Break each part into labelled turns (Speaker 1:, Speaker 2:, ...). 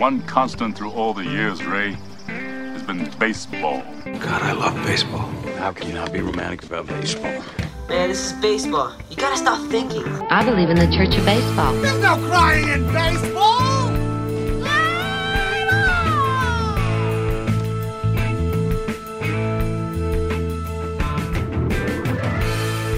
Speaker 1: one constant through all the years, Ray, has been baseball.
Speaker 2: God, I love baseball. How can you not be romantic about baseball?
Speaker 3: Man, this is baseball. You gotta stop thinking.
Speaker 4: I believe in the Church of Baseball.
Speaker 5: There's no crying in baseball!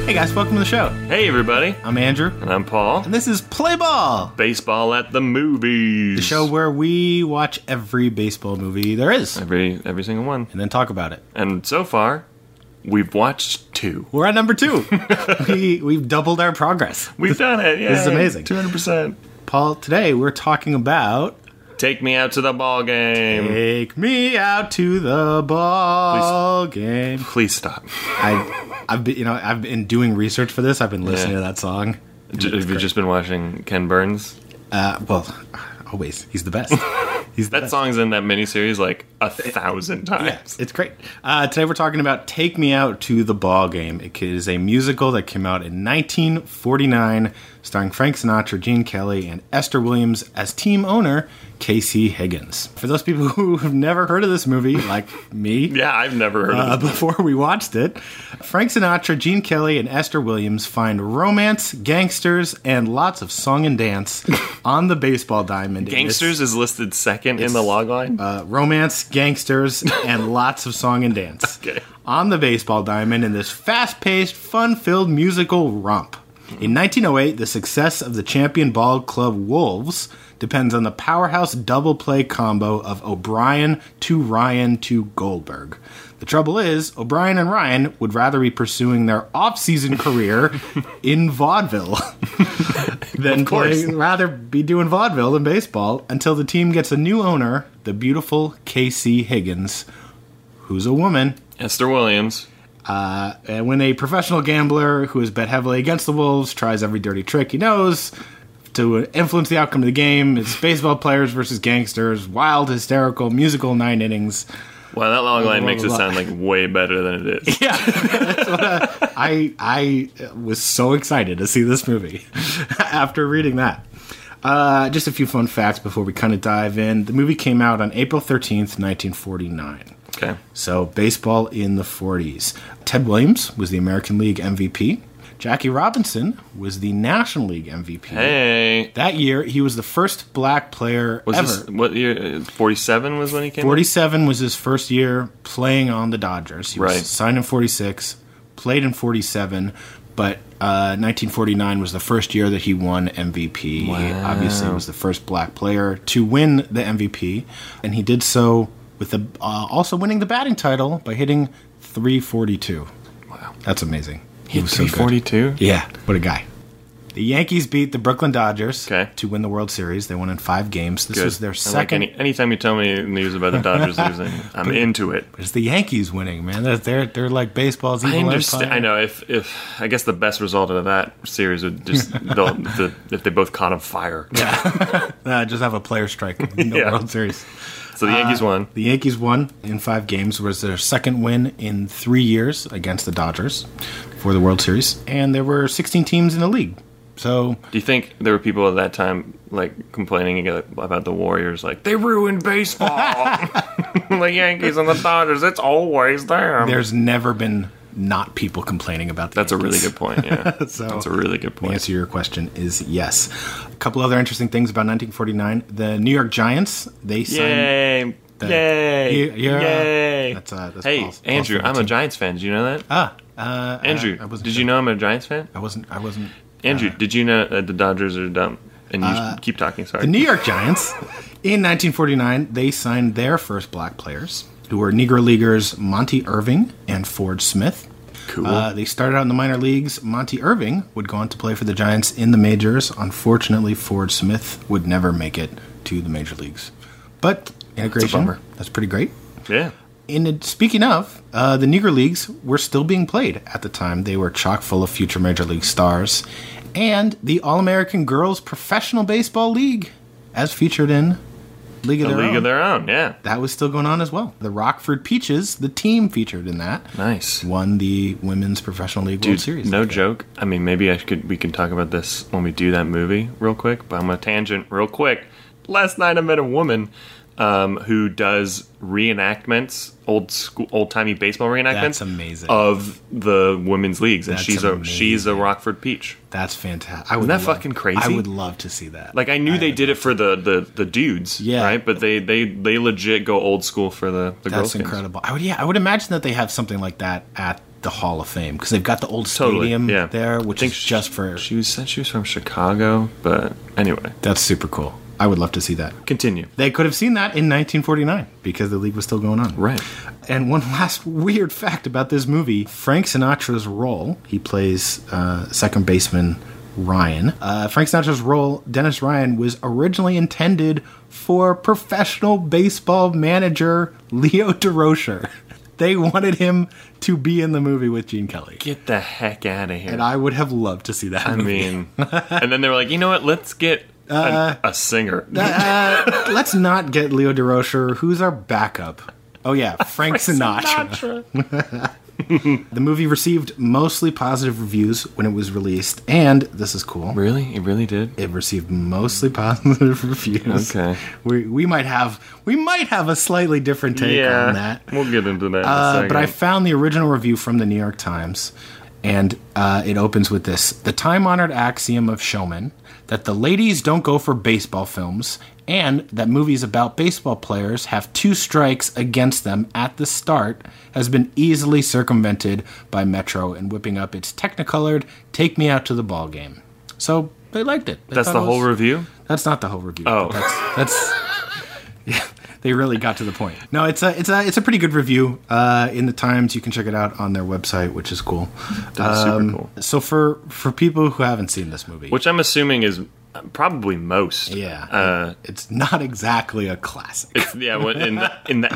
Speaker 6: Hey guys, welcome to the show.
Speaker 7: Hey, everybody.
Speaker 6: I'm Andrew,
Speaker 7: And I'm Paul.
Speaker 6: and this is Play Ball,
Speaker 7: Baseball at the movies.
Speaker 6: the show where we watch every baseball movie there is and
Speaker 7: Every, every single one.
Speaker 6: then talk about it.
Speaker 7: And so far, we've watched two.
Speaker 6: We're at number two. we, we've doubled our progress.
Speaker 7: We've done it. Yeah.
Speaker 6: is amazing.
Speaker 7: 200%.
Speaker 6: Paul, today we're talking about
Speaker 7: Take me out to the ball game.
Speaker 6: Take Me Out to the Ball Game.
Speaker 7: Please stop.
Speaker 6: I, I've been, you know, I've been doing research for this. I've been listening
Speaker 7: Yeah.
Speaker 6: to that song.
Speaker 7: J- have you just been watching Ken Burns?
Speaker 6: Uh, well, always. He's the best. He's the
Speaker 7: That
Speaker 6: best.
Speaker 7: song's in that miniseries like a thousand times.
Speaker 6: It's great. Uh, today we're talking about "Take Me Out to the Ball Game." It is a musical that came out in 1949, starring Frank Sinatra, Gene Kelly, and Esther Williams as team owner Casey Higgins. For those people who have never heard of this movie, like me,
Speaker 7: Yeah, I've never heard
Speaker 6: uh,
Speaker 7: of it.
Speaker 6: before we watched it, Frank Sinatra, Gene Kelly, and Esther Williams find romance, gangsters, and lots of song and dance on the baseball diamond. in this-
Speaker 7: Gangsters is listed second in the log line.
Speaker 6: uh, romance, gangsters, and lots of song and dance
Speaker 7: Okay.
Speaker 6: on the baseball diamond in this fast paced, fun filled musical romp. In 1908, the success of the champion ball club Wolves depends on the powerhouse double play combo of O'Brien to Ryan to Goldberg. The trouble is, O'Brien and Ryan would rather be pursuing their off season career in vaudeville than
Speaker 7: course.
Speaker 6: playing, rather be doing vaudeville than baseball until the team gets a new owner, the beautiful Casey Higgins, who's a woman
Speaker 7: Esther Williams.
Speaker 6: and when a professional gambler who has bet heavily against the Wolves tries every dirty trick he knows to influence the outcome of the game, it's baseball players versus gangsters, wild, hysterical, musical nine innings.
Speaker 7: Wow, that log line
Speaker 6: blah,
Speaker 7: makes it
Speaker 6: blah,
Speaker 7: sound like way better than it is.
Speaker 6: Yeah, that's what I, I I was so excited to see this movie after reading that. Uh, just a few fun facts before we kind of dive in. The movie came out on April 13th, 1949.
Speaker 7: Okay.
Speaker 6: So, baseball in the 40s. Ted Williams was the American League MVP. Jackie Robinson was the National League MVP.
Speaker 7: Hey.
Speaker 6: That year, he was the first black player
Speaker 7: Was
Speaker 6: ever.
Speaker 7: this what year? uh, Forty-seven was when he came. out?
Speaker 6: 47 was his first year playing on the Dodgers. He
Speaker 7: Right.
Speaker 6: was signed in 46, played in 47, but uh, 1949 was the first year that he won MVP. He obviously was the first black player to win the MVP, and he did so with the, uh, also winning the batting title by hitting 342. Wow. That's amazing. He was so good.
Speaker 7: 342?
Speaker 6: Yeah, what a guy. The Yankees beat the Brooklyn Dodgers
Speaker 7: Okay.
Speaker 6: to win the World Series. They won in five games. This
Speaker 7: Good.
Speaker 6: was their
Speaker 7: I like
Speaker 6: second.
Speaker 7: any, anytime you tell me news about the Dodgers losing, I'm into it.
Speaker 6: It's the Yankees winning, man. They're they're, they're like baseball's
Speaker 7: I
Speaker 6: evil
Speaker 7: understand.
Speaker 6: empire.
Speaker 7: I know if if I guess the best result of that series would just they'll- the, if they both caught on fire.
Speaker 6: Uh, just have a player strike. No
Speaker 7: Yeah.
Speaker 6: World Series.
Speaker 7: So the Yankees won.
Speaker 6: The Yankees won in five games. Was their second win in three years against the Dodgers for the World Series, and there were 16 teams in the league. So
Speaker 7: Do you think there were people at that time like complaining about the Warriors, like they ruined baseball? the Yankees and the Dodgers, it's always them.
Speaker 6: there's never been not people complaining about. The
Speaker 7: Um, That's a
Speaker 6: Yankees.
Speaker 7: really good point. Yeah,
Speaker 6: So-
Speaker 7: that's a really good
Speaker 6: The
Speaker 7: point.
Speaker 6: answer to your question is yes. A couple other interesting things about 1949. The New York Giants they signed.
Speaker 7: Yay!
Speaker 6: the-
Speaker 7: Yay!
Speaker 6: Yeah, yeah.
Speaker 7: Yay!
Speaker 6: That's, uh, that's
Speaker 7: hey,
Speaker 6: Paul's- Paul's
Speaker 7: Andrew,
Speaker 6: favorite
Speaker 7: I'm a
Speaker 6: team.
Speaker 7: Giants fan. Do you know that?
Speaker 6: Ah, uh,
Speaker 7: Andrew,
Speaker 6: I, I wasn't
Speaker 7: did
Speaker 6: sure.
Speaker 7: you know I'm a Giants fan?
Speaker 6: I wasn't. I wasn't.
Speaker 7: Andrew,
Speaker 6: Uh,
Speaker 7: did you know that the Dodgers are dumb? And you keep talking. Sorry.
Speaker 6: The New York Giants, in 1949, they signed their first black players, who were Negro Leaguers Monty Irving and Ford Smith.
Speaker 7: Cool.
Speaker 6: Uh, they started out in the minor leagues. Monty Irving would go on to play for the Giants in the majors. Unfortunately, Ford Smith would never make it to the major leagues. But integration,
Speaker 7: bummer.
Speaker 6: that's pretty great.
Speaker 7: yeah.
Speaker 6: And it- speaking of, uh, the Negro Leagues were still being played at the time. They were chock full of future Major League stars. And the All American Girls Professional Baseball League, as featured in League of,
Speaker 7: A
Speaker 6: Their,
Speaker 7: league
Speaker 6: Own.
Speaker 7: of their own. Yeah.
Speaker 6: That was still going on as well. The Rockford Peaches, the team featured in that,
Speaker 7: Nice.
Speaker 6: won the Women's Professional League World
Speaker 7: Dude,
Speaker 6: Series.
Speaker 7: no
Speaker 6: that year.
Speaker 7: joke. I mean, maybe I could. We can talk about this when we do that movie real quick. But I'm a tangent real quick. last night I met a woman um, who does reenactments, old school, old timey baseball reenactments.
Speaker 6: That's amazing.
Speaker 7: Of the women's leagues, and
Speaker 6: That's
Speaker 7: she's a
Speaker 6: amazing.
Speaker 7: she's a Rockford Peach.
Speaker 6: That's fantastic. I would
Speaker 7: that
Speaker 6: love-
Speaker 7: fucking crazy?
Speaker 6: I would love to see that.
Speaker 7: Like I knew they did it for the, the, the dudes,
Speaker 6: Yeah.
Speaker 7: right? But they, they, they legit go old school for the the girls.
Speaker 6: That's
Speaker 7: games.
Speaker 6: incredible. I would, yeah, I would imagine that they have something like that at the Hall of Fame because they've got the old
Speaker 7: Totally,
Speaker 6: stadium
Speaker 7: yeah.
Speaker 6: there, which
Speaker 7: I think
Speaker 6: is
Speaker 7: she-
Speaker 6: just for.
Speaker 7: She was said she was from Chicago, but anyway,
Speaker 6: that's super cool. I would love to see that.
Speaker 7: continue.
Speaker 6: They could have seen that in 1949 because the league was still going on.
Speaker 7: Right.
Speaker 6: And one last weird fact about this movie Frank Sinatra's role, he plays uh, second baseman Ryan. Uh, Frank Sinatra's role, Dennis Ryan, was originally intended for professional baseball manager Leo DeRocher. They wanted him to be in the movie with Gene Kelly.
Speaker 7: Get the heck out of here.
Speaker 6: And I would have loved to see that.
Speaker 7: I
Speaker 6: movie.
Speaker 7: mean, and then they were like, you know what? Let's get an- a singer.
Speaker 6: uh, let's not get Leo DeRocher. Who's our backup? Oh yeah, Frank, Sinatra. the movie received mostly positive reviews when it was released, and this is cool.
Speaker 7: really? It really did.
Speaker 6: It received mostly positive reviews.
Speaker 7: Okay.
Speaker 6: we we might have we might have a slightly different take on that.
Speaker 7: We'll get into that.
Speaker 6: Uh,
Speaker 7: in a
Speaker 6: but I
Speaker 7: second.
Speaker 6: found the original review from the New York Times, and uh, it opens with this The time honored axiom of showmen that the ladies don't go for baseball films, and that movies about baseball players have two strikes against them at the start has been easily circumvented by Metro in whipping up its technicolored Take Me Out to the Ball game. So they liked it. They
Speaker 7: that's
Speaker 6: thought
Speaker 7: the
Speaker 6: it
Speaker 7: whole
Speaker 6: was-
Speaker 7: review.
Speaker 6: That's not the whole review.
Speaker 7: Oh.
Speaker 6: but that's, that's yeah, they really got to the point. No, it's a it's a it's a pretty good review uh, in the Times. You can check it out on their website, which is cool.
Speaker 7: That's super cool.
Speaker 6: So for for people who haven't seen this movie,
Speaker 7: Which I'm assuming is uh, probably most.
Speaker 6: yeah,
Speaker 7: Uh,
Speaker 6: it's not exactly a classic.
Speaker 7: it's, yeah, what- in the, in the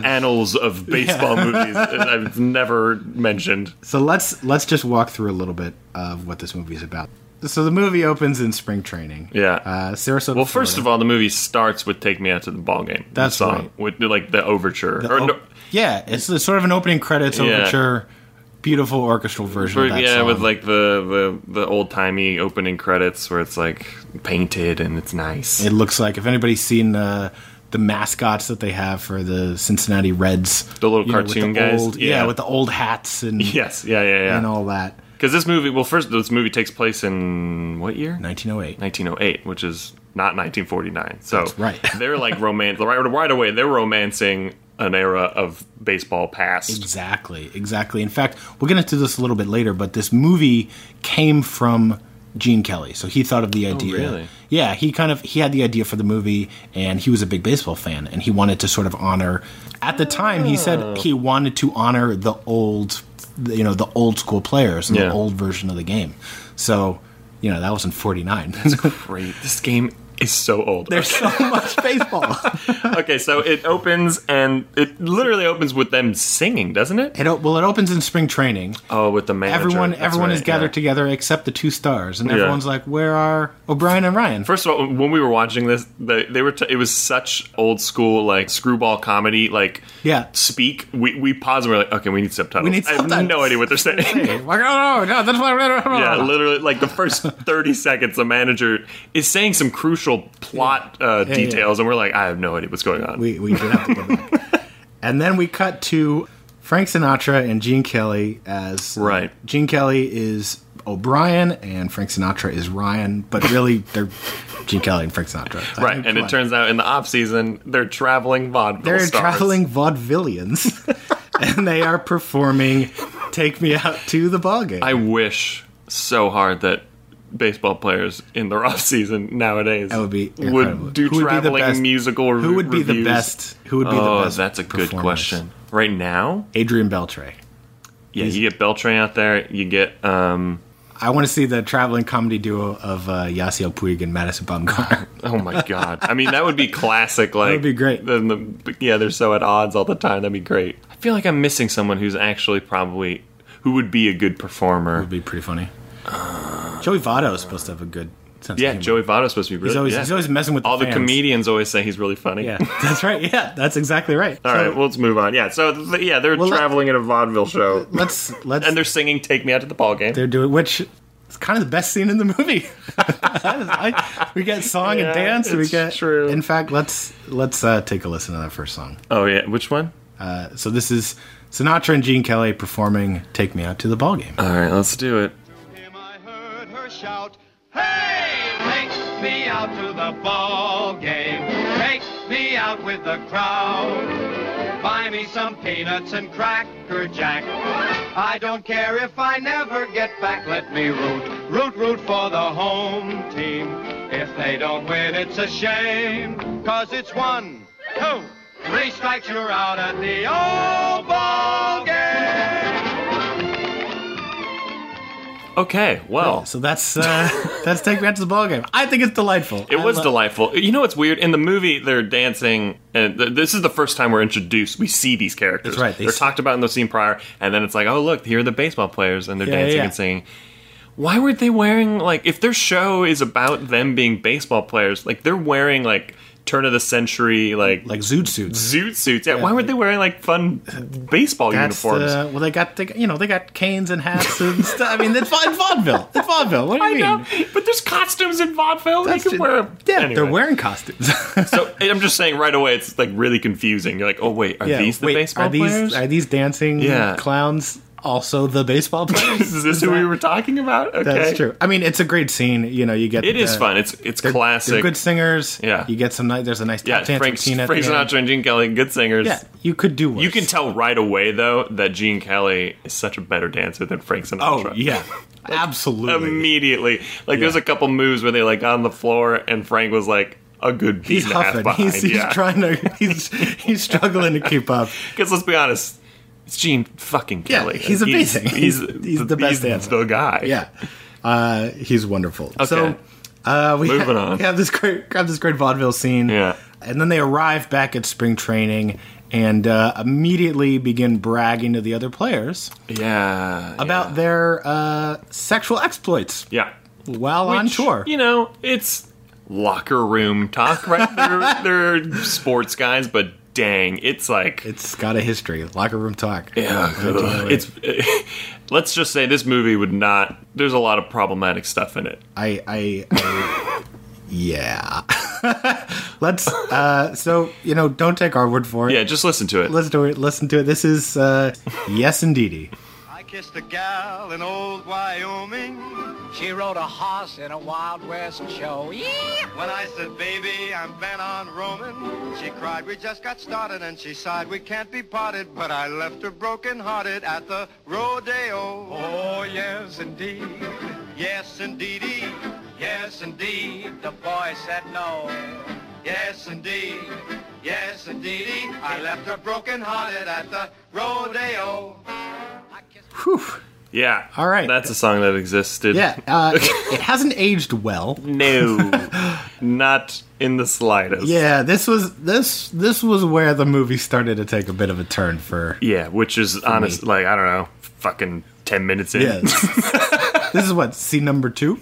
Speaker 7: annals of baseball movies, I've never mentioned.
Speaker 6: So let's let's just walk through a little bit of what this movie is about. So the movie opens in spring training.
Speaker 7: Yeah.
Speaker 6: Uh, Sarasota.
Speaker 7: Well, first
Speaker 6: Florida.
Speaker 7: of all, the movie starts with "Take Me Out to the Ball Game." the
Speaker 6: That's
Speaker 7: song
Speaker 6: right.
Speaker 7: with like the overture.
Speaker 6: The
Speaker 7: or,
Speaker 6: op-
Speaker 7: no,
Speaker 6: yeah, it's the, sort of an opening credits
Speaker 7: Yeah.
Speaker 6: overture, beautiful orchestral version.
Speaker 7: or-
Speaker 6: of that
Speaker 7: yeah,
Speaker 6: song.
Speaker 7: with like the the, the old timey opening credits where it's like painted and it's nice.
Speaker 6: it looks like. If anybody's seen uh, the mascots that they have for the Cincinnati Reds,
Speaker 7: The little
Speaker 6: you know, with
Speaker 7: cartoon guys?
Speaker 6: old- yeah.
Speaker 7: Yeah.
Speaker 6: with the old hats and
Speaker 7: yes, yeah, yeah,
Speaker 6: and
Speaker 7: yeah.
Speaker 6: all that.
Speaker 7: Because this movie, well, first this movie takes place in what year?
Speaker 6: 1908.
Speaker 7: 1908, which is not 1949. So
Speaker 6: right.
Speaker 7: they're like romance right, right away. They're romancing an era of baseball past.
Speaker 6: Exactly, exactly. In fact, we'll get into this a little bit later, but this movie came from Gene Kelly. So he thought of the idea.
Speaker 7: Oh, really?
Speaker 6: Yeah, he kind of he had the idea for the movie and he was a big baseball fan and he wanted to sort of honor at the time he
Speaker 7: Ah.
Speaker 6: said he wanted to honor the old you know, the old school players and
Speaker 7: Yeah.
Speaker 6: the old version of the game. So, you know, that was in 49.
Speaker 7: Great. This game is so old.
Speaker 6: There's so much baseball.
Speaker 7: okay, so it opens and it literally opens with them singing, doesn't it?
Speaker 6: It, o- well, it opens in spring training.
Speaker 7: Oh, with the manager.
Speaker 6: everyone
Speaker 7: That's
Speaker 6: everyone
Speaker 7: right,
Speaker 6: is gathered
Speaker 7: yeah.
Speaker 6: together except the two stars and everyone's like where are o'brien and ryan
Speaker 7: First of all, when we were watching this, they, they were t- it was such old school like screwball comedy like
Speaker 6: Yeah.
Speaker 7: speak. We we pause and we're like, okay, we need
Speaker 6: We
Speaker 7: subtitles.
Speaker 6: need
Speaker 7: I have no
Speaker 6: subtitles.
Speaker 7: idea what they're saying.
Speaker 6: Like, oh, no, no, that's what-
Speaker 7: yeah, literally like the first thirty seconds, the manager is saying some crucial plot uh,
Speaker 6: Yeah, yeah.
Speaker 7: details, and we're like, I have no idea what's going on.
Speaker 6: we, we did have to go back and then we cut to frank sinatra and gene kelly as uh,
Speaker 7: Right.
Speaker 6: gene kelly is o'brien and frank sinatra is ryan but really they're gene kelly and frank sinatra I mean,
Speaker 7: right, and
Speaker 6: come
Speaker 7: it
Speaker 6: on.
Speaker 7: turns out in the off season they're traveling vaudeville.
Speaker 6: they're
Speaker 7: stars.
Speaker 6: traveling vaudevillians and they are performing take me out to the ball game
Speaker 7: I wish so hard that baseball players in their off season nowadays
Speaker 6: That would be incredible.
Speaker 7: would do
Speaker 6: Who would be the
Speaker 7: traveling
Speaker 6: best-
Speaker 7: musical re-
Speaker 6: Who would be the
Speaker 7: reviews.
Speaker 6: best? Who would be
Speaker 7: oh,
Speaker 6: the best?
Speaker 7: that's a good
Speaker 6: performers?
Speaker 7: question. Right now,
Speaker 6: Adrian Beltre.
Speaker 7: yeah, you get Beltran out there. You get um,
Speaker 6: I want to see the traveling comedy duo of uh, Yasiel Puig and Madison Bumgarner.
Speaker 7: oh my god. I mean, that would be classic. Like,
Speaker 6: would be great.
Speaker 7: Then the, yeah, they're so at odds all the time. That'd be great. I feel like I'm missing someone who's actually probably who would be a good performer.
Speaker 6: would be pretty funny. Joey Votto is supposed to have a good sense.
Speaker 7: yeah,
Speaker 6: of humor.
Speaker 7: Joey Votto's supposed to be really.
Speaker 6: always-
Speaker 7: yeah.
Speaker 6: he's always messing with the
Speaker 7: all the
Speaker 6: fans.
Speaker 7: comedians. Always say he's really funny.
Speaker 6: Yeah, that's right. Yeah, that's exactly right.
Speaker 7: All right, well, let's move on. Yeah, so th- yeah, they're
Speaker 6: let-
Speaker 7: traveling in a vaudeville show,
Speaker 6: let's let's
Speaker 7: and they're singing "Take Me Out to the Ball Game."
Speaker 6: they're doing which It's kind of the best scene in the movie. That is- I- we get song
Speaker 7: Yeah,
Speaker 6: and dance. We
Speaker 7: it's
Speaker 6: get
Speaker 7: true.
Speaker 6: In fact, let's let's uh, take a listen to that first song.
Speaker 7: Oh yeah, which one?
Speaker 6: Uh, so this is Sinatra and Gene Kelly performing "Take Me Out to the Ball Game."
Speaker 7: All right, let's do it.
Speaker 8: him I heard her shout, Hey, take me out to the ball game. Take me out with the crowd. Buy me some peanuts and cracker jack. I don't care if I never get back. Let me root, root, root for the home team. If they don't win, it's a shame. Cause it's one, two, three strikes, you're out at the old ball game.
Speaker 7: Okay, well,
Speaker 6: So that's uh, that's "Take Me Out to the Ball Game." I think it's delightful.
Speaker 7: it
Speaker 6: I
Speaker 7: was
Speaker 6: lo-
Speaker 7: delightful. You know what's weird? In the movie, they're dancing, and th- this is the first time we're introduced. We see these characters.
Speaker 6: That's right, they
Speaker 7: They are
Speaker 6: see-
Speaker 7: talked about in the scene prior, and then it's like, oh look, here are the baseball players, and they're
Speaker 6: Yeah, yeah,
Speaker 7: dancing
Speaker 6: yeah.
Speaker 7: and singing. Why were they wearing like? If their show is about them being baseball players, like they're wearing like turn of the century like
Speaker 6: like zoot suits.
Speaker 7: zoot suits. Yeah, why weren't
Speaker 6: like-
Speaker 7: they wearing like fun baseball
Speaker 6: That's uh, the,
Speaker 7: uniforms?
Speaker 6: well, they got they, got- you know they got canes and hats and stuff. I mean, it's va- it's vaudeville. It's vaudeville. What do you
Speaker 7: I
Speaker 6: mean?
Speaker 7: know, but there's costumes in vaudeville. They
Speaker 6: That's
Speaker 7: can
Speaker 6: ju-
Speaker 7: wear.
Speaker 6: yeah, they're
Speaker 7: Anyway.
Speaker 6: wearing costumes.
Speaker 7: So I'm just saying right away, it's like really confusing. You're like, oh wait, are these the
Speaker 6: wait,
Speaker 7: baseball
Speaker 6: are these,
Speaker 7: players?
Speaker 6: Are these dancing
Speaker 7: Yeah.
Speaker 6: clowns also the baseball players?
Speaker 7: is this who we were talking about? Okay,
Speaker 6: That's true. I mean, it's a great scene. You know, you get
Speaker 7: It is
Speaker 6: the-
Speaker 7: fun. It's it's
Speaker 6: They're,
Speaker 7: classic.
Speaker 6: they're good singers.
Speaker 7: Yeah.
Speaker 6: you get some. ni- There's a nice
Speaker 7: yeah,
Speaker 6: tap dance
Speaker 7: Frank,
Speaker 6: routine at
Speaker 7: Frank
Speaker 6: the end.
Speaker 7: Sinatra and Gene Kelly, good singers.
Speaker 6: Yeah, you could do worse.
Speaker 7: You can tell right away though that Gene Kelly is such a better dancer than Frank Sinatra.
Speaker 6: Oh yeah, absolutely.
Speaker 7: immediately. Like there's a couple moves where they like on the floor, and Frank was like a good beat
Speaker 6: He's
Speaker 7: and a half
Speaker 6: huffing.
Speaker 7: behind.
Speaker 6: He's, he's
Speaker 7: yeah.
Speaker 6: trying to. He's he's struggling to keep up.
Speaker 7: Because let's be honest, it's Gene fucking
Speaker 6: Yeah,
Speaker 7: Kelly.
Speaker 6: he's
Speaker 7: Like,
Speaker 6: amazing.
Speaker 7: He's,
Speaker 6: He's- he's the best dancer.
Speaker 7: the guy.
Speaker 6: Yeah, uh, he's wonderful.
Speaker 7: Okay.
Speaker 6: So uh, we
Speaker 7: Moving
Speaker 6: have,
Speaker 7: on.
Speaker 6: We have this great we have this great vaudeville scene.
Speaker 7: Yeah.
Speaker 6: and then they arrive back at spring training and uh, immediately begin bragging to the other players
Speaker 7: yeah.
Speaker 6: about
Speaker 7: yeah.
Speaker 6: their uh, sexual exploits
Speaker 7: yeah.
Speaker 6: while on
Speaker 7: Which,
Speaker 6: tour.
Speaker 7: You know, it's locker room talk, right? they're, they're sports guys, but dang, it's like
Speaker 6: it's got a history. Locker room talk.
Speaker 7: Yeah, ugh, it's. let's just say this movie would not. There's a lot of problematic stuff in it.
Speaker 6: I, I, I- yeah. Let's. Uh, so you know, don't take our word for it.
Speaker 7: Yeah, just listen to it.
Speaker 6: Listen to it. Listen to it. This is uh, yes, indeedy.
Speaker 8: I kissed a gal in old Wyoming. She rode a horse in a Wild West show. When I said, baby, I'm bent on roaming, she cried, we just got started, and she sighed, we can't be parted, but I left her broken-hearted at the rodeo. Oh, yes, indeed. Yes, indeedy. Yes, indeed. The boy said no. Yes, indeed. Yes, indeedy. I left her broken-hearted at the rodeo.
Speaker 7: yeah.
Speaker 6: All right.
Speaker 7: That's a song that existed.
Speaker 6: Yeah, uh, it, it hasn't aged well.
Speaker 7: No. not in the slightest.
Speaker 6: Yeah, this was this this was where the movie started to take a bit of a turn for.
Speaker 7: Yeah, which is honest. Like I don't know, fucking ten minutes in.
Speaker 6: Yeah, this is what scene number two.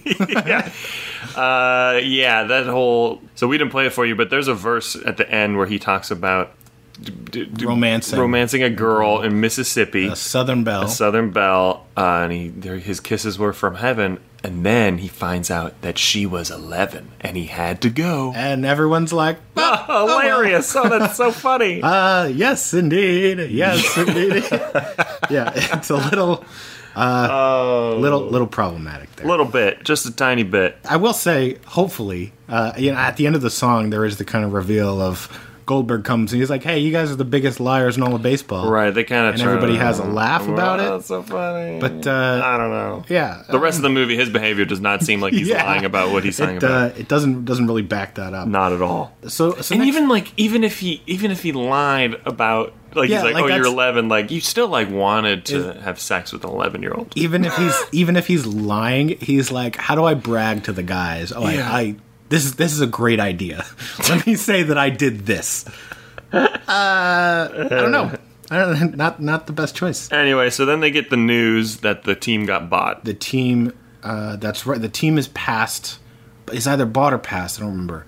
Speaker 7: Uh, yeah, that whole. So we didn't play it for you, but there's a verse at the end where he talks about d- d- d-
Speaker 6: Romancing.
Speaker 7: romancing a girl in Mississippi.
Speaker 6: A Southern Belle.
Speaker 7: Southern Belle, uh, and he there, his kisses were from heaven. And then he finds out that she was eleven, and he had to go.
Speaker 6: and everyone's like, "Ah, oh, well."
Speaker 7: Hilarious! Oh, that's so funny.
Speaker 6: Uh, yes, indeed. Yes, indeed. yeah, it's a little, uh, little, little problematic there.
Speaker 7: a little bit, just a tiny bit.
Speaker 6: I will say, hopefully, uh, you know, at the end of the song, there is the kind of reveal of Goldberg comes and he's like, "Hey, you guys are the biggest liars in all of baseball."
Speaker 7: Right? They kind of
Speaker 6: And everybody has a laugh about it.
Speaker 7: That's so funny.
Speaker 6: But uh,
Speaker 7: I don't know.
Speaker 6: yeah,
Speaker 7: The rest of the movie, his behavior does not seem like he's
Speaker 6: Yeah.
Speaker 7: lying about what he's saying
Speaker 6: it,
Speaker 7: about.
Speaker 6: uh, it doesn't doesn't really back that up.
Speaker 7: Not at all.
Speaker 6: So, so
Speaker 7: and
Speaker 6: next-
Speaker 7: even like even if he even if he lied about like
Speaker 6: Yeah,
Speaker 7: he's like,
Speaker 6: like,
Speaker 7: oh you're
Speaker 6: that's-
Speaker 7: 11 like you still like wanted to have sex with an 11 year old
Speaker 6: even if he's even if he's lying, he's like, "How do I brag to the guys? Oh,
Speaker 7: Yeah.
Speaker 6: I, I this is this is a great idea. Let me say that I did this." Uh, I don't know. I don't not not the best choice.
Speaker 7: anyway so then they get the news that the team got bought
Speaker 6: The team, uh, that's right. The team is passed. It's either bought or passed. I don't remember.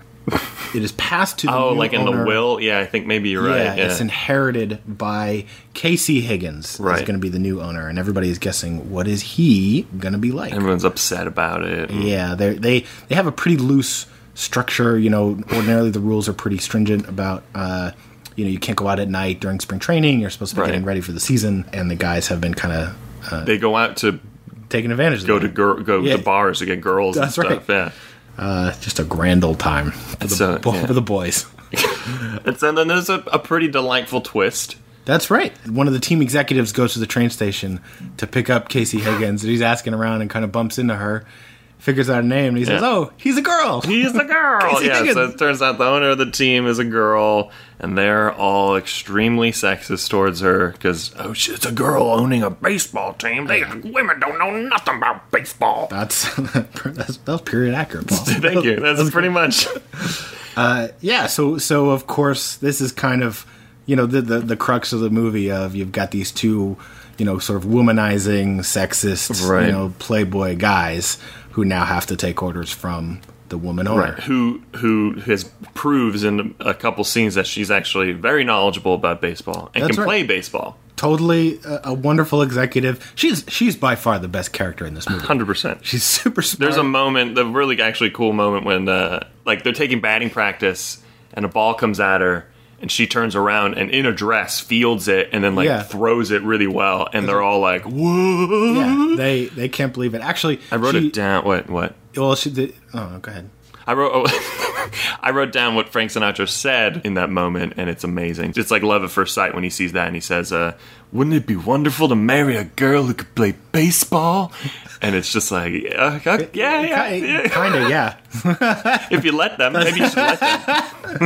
Speaker 6: it is passed to the
Speaker 7: Oh,
Speaker 6: new
Speaker 7: like in the
Speaker 6: owner.
Speaker 7: will? Yeah, I think maybe you're
Speaker 6: Yeah,
Speaker 7: right. Yeah.
Speaker 6: it's inherited by Casey Higgins. Is
Speaker 7: Right.
Speaker 6: going to be the new owner, and everybody is guessing what is he going to be like.
Speaker 7: Everyone's upset about it.
Speaker 6: Yeah, they they they have a pretty loose structure. You know, ordinarily the rules are pretty stringent about. Uh, you know, you can't go out at night during spring training. You're supposed to be
Speaker 7: Right.
Speaker 6: getting ready for the season, and the guys have been kind of
Speaker 7: They go out to
Speaker 6: taking advantage of
Speaker 7: go to
Speaker 6: that.
Speaker 7: gir- go
Speaker 6: Yeah.
Speaker 7: to bars to get girls
Speaker 6: That's
Speaker 7: and
Speaker 6: right.
Speaker 7: stuff. Yeah.
Speaker 6: Uh, just a grand old time for the,
Speaker 7: It's, uh,
Speaker 6: bo-
Speaker 7: yeah.
Speaker 6: for the boys.
Speaker 7: It's, and then there's a, a pretty delightful twist.
Speaker 6: That's right. One of the team executives goes to the train station to pick up Casey Higgins, and he's asking around and kind of bumps into her, figures out her name, and he says,
Speaker 7: Yeah.
Speaker 6: "Oh, he's a girl."
Speaker 7: He's the girl.
Speaker 6: Casey
Speaker 7: yeah,
Speaker 6: Higgins.
Speaker 7: so it turns out the owner of the team is a girl, and they're all extremely sexist towards her because oh shit, it's a girl owning a baseball team. They women don't know nothing about baseball.
Speaker 6: That's that's, that's period accurate. Paul.
Speaker 7: Thank you. That's pretty much.
Speaker 6: yeah so so of course this is kind of you know the, the the crux of the movie of you've got these two you know sort of womanizing sexist
Speaker 7: Right.
Speaker 6: you know playboy guys who now have to take orders from the woman owner
Speaker 7: Who who has proves in a couple scenes that she's actually very knowledgeable about baseball and
Speaker 6: That's
Speaker 7: can
Speaker 6: right.
Speaker 7: play baseball.
Speaker 6: totally a, a wonderful executive she's she's by far the best character in this movie
Speaker 7: Hundred percent.
Speaker 6: she's super smart.
Speaker 7: There's a moment, the really actually cool moment when uh, like they're taking batting practice and a ball comes at her and she turns around and in a dress fields it and then like
Speaker 6: Yeah.
Speaker 7: throws it really well and they're all like, "Whoa!"
Speaker 6: yeah, they they can't believe it actually
Speaker 7: Mm-hmm. I wrote
Speaker 6: she,
Speaker 7: it down. What? What?
Speaker 6: well she did oh go ahead
Speaker 7: I wrote. Oh, I wrote down what Frank Sinatra said in that moment, and it's amazing. It's like love at first sight when he sees that, and he says, uh, "Wouldn't it be wonderful to marry a girl who could play baseball?" And it's just like, yeah, okay, yeah, yeah, yeah.
Speaker 6: kind of yeah
Speaker 7: If you let them, maybe you should let them.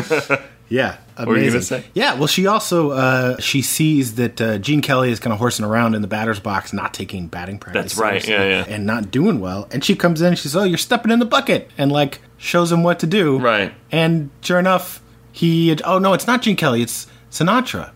Speaker 6: Yeah,
Speaker 7: were you gonna
Speaker 6: amazing.
Speaker 7: say?
Speaker 6: Yeah, well, she also uh, she sees that uh, Gene Kelly is kind of horsing around in the batter's box, not taking batting practice.
Speaker 7: That's right,
Speaker 6: seriously
Speaker 7: yeah, yeah.
Speaker 6: and not doing well. And she comes in, and she's oh, you're stepping in the bucket, and like shows him what to do.
Speaker 7: Right.
Speaker 6: And sure enough, he oh no, it's not Gene Kelly, it's Sinatra.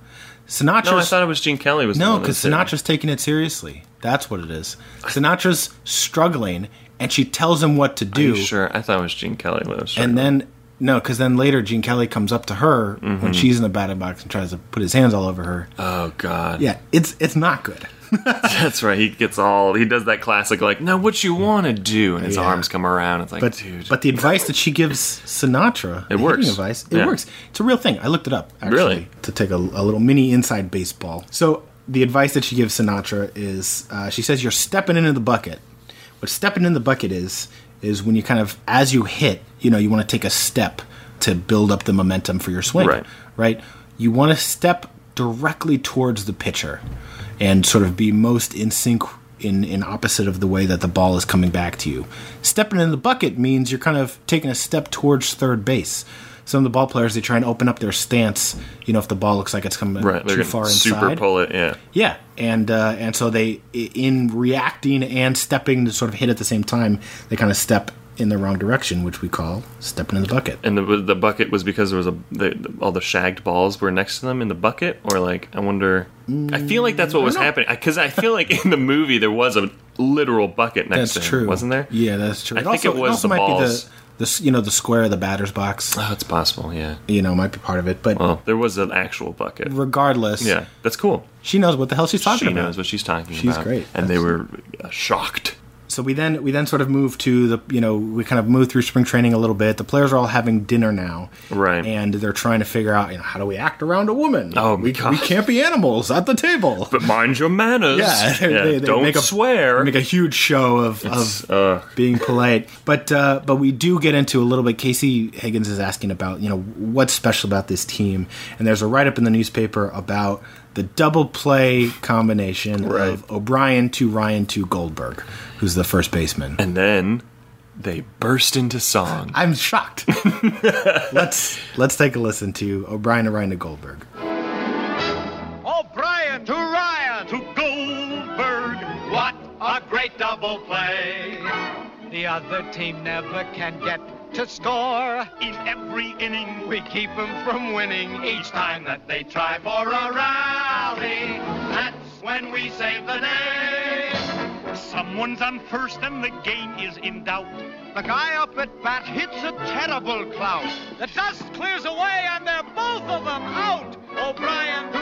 Speaker 6: Sinatra.
Speaker 7: No, I thought it was Gene Kelly. Was the
Speaker 6: No,
Speaker 7: one that
Speaker 6: because
Speaker 7: said-
Speaker 6: Sinatra's taking it seriously. That's what it is. Sinatra's struggling, and she tells him what to
Speaker 7: Are
Speaker 6: do.
Speaker 7: you sure? I thought it was Gene Kelly. that was
Speaker 6: And
Speaker 7: struggling.
Speaker 6: then no, because then later Gene Kelly comes up to her
Speaker 7: Mm-hmm.
Speaker 6: when she's in the batting box and tries to put his hands all over her.
Speaker 7: oh god,
Speaker 6: yeah, it's it's not good.
Speaker 7: that's right. He gets all. He does that classic like, "Now what you want to do?" And his
Speaker 6: Yeah.
Speaker 7: arms come around. It's like,
Speaker 6: But
Speaker 7: dude,
Speaker 6: but the advice that she gives Sinatra, the hitting
Speaker 7: works.
Speaker 6: Advice, it
Speaker 7: Yeah.
Speaker 6: works. It's a real thing. I looked it up actually
Speaker 7: Really?
Speaker 6: to take a, a little mini inside baseball. So the advice that she gives Sinatra is uh, she says you're stepping into the bucket. What stepping in the bucket is is when you kind of as you hit, you know, you want to take a step to build up the momentum for your swing.
Speaker 7: Right.
Speaker 6: right? You want to step directly towards the pitcher and sort of be most in sync in, in opposite of the way that the ball is coming back to you. Stepping in the bucket means you're kind of taking a step towards third base. Some of the ball players they try and open up their stance, you know, if the ball looks like it's coming
Speaker 7: right, they're
Speaker 6: too
Speaker 7: gonna
Speaker 6: far
Speaker 7: super
Speaker 6: inside.
Speaker 7: pull it. Yeah,
Speaker 6: Yeah, and uh, and so they i- in reacting and stepping to sort of hit at the same time, they kind of step in the wrong direction, which we call stepping in the bucket.
Speaker 7: and the the bucket was because there was a the, all the shagged balls were next to them in the bucket, or like I wonder. I feel like
Speaker 6: Mm,
Speaker 7: that's what was happening because I feel like in the movie there was a literal bucket
Speaker 6: That's
Speaker 7: next to him,
Speaker 6: true,
Speaker 7: wasn't there?
Speaker 6: Yeah, that's true.
Speaker 7: I think it was
Speaker 6: also
Speaker 7: the
Speaker 6: might
Speaker 7: balls.
Speaker 6: be the, the s- you know the square of the batter's box.
Speaker 7: Oh, it's possible. Yeah.
Speaker 6: You know, might be part of it, but
Speaker 7: Well, there was an actual bucket.
Speaker 6: regardless,
Speaker 7: Yeah, that's cool.
Speaker 6: she knows what the hell she's talking
Speaker 7: she
Speaker 6: about.
Speaker 7: knows what she's talking
Speaker 6: She's
Speaker 7: about.
Speaker 6: great.
Speaker 7: And they were uh, shocked.
Speaker 6: so we then we then sort of move to the you know we kind of move through spring training a little bit. The players are all having dinner now,
Speaker 7: Right.
Speaker 6: And they're trying to figure out you know how do we act around a woman?
Speaker 7: Oh, my
Speaker 6: we,
Speaker 7: God.
Speaker 6: we can't be animals at the table.
Speaker 7: But mind your manners.
Speaker 6: Yeah, they- they- they
Speaker 7: don't
Speaker 6: make a-
Speaker 7: swear. Uh,
Speaker 6: Make a huge show of, of being polite, but uh, but we do get into a little bit. Casey Higgins is asking about you know what's special about this team, and there's a write up in the newspaper about the double play combination
Speaker 7: Right.
Speaker 6: of O'Brien to Ryan to Goldberg, who's the first baseman.
Speaker 7: and then they burst into song.
Speaker 6: I'm shocked. let's let's take a listen to O'Brien to Ryan to Goldberg.
Speaker 8: O'Brien to Ryan to Goldberg. What a great double play. The other team never can get to score. In every inning, we keep them from winning each time that they try for a rally. That's when we save the day. Someone's on first and the game is in doubt. The guy up at bat hits a terrible clout. The dust clears away, and they're both of them out. O'Brien to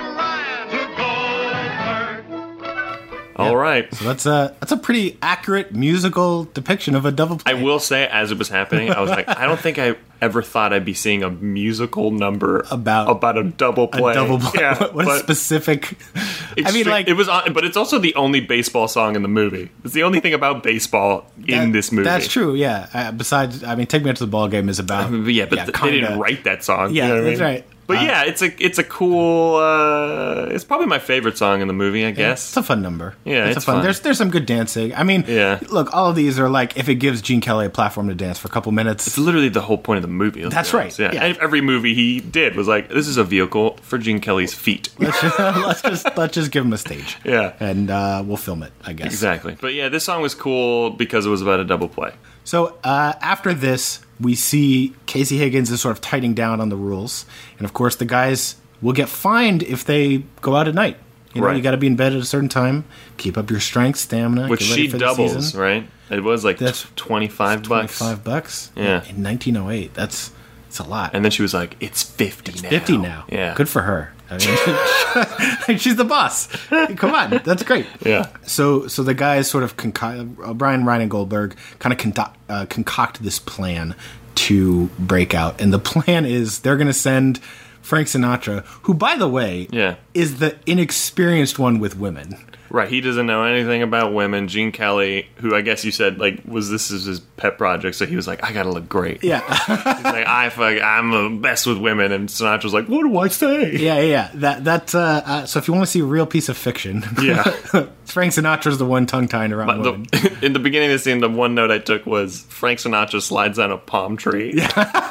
Speaker 8: Ryan to Goldberg.
Speaker 7: All right.
Speaker 6: So that's a that's a pretty accurate musical depiction of a double
Speaker 7: I
Speaker 6: play.
Speaker 7: will say, as it was happening, I was like, I don't think I ever thought I'd be seeing a musical number
Speaker 6: About-
Speaker 7: about a double
Speaker 6: a
Speaker 7: play.
Speaker 6: double play.
Speaker 7: Yeah,
Speaker 6: what a
Speaker 7: but
Speaker 6: specific. I
Speaker 7: it's
Speaker 6: mean,
Speaker 7: stri-
Speaker 6: like
Speaker 7: it was, on, but it's also the only baseball song in the movie. It's the only thing about baseball in
Speaker 6: that-
Speaker 7: this movie.
Speaker 6: That's true. Yeah. Uh, besides, I mean, take me out to the ball game is about.
Speaker 7: But yeah, but th- they didn't
Speaker 6: kinda.
Speaker 7: write that song.
Speaker 6: Yeah,
Speaker 7: you know what I
Speaker 6: that's
Speaker 7: mean?
Speaker 6: right.
Speaker 7: But
Speaker 6: Uh,
Speaker 7: yeah, it's a it's a cool. Uh, it's probably my favorite song in the movie. I
Speaker 6: It's
Speaker 7: guess.
Speaker 6: a fun number.
Speaker 7: Yeah,
Speaker 6: it's, a
Speaker 7: it's
Speaker 6: fun.
Speaker 7: fun.
Speaker 6: There's there's some good dancing. I mean,
Speaker 7: Yeah.
Speaker 6: Look, all of these are like if it gives Gene Kelly a platform to dance for a couple minutes.
Speaker 7: It's literally the whole point of the movie. let's
Speaker 6: That's
Speaker 7: be honest.
Speaker 6: right,
Speaker 7: Yeah.
Speaker 6: yeah.
Speaker 7: And every movie he did was like, this is a vehicle for Gene Kelly's feet.
Speaker 6: let's, just, let's just let's just give him a stage.
Speaker 7: Yeah.
Speaker 6: and uh, we'll film it. I guess
Speaker 7: Exactly. But yeah, this song was cool because it was about a double play.
Speaker 6: So uh, after this, we see Casey Higgins is sort of tightening down on the rules, and of course, the guys will get fined if they go out at night. You know,
Speaker 7: Right.
Speaker 6: you got to be in bed at a certain time. Keep up your strength, stamina.
Speaker 7: Which
Speaker 6: get ready
Speaker 7: she
Speaker 6: for the
Speaker 7: doubles,
Speaker 6: season.
Speaker 7: right? It was like
Speaker 6: That's-
Speaker 7: tw- 25 bucks.
Speaker 6: Five bucks.
Speaker 7: Yeah.
Speaker 6: in 1908, that's it's a lot.
Speaker 7: And then she was like, it's 50 now.
Speaker 6: 50 now.
Speaker 7: Yeah.
Speaker 6: Good for her. I mean, she's the boss. Come on. That's great.
Speaker 7: Yeah.
Speaker 6: So so the guys sort of concoct, uh, Brian Ryan and Goldberg kind of conduct, uh, concoct this plan to break out. And the plan is they're going to send Frank Sinatra, who, by the way,
Speaker 7: Yeah.
Speaker 6: is the inexperienced one with women.
Speaker 7: Right. He doesn't know anything about women. Gene Kelly, who I guess you said, like, was this is his pet project. So he was like, I got to look great.
Speaker 6: Yeah.
Speaker 7: He's like, I fuck, I'm obsessed with women. And Sinatra's like, what do I say?
Speaker 6: yeah, yeah, yeah. That, that's, uh, uh, so if you want to see a real piece of fiction,
Speaker 7: Yeah.
Speaker 6: Frank Sinatra's the one tongue tying around
Speaker 7: But
Speaker 6: women.
Speaker 7: the, in the beginning of the scene, the one note I took was Frank Sinatra slides down a palm tree.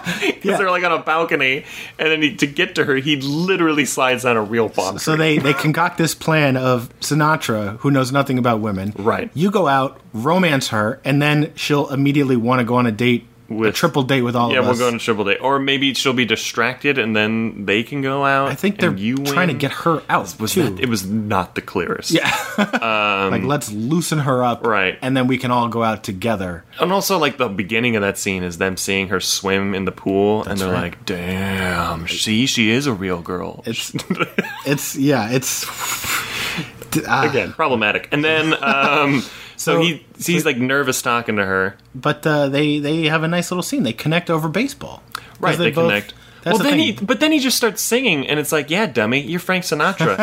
Speaker 7: Yeah. they're like on a balcony, and then he, to get to her, he literally slides down a real palm tree.
Speaker 6: So they they concoct this plan of Sinatra, who knows nothing about women.
Speaker 7: Right.
Speaker 6: You go out, romance her, and then she'll immediately want to go on a date, a
Speaker 7: With-
Speaker 6: triple date with all
Speaker 7: yeah,
Speaker 6: of
Speaker 7: we're
Speaker 6: us.
Speaker 7: going to triple date, or maybe she'll be distracted, and then they can go out.
Speaker 6: I think they're
Speaker 7: and you
Speaker 6: trying to
Speaker 7: win.
Speaker 6: get her out
Speaker 7: Was
Speaker 6: too.
Speaker 7: not- it was not the clearest. Yeah,
Speaker 6: like let's loosen her up,
Speaker 7: Right.
Speaker 6: And then we can all go out together.
Speaker 7: and also like the beginning of that scene is them seeing her swim in the pool, and they're
Speaker 6: right.
Speaker 7: like, "Damn, see, she is a real girl."
Speaker 6: It's it's yeah, it's ah.
Speaker 7: again problematic and then um so,
Speaker 6: So-
Speaker 7: he he's like nervous talking to her
Speaker 6: But uh, they they have a nice little scene. They connect over baseball. 'Cause
Speaker 7: right they,
Speaker 6: both-
Speaker 7: connect
Speaker 6: That's
Speaker 7: well
Speaker 6: the
Speaker 7: then
Speaker 6: thing.
Speaker 7: he but then he just starts singing and it's like yeah dummy you're frank sinatra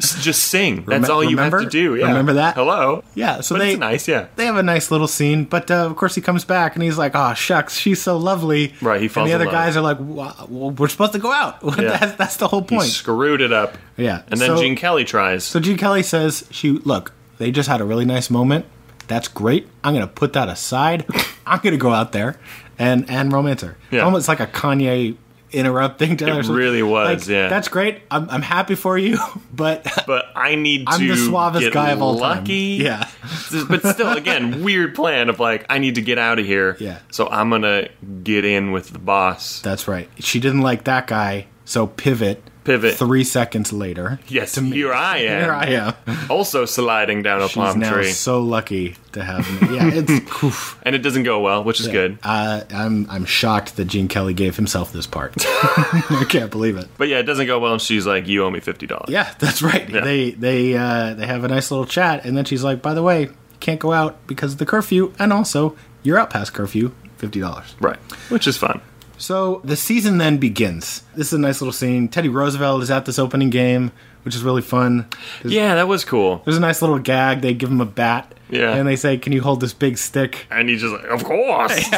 Speaker 7: S- just sing
Speaker 6: Remem-
Speaker 7: that's all you
Speaker 6: remember-
Speaker 7: have to do yeah.
Speaker 6: remember that?
Speaker 7: hello
Speaker 6: Yeah, so
Speaker 7: but
Speaker 6: they
Speaker 7: it's nice yeah
Speaker 6: they have a nice little scene, but uh, of course he comes back and he's like, "Oh shucks, she's so lovely."
Speaker 7: Right, he falls
Speaker 6: And the
Speaker 7: in
Speaker 6: other
Speaker 7: love.
Speaker 6: guys are like, "Wha- well, "We're supposed to go out. that's, that's the whole
Speaker 7: he
Speaker 6: point."
Speaker 7: screwed it up
Speaker 6: Yeah,
Speaker 7: and then
Speaker 6: so-
Speaker 7: gene kelly tries
Speaker 6: so Gene Kelly says, "She look, they just had a really nice moment. That's great. I'm gonna put that aside. I'm gonna go out there and and romance her.
Speaker 7: Yeah.
Speaker 6: Almost like a Kanye interrupt thing. To
Speaker 7: It really was,
Speaker 6: Like,
Speaker 7: yeah.
Speaker 6: that's great. I'm, I'm happy for you, but
Speaker 7: but I need
Speaker 6: I'm
Speaker 7: to
Speaker 6: the suavest
Speaker 7: get
Speaker 6: guy of all time.
Speaker 7: lucky.
Speaker 6: Yeah.
Speaker 7: but still, again, weird plan of like I need to get out of here.
Speaker 6: Yeah.
Speaker 7: So I'm gonna get in with the boss.
Speaker 6: that's right. She didn't like that guy, so pivot.
Speaker 7: Pivot.
Speaker 6: Three seconds later.
Speaker 7: Yes,
Speaker 6: to me.
Speaker 7: here I am.
Speaker 6: Here I am.
Speaker 7: also sliding down a
Speaker 6: She's
Speaker 7: palm
Speaker 6: now
Speaker 7: tree,
Speaker 6: so lucky to have me. Yeah, it's oof.
Speaker 7: and it doesn't go well, which is good.
Speaker 6: Uh, I'm I'm shocked that Gene Kelly gave himself this part. I can't believe it.
Speaker 7: But yeah, it doesn't go well, and she's like, "You owe me fifty dollars."
Speaker 6: Yeah, that's right. They they uh, they have a nice little chat, and then she's like, "By the way, you can't go out because of the curfew, and also you're out past curfew, fifty dollars."
Speaker 7: right, which is fun.
Speaker 6: So the season then begins. This is a nice little scene. Teddy Roosevelt is at this opening game, which is really fun.
Speaker 7: Yeah, that was cool.
Speaker 6: There's a nice little gag. They give him a bat,
Speaker 7: Yeah.
Speaker 6: and they say, "Can you hold this big stick?"
Speaker 7: And he's just like, "Of course,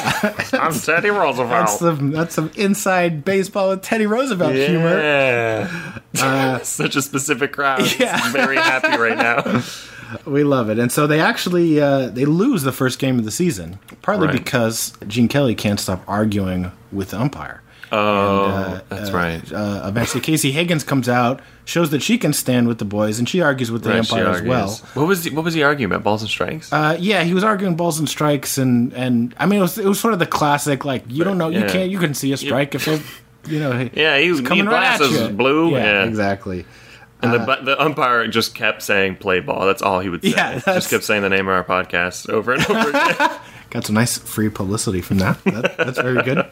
Speaker 7: I'm Teddy Roosevelt."
Speaker 6: That's some that's some inside baseball with Teddy Roosevelt humor. Uh,
Speaker 7: Yeah. Such a specific crowd. It's very happy right now.
Speaker 6: We love it. And so they actually uh, they lose the first game of the season, partly
Speaker 7: Right.
Speaker 6: because Gene Kelly can't stop arguing with the umpire.
Speaker 7: Oh,
Speaker 6: uh,
Speaker 7: that's
Speaker 6: uh,
Speaker 7: right.
Speaker 6: Uh, eventually, Casey Higgins comes out, shows that she can stand with the boys, and she argues with the
Speaker 7: Right, she
Speaker 6: umpire as
Speaker 7: argues.
Speaker 6: well.
Speaker 7: What was the, what was he arguing about? Balls and strikes.
Speaker 6: Uh, yeah, he was arguing balls and strikes, and and I mean it was it was sort of the classic like you don't know you
Speaker 7: yeah.
Speaker 6: can't you can see a strike if they you know
Speaker 7: yeah, he was
Speaker 6: coming
Speaker 7: coming
Speaker 6: right at
Speaker 7: glasses
Speaker 6: you.
Speaker 7: blue.
Speaker 6: Yeah,
Speaker 7: Yeah,
Speaker 6: exactly.
Speaker 7: And the the, the umpire just kept saying "play ball." That's all he would say.
Speaker 6: Yeah, that's-
Speaker 7: just kept saying the name of our podcast over and over again.
Speaker 6: Got some nice free publicity from that. that that's very good.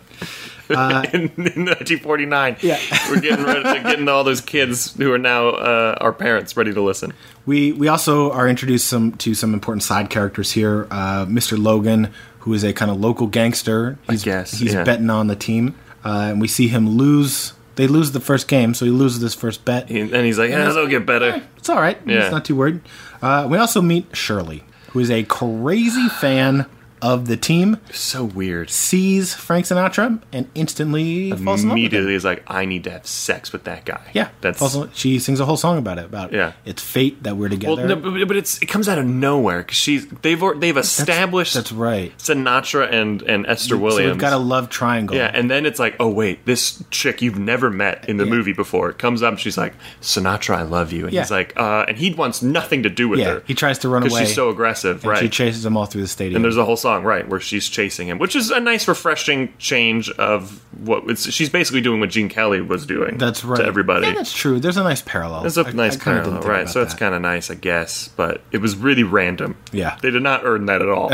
Speaker 6: Uh,
Speaker 7: in, in 1949, yeah. we're getting rid of, getting all those kids who are now uh, our parents ready to listen.
Speaker 6: We we also are introduced some to some important side characters here. Uh, Mr. Logan, who is a kind of local gangster. He's,
Speaker 7: guess,
Speaker 6: he's
Speaker 7: yeah.
Speaker 6: betting on the team, uh, and we see him lose. They lose the first game, so he loses this first bet.
Speaker 7: And and he's like, "Yeah, it'll get better."
Speaker 6: It's all right.
Speaker 7: Yeah.
Speaker 6: He's not too worried. Uh, we also meet Shirley, who is a crazy fan of the team.
Speaker 7: So weird.
Speaker 6: Sees Frank Sinatra and instantly falls in love with him.
Speaker 7: Immediately, he's like, "I need to have sex with that guy."
Speaker 6: Yeah,
Speaker 7: that's
Speaker 6: falls in love- she sings a whole song about it. About
Speaker 7: Yeah.
Speaker 6: it's fate that we're together.
Speaker 7: Well, no, but, but it's it comes out of nowhere because she's they've al- they've established
Speaker 6: that's right.
Speaker 7: Sinatra and and Esther
Speaker 6: So
Speaker 7: Williams.
Speaker 6: we've got a love triangle.
Speaker 7: yeah, and then it's like, oh wait, this chick you've never met in the
Speaker 6: Yeah.
Speaker 7: movie before comes up. and She's like, Sinatra, I love you, and he's
Speaker 6: Yeah.
Speaker 7: like, uh, and he wants nothing to do with
Speaker 6: Yeah,
Speaker 7: her.
Speaker 6: he tries to run
Speaker 7: because
Speaker 6: away.
Speaker 7: she's so aggressive,
Speaker 6: and
Speaker 7: right?
Speaker 6: she chases him all through the stadium.
Speaker 7: and there's a whole song, right, where she's chasing him, which is a nice, refreshing change of what it's, she's basically doing what Gene Kelly was doing.
Speaker 6: That's right.
Speaker 7: to everybody.
Speaker 6: Yeah, that's true. There's a nice parallel.
Speaker 7: It's a
Speaker 6: I-
Speaker 7: nice
Speaker 6: I kinda
Speaker 7: parallel,
Speaker 6: didn't think
Speaker 7: right?
Speaker 6: about
Speaker 7: So it's
Speaker 6: that.
Speaker 7: kind of nice, I guess, but it was really random.
Speaker 6: Yeah.
Speaker 7: they did not earn that at all.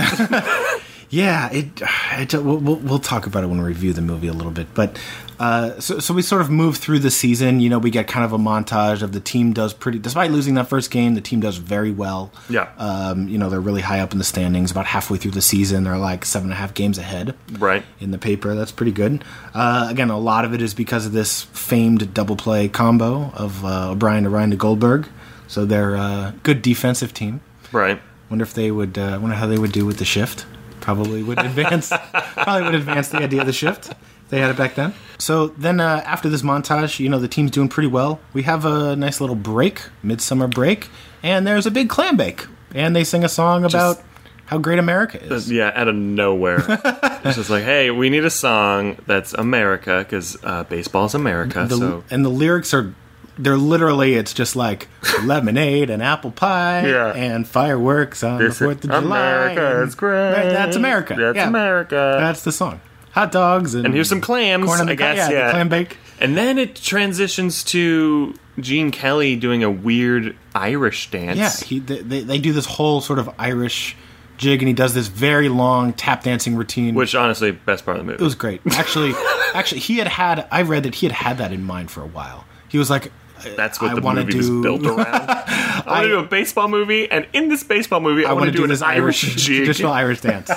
Speaker 6: yeah. It. I don't- we'll, we'll, we'll talk about it when we review the movie a little bit, but. Uh, so, so we sort of move through the season. You know, we get kind of a montage of the team does pretty, despite losing that first game, the team does very well.
Speaker 7: Yeah.
Speaker 6: Um, you know, they're really high up in the standings. About halfway through the season, they're like seven and a half games ahead.
Speaker 7: right?
Speaker 6: in the paper. That's pretty good. Uh, again, a lot of it is because of this famed double play combo of uh, O'Brien to Ryan to Goldberg. So they're a good defensive team.
Speaker 7: Right.
Speaker 6: Wonder if they would. Uh, wonder how they would do with the shift. Probably would advance. probably would advance the idea of the shift. if They had it back then. So then, uh, after this montage, you know the team's doing pretty well. We have a nice little break, midsummer break, and there's a big clam bake, and they sing a song about how great America is.
Speaker 7: Yeah, out of nowhere. it's just like, hey, we need a song that's America because uh, baseball's America.
Speaker 6: the,
Speaker 7: so
Speaker 6: and the lyrics are they're literally it's just like lemonade and apple pie
Speaker 7: Yeah.
Speaker 6: and fireworks on
Speaker 7: This
Speaker 6: the fourth of July.
Speaker 7: America
Speaker 6: and-
Speaker 7: is great.
Speaker 6: Right, that's America.
Speaker 7: That's
Speaker 6: yeah.
Speaker 7: America.
Speaker 6: That's the song. Hot dogs and,
Speaker 7: and here's some clams,
Speaker 6: corn on the
Speaker 7: I
Speaker 6: cob-
Speaker 7: guess.
Speaker 6: yeah,
Speaker 7: Yeah,
Speaker 6: the clam bake.
Speaker 7: And then it transitions to Gene Kelly doing a weird Irish dance.
Speaker 6: Yeah, he they, they, they do this whole sort of Irish jig and he does this very long tap dancing routine.
Speaker 7: which honestly, best part of the movie.
Speaker 6: It was great. Actually, actually, he had had. I read that he had had that in mind for a while. He was like,
Speaker 7: That's what
Speaker 6: I
Speaker 7: the
Speaker 6: wanna
Speaker 7: movie was
Speaker 6: do-
Speaker 7: built around. I want to do a baseball movie, and in this baseball movie, I,
Speaker 6: I
Speaker 7: want to do,
Speaker 6: this
Speaker 7: an Irish, jig.
Speaker 6: traditional Irish dance.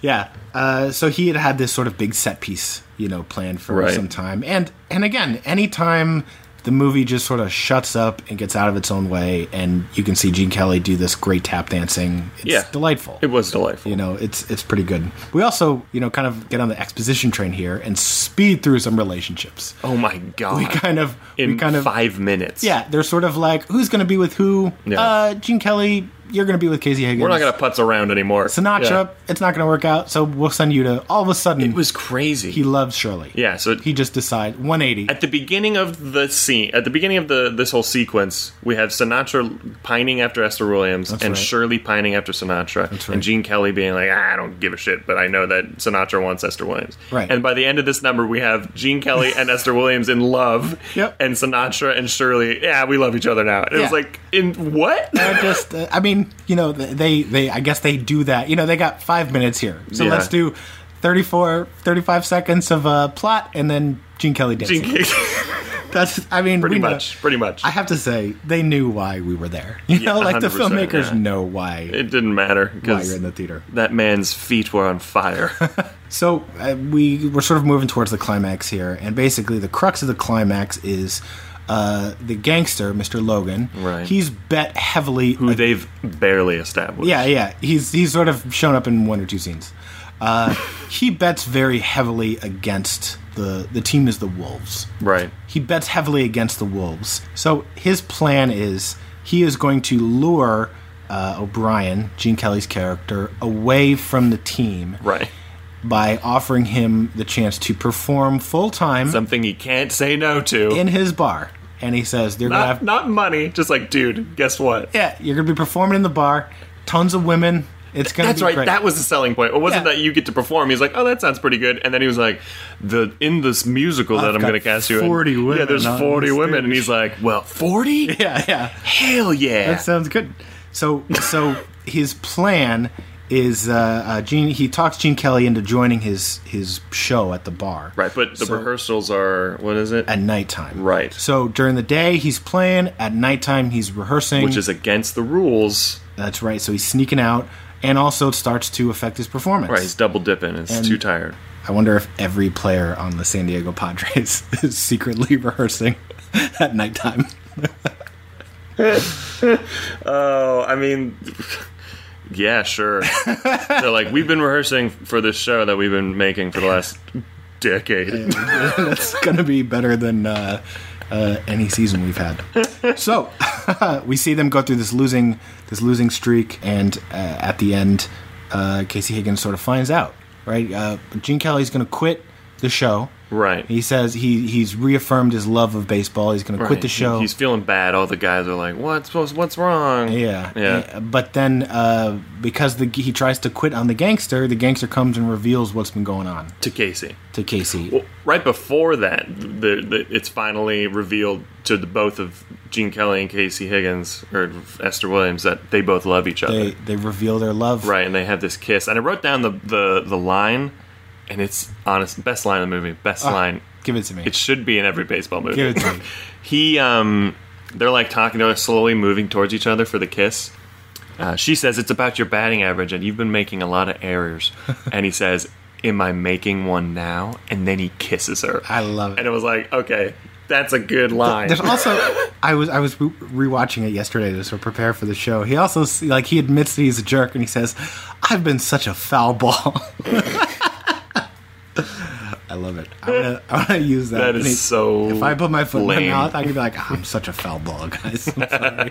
Speaker 6: yeah. Uh, so he had had this sort of big set piece, you know, planned for
Speaker 7: Right.
Speaker 6: some time. And and again, anytime the movie just sort of shuts up and gets out of its own way, and you can see Gene Kelly do this great tap dancing. It's
Speaker 7: Yeah.
Speaker 6: delightful.
Speaker 7: It was delightful.
Speaker 6: You know, it's it's pretty good. We also, you know, kind of get on the exposition train here and speed through some relationships.
Speaker 7: oh my god!
Speaker 6: We kind of
Speaker 7: in
Speaker 6: we kind of
Speaker 7: five minutes.
Speaker 6: yeah, they're sort of like who's going to be with who.
Speaker 7: Yeah.
Speaker 6: Uh, Gene Kelly, you're going to be with Casey Higgins.
Speaker 7: we're not gonna putz around anymore.
Speaker 6: Sinatra,
Speaker 7: Yeah.
Speaker 6: it's not going to work out, so we'll send you to. All of a sudden,
Speaker 7: It was crazy.
Speaker 6: he loves Shirley.
Speaker 7: Yeah, so-
Speaker 6: he just decides 180.
Speaker 7: at the beginning of the scene, at the beginning of the this whole sequence, we have Sinatra pining after Esther Williams and
Speaker 6: right.
Speaker 7: Shirley pining after Sinatra,
Speaker 6: right.
Speaker 7: and Gene Kelly being like, "Ah, "I don't give a shit, but I know that Sinatra wants Esther Williams."
Speaker 6: Right.
Speaker 7: And by the end of this number, we have Gene Kelly and Esther Williams in love,
Speaker 6: Yep.
Speaker 7: and Sinatra and Shirley, yeah, we love each other now. And It
Speaker 6: Yeah.
Speaker 7: was like, in what?
Speaker 6: I just, uh, I mean, you know, th- they, they, I guess they do that. You know, they got five minutes here, so
Speaker 7: Yeah.
Speaker 6: let's do 34, 35 seconds of uh, plot, and then Gene Kelly dancing.
Speaker 7: Gene Kelly-
Speaker 6: That's, I mean,
Speaker 7: pretty
Speaker 6: we know-
Speaker 7: much, pretty much.
Speaker 6: I have to say, they knew why we were there. You know, like the
Speaker 7: 100%,
Speaker 6: filmmakers
Speaker 7: yeah.
Speaker 6: know why
Speaker 7: it didn't matter
Speaker 6: why you're
Speaker 7: because
Speaker 6: in the theater.
Speaker 7: that man's feet were on fire.
Speaker 6: So uh, we we're sort of moving towards the climax here, and basically the crux of the climax is uh, the gangster, Mr. Logan.
Speaker 7: Right.
Speaker 6: He's bet heavily.
Speaker 7: who they've barely established.
Speaker 6: yeah, yeah. He's he's sort of shown up in one or two scenes. Uh, he bets very heavily against the the team is the Wolves.
Speaker 7: Right.
Speaker 6: He bets heavily against the Wolves. So his plan is he is going to lure uh, O'Brien, Gene Kelly's character, away from the team
Speaker 7: Right.
Speaker 6: by offering him the chance to perform full time
Speaker 7: Something he can't say no to.
Speaker 6: in his bar. And he says, "They're gonna
Speaker 7: not,
Speaker 6: have,
Speaker 7: not money. Just like, dude, guess what?
Speaker 6: yeah, you're gonna be performing in the bar. Tons of women. It's gonna
Speaker 7: That's
Speaker 6: be
Speaker 7: right.
Speaker 6: great.
Speaker 7: That was the selling point. It wasn't
Speaker 6: Yeah.
Speaker 7: that you get to perform. He's like, oh, that sounds pretty good. And then he was like, the in this musical that
Speaker 6: I've
Speaker 7: I'm
Speaker 6: got
Speaker 7: going to cast you in,
Speaker 6: 40 women
Speaker 7: Yeah, there's
Speaker 6: on
Speaker 7: 40
Speaker 6: stage.
Speaker 7: women, and he's like, well, 40?
Speaker 6: yeah, yeah.
Speaker 7: Hell yeah!
Speaker 6: That sounds good. So, so his plan is uh, uh, Gene. He talks Gene Kelly into joining his his show at the bar.
Speaker 7: right, but the
Speaker 6: So-
Speaker 7: rehearsals are what is it?
Speaker 6: at nighttime.
Speaker 7: Right.
Speaker 6: So during the day he's playing, at nighttime he's rehearsing.
Speaker 7: Which is against the rules.
Speaker 6: that's right. So he's sneaking out, and also it starts to affect his performance.
Speaker 7: Right, he's double dipping. It's
Speaker 6: And-
Speaker 7: too tired.
Speaker 6: I wonder if every player on the San Diego Padres is secretly rehearsing at nighttime.
Speaker 7: Oh, I mean, yeah, sure. They're like, we've been rehearsing for this show that we've been making for the last decade.
Speaker 6: That's going to be better than uh, uh, any season we've had. So we see them go through this losing this losing streak, and uh, at the end, uh, Casey Higgins sort of finds out. Right, uh, Gene Kelly's going to quit the show.
Speaker 7: Right.
Speaker 6: He says he he's reaffirmed his love of baseball. He's going to quit
Speaker 7: Right.
Speaker 6: the show.
Speaker 7: He's feeling bad. All the guys are like, "What's what's, what's wrong?"
Speaker 6: yeah,
Speaker 7: yeah.
Speaker 6: Uh, But then, uh, because the he tries to quit on the gangster, the gangster comes and reveals what's been going on
Speaker 7: To Casey.
Speaker 6: to Casey.
Speaker 7: Well, right before that, the, the, it's finally revealed to the both of Gene Kelly and Casey Higgins or Esther Williams that they both love each other.
Speaker 6: they they reveal their love.
Speaker 7: Right, and they have this kiss. And I wrote down the the, the line, and it's honest best line in the movie.
Speaker 6: Uh,
Speaker 7: Best line.
Speaker 6: Ah, Give it to me.
Speaker 7: It should be in every baseball movie.
Speaker 6: Give it to me.
Speaker 7: he um, they're like talking. They're slowly moving towards each other for the kiss. Uh, she says it's about your batting average, and you've been making a lot of errors. and he says, "Am I making one now?" And then he kisses her.
Speaker 6: I love it.
Speaker 7: And it was like, okay, that's a good line.
Speaker 6: There's also I was I was re- rewatching it yesterday to sort of prepare for the show. He also s- like he admits that he's a jerk and he says, "I've been such a foul ball." I love it. I want to I wanna use that.
Speaker 7: That
Speaker 6: And
Speaker 7: is
Speaker 6: he-
Speaker 7: so
Speaker 6: If I put my foot in
Speaker 7: lame.
Speaker 6: my mouth, I could be like, "Ah, "I'm such a foul ball, guys." I'm sorry.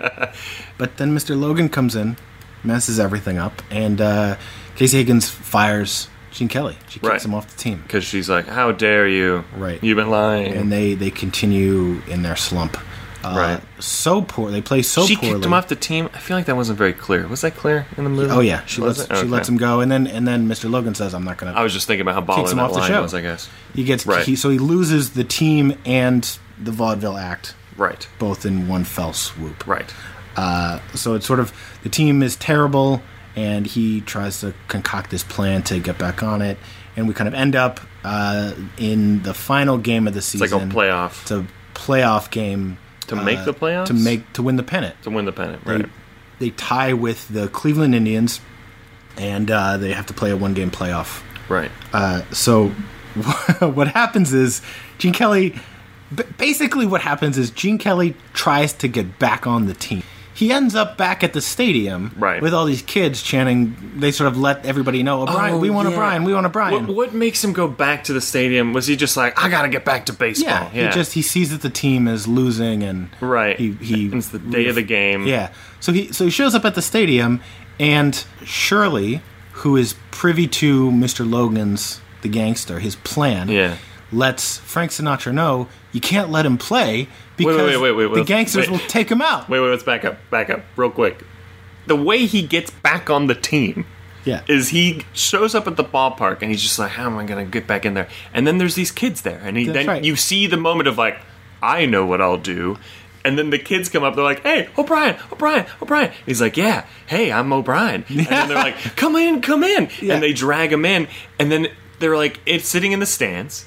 Speaker 6: but then Mr. Logan comes in, messes everything up, and uh, Casey Higgins fires Gene Kelly. She kicks
Speaker 7: Right.
Speaker 6: him off the team.
Speaker 7: because she's like, "How dare you?
Speaker 6: Right.
Speaker 7: You've been lying."
Speaker 6: and they they continue in their slump. Uh,
Speaker 7: Right.
Speaker 6: So poor. They play so
Speaker 7: she
Speaker 6: poorly.
Speaker 7: kicked him off the team. I feel like that wasn't very clear. Was that clear in the movie?
Speaker 6: oh yeah, she
Speaker 7: Was
Speaker 6: lets
Speaker 7: it?
Speaker 6: she lets
Speaker 7: Okay.
Speaker 6: him go, and then and then Mr. Logan says, "I'm not gonna."
Speaker 7: I was just thinking about how baller
Speaker 6: Kicks
Speaker 7: that
Speaker 6: him off the
Speaker 7: line
Speaker 6: show.
Speaker 7: was. I guess.
Speaker 6: he gets
Speaker 7: Right.
Speaker 6: he, so he loses the team and the vaudeville act
Speaker 7: Right.
Speaker 6: both in one fell swoop.
Speaker 7: Right.
Speaker 6: Uh, so it's sort of the team is terrible, and he tries to concoct this plan to get back on it, and we kind of end up uh, in the final game of the season.
Speaker 7: like a playoff.
Speaker 6: It's a playoff game
Speaker 7: To make the playoffs?
Speaker 6: uh, to make to win the pennant.
Speaker 7: To win the pennant.
Speaker 6: They-
Speaker 7: Right.
Speaker 6: They tie with the Cleveland Indians, and uh, they have to play a one game playoff.
Speaker 7: Right.
Speaker 6: Uh, so what happens is Gene Kelly. b- Basically, what happens is Gene Kelly tries to get back on the team. He ends up back at the stadium
Speaker 7: Right.
Speaker 6: with all these kids chanting. They sort of let everybody know, O'Brien, we want O'Brien, we want O'Brien.
Speaker 7: Oh, What, what makes him go back to the stadium? Was he just like, I gotta get back to baseball?
Speaker 6: Yeah, he just he sees that the team is losing and
Speaker 7: Right.
Speaker 6: He he
Speaker 7: It's the day of the game.
Speaker 6: Yeah. So he so he shows up at the stadium and Shirley, who is privy to Mr. Logan's the gangster, his plan,
Speaker 7: Yeah.
Speaker 6: lets Frank Sinatra know you can't let him play because
Speaker 7: wait, wait, wait, wait.
Speaker 6: the gangsters
Speaker 7: Wait.
Speaker 6: will take him out.
Speaker 7: Wait, wait, let's back up. Back up, real quick. The way he gets back on the team
Speaker 6: Yeah.
Speaker 7: is he shows up at the ballpark and he's just like, How am I gonna get back in there? And then there's these kids there, and he,
Speaker 6: That's
Speaker 7: then
Speaker 6: right.
Speaker 7: you see the moment of like, I know what I'll do. And then the kids come up. They're like, "Hey, O'Brien, O'Brien, O'Brien." He's like, "Yeah, hey, I'm O'Brien." And then they're like, "Come in, come in."
Speaker 6: Yeah.
Speaker 7: And they drag him in. And then they're like, "It's sitting in the stands."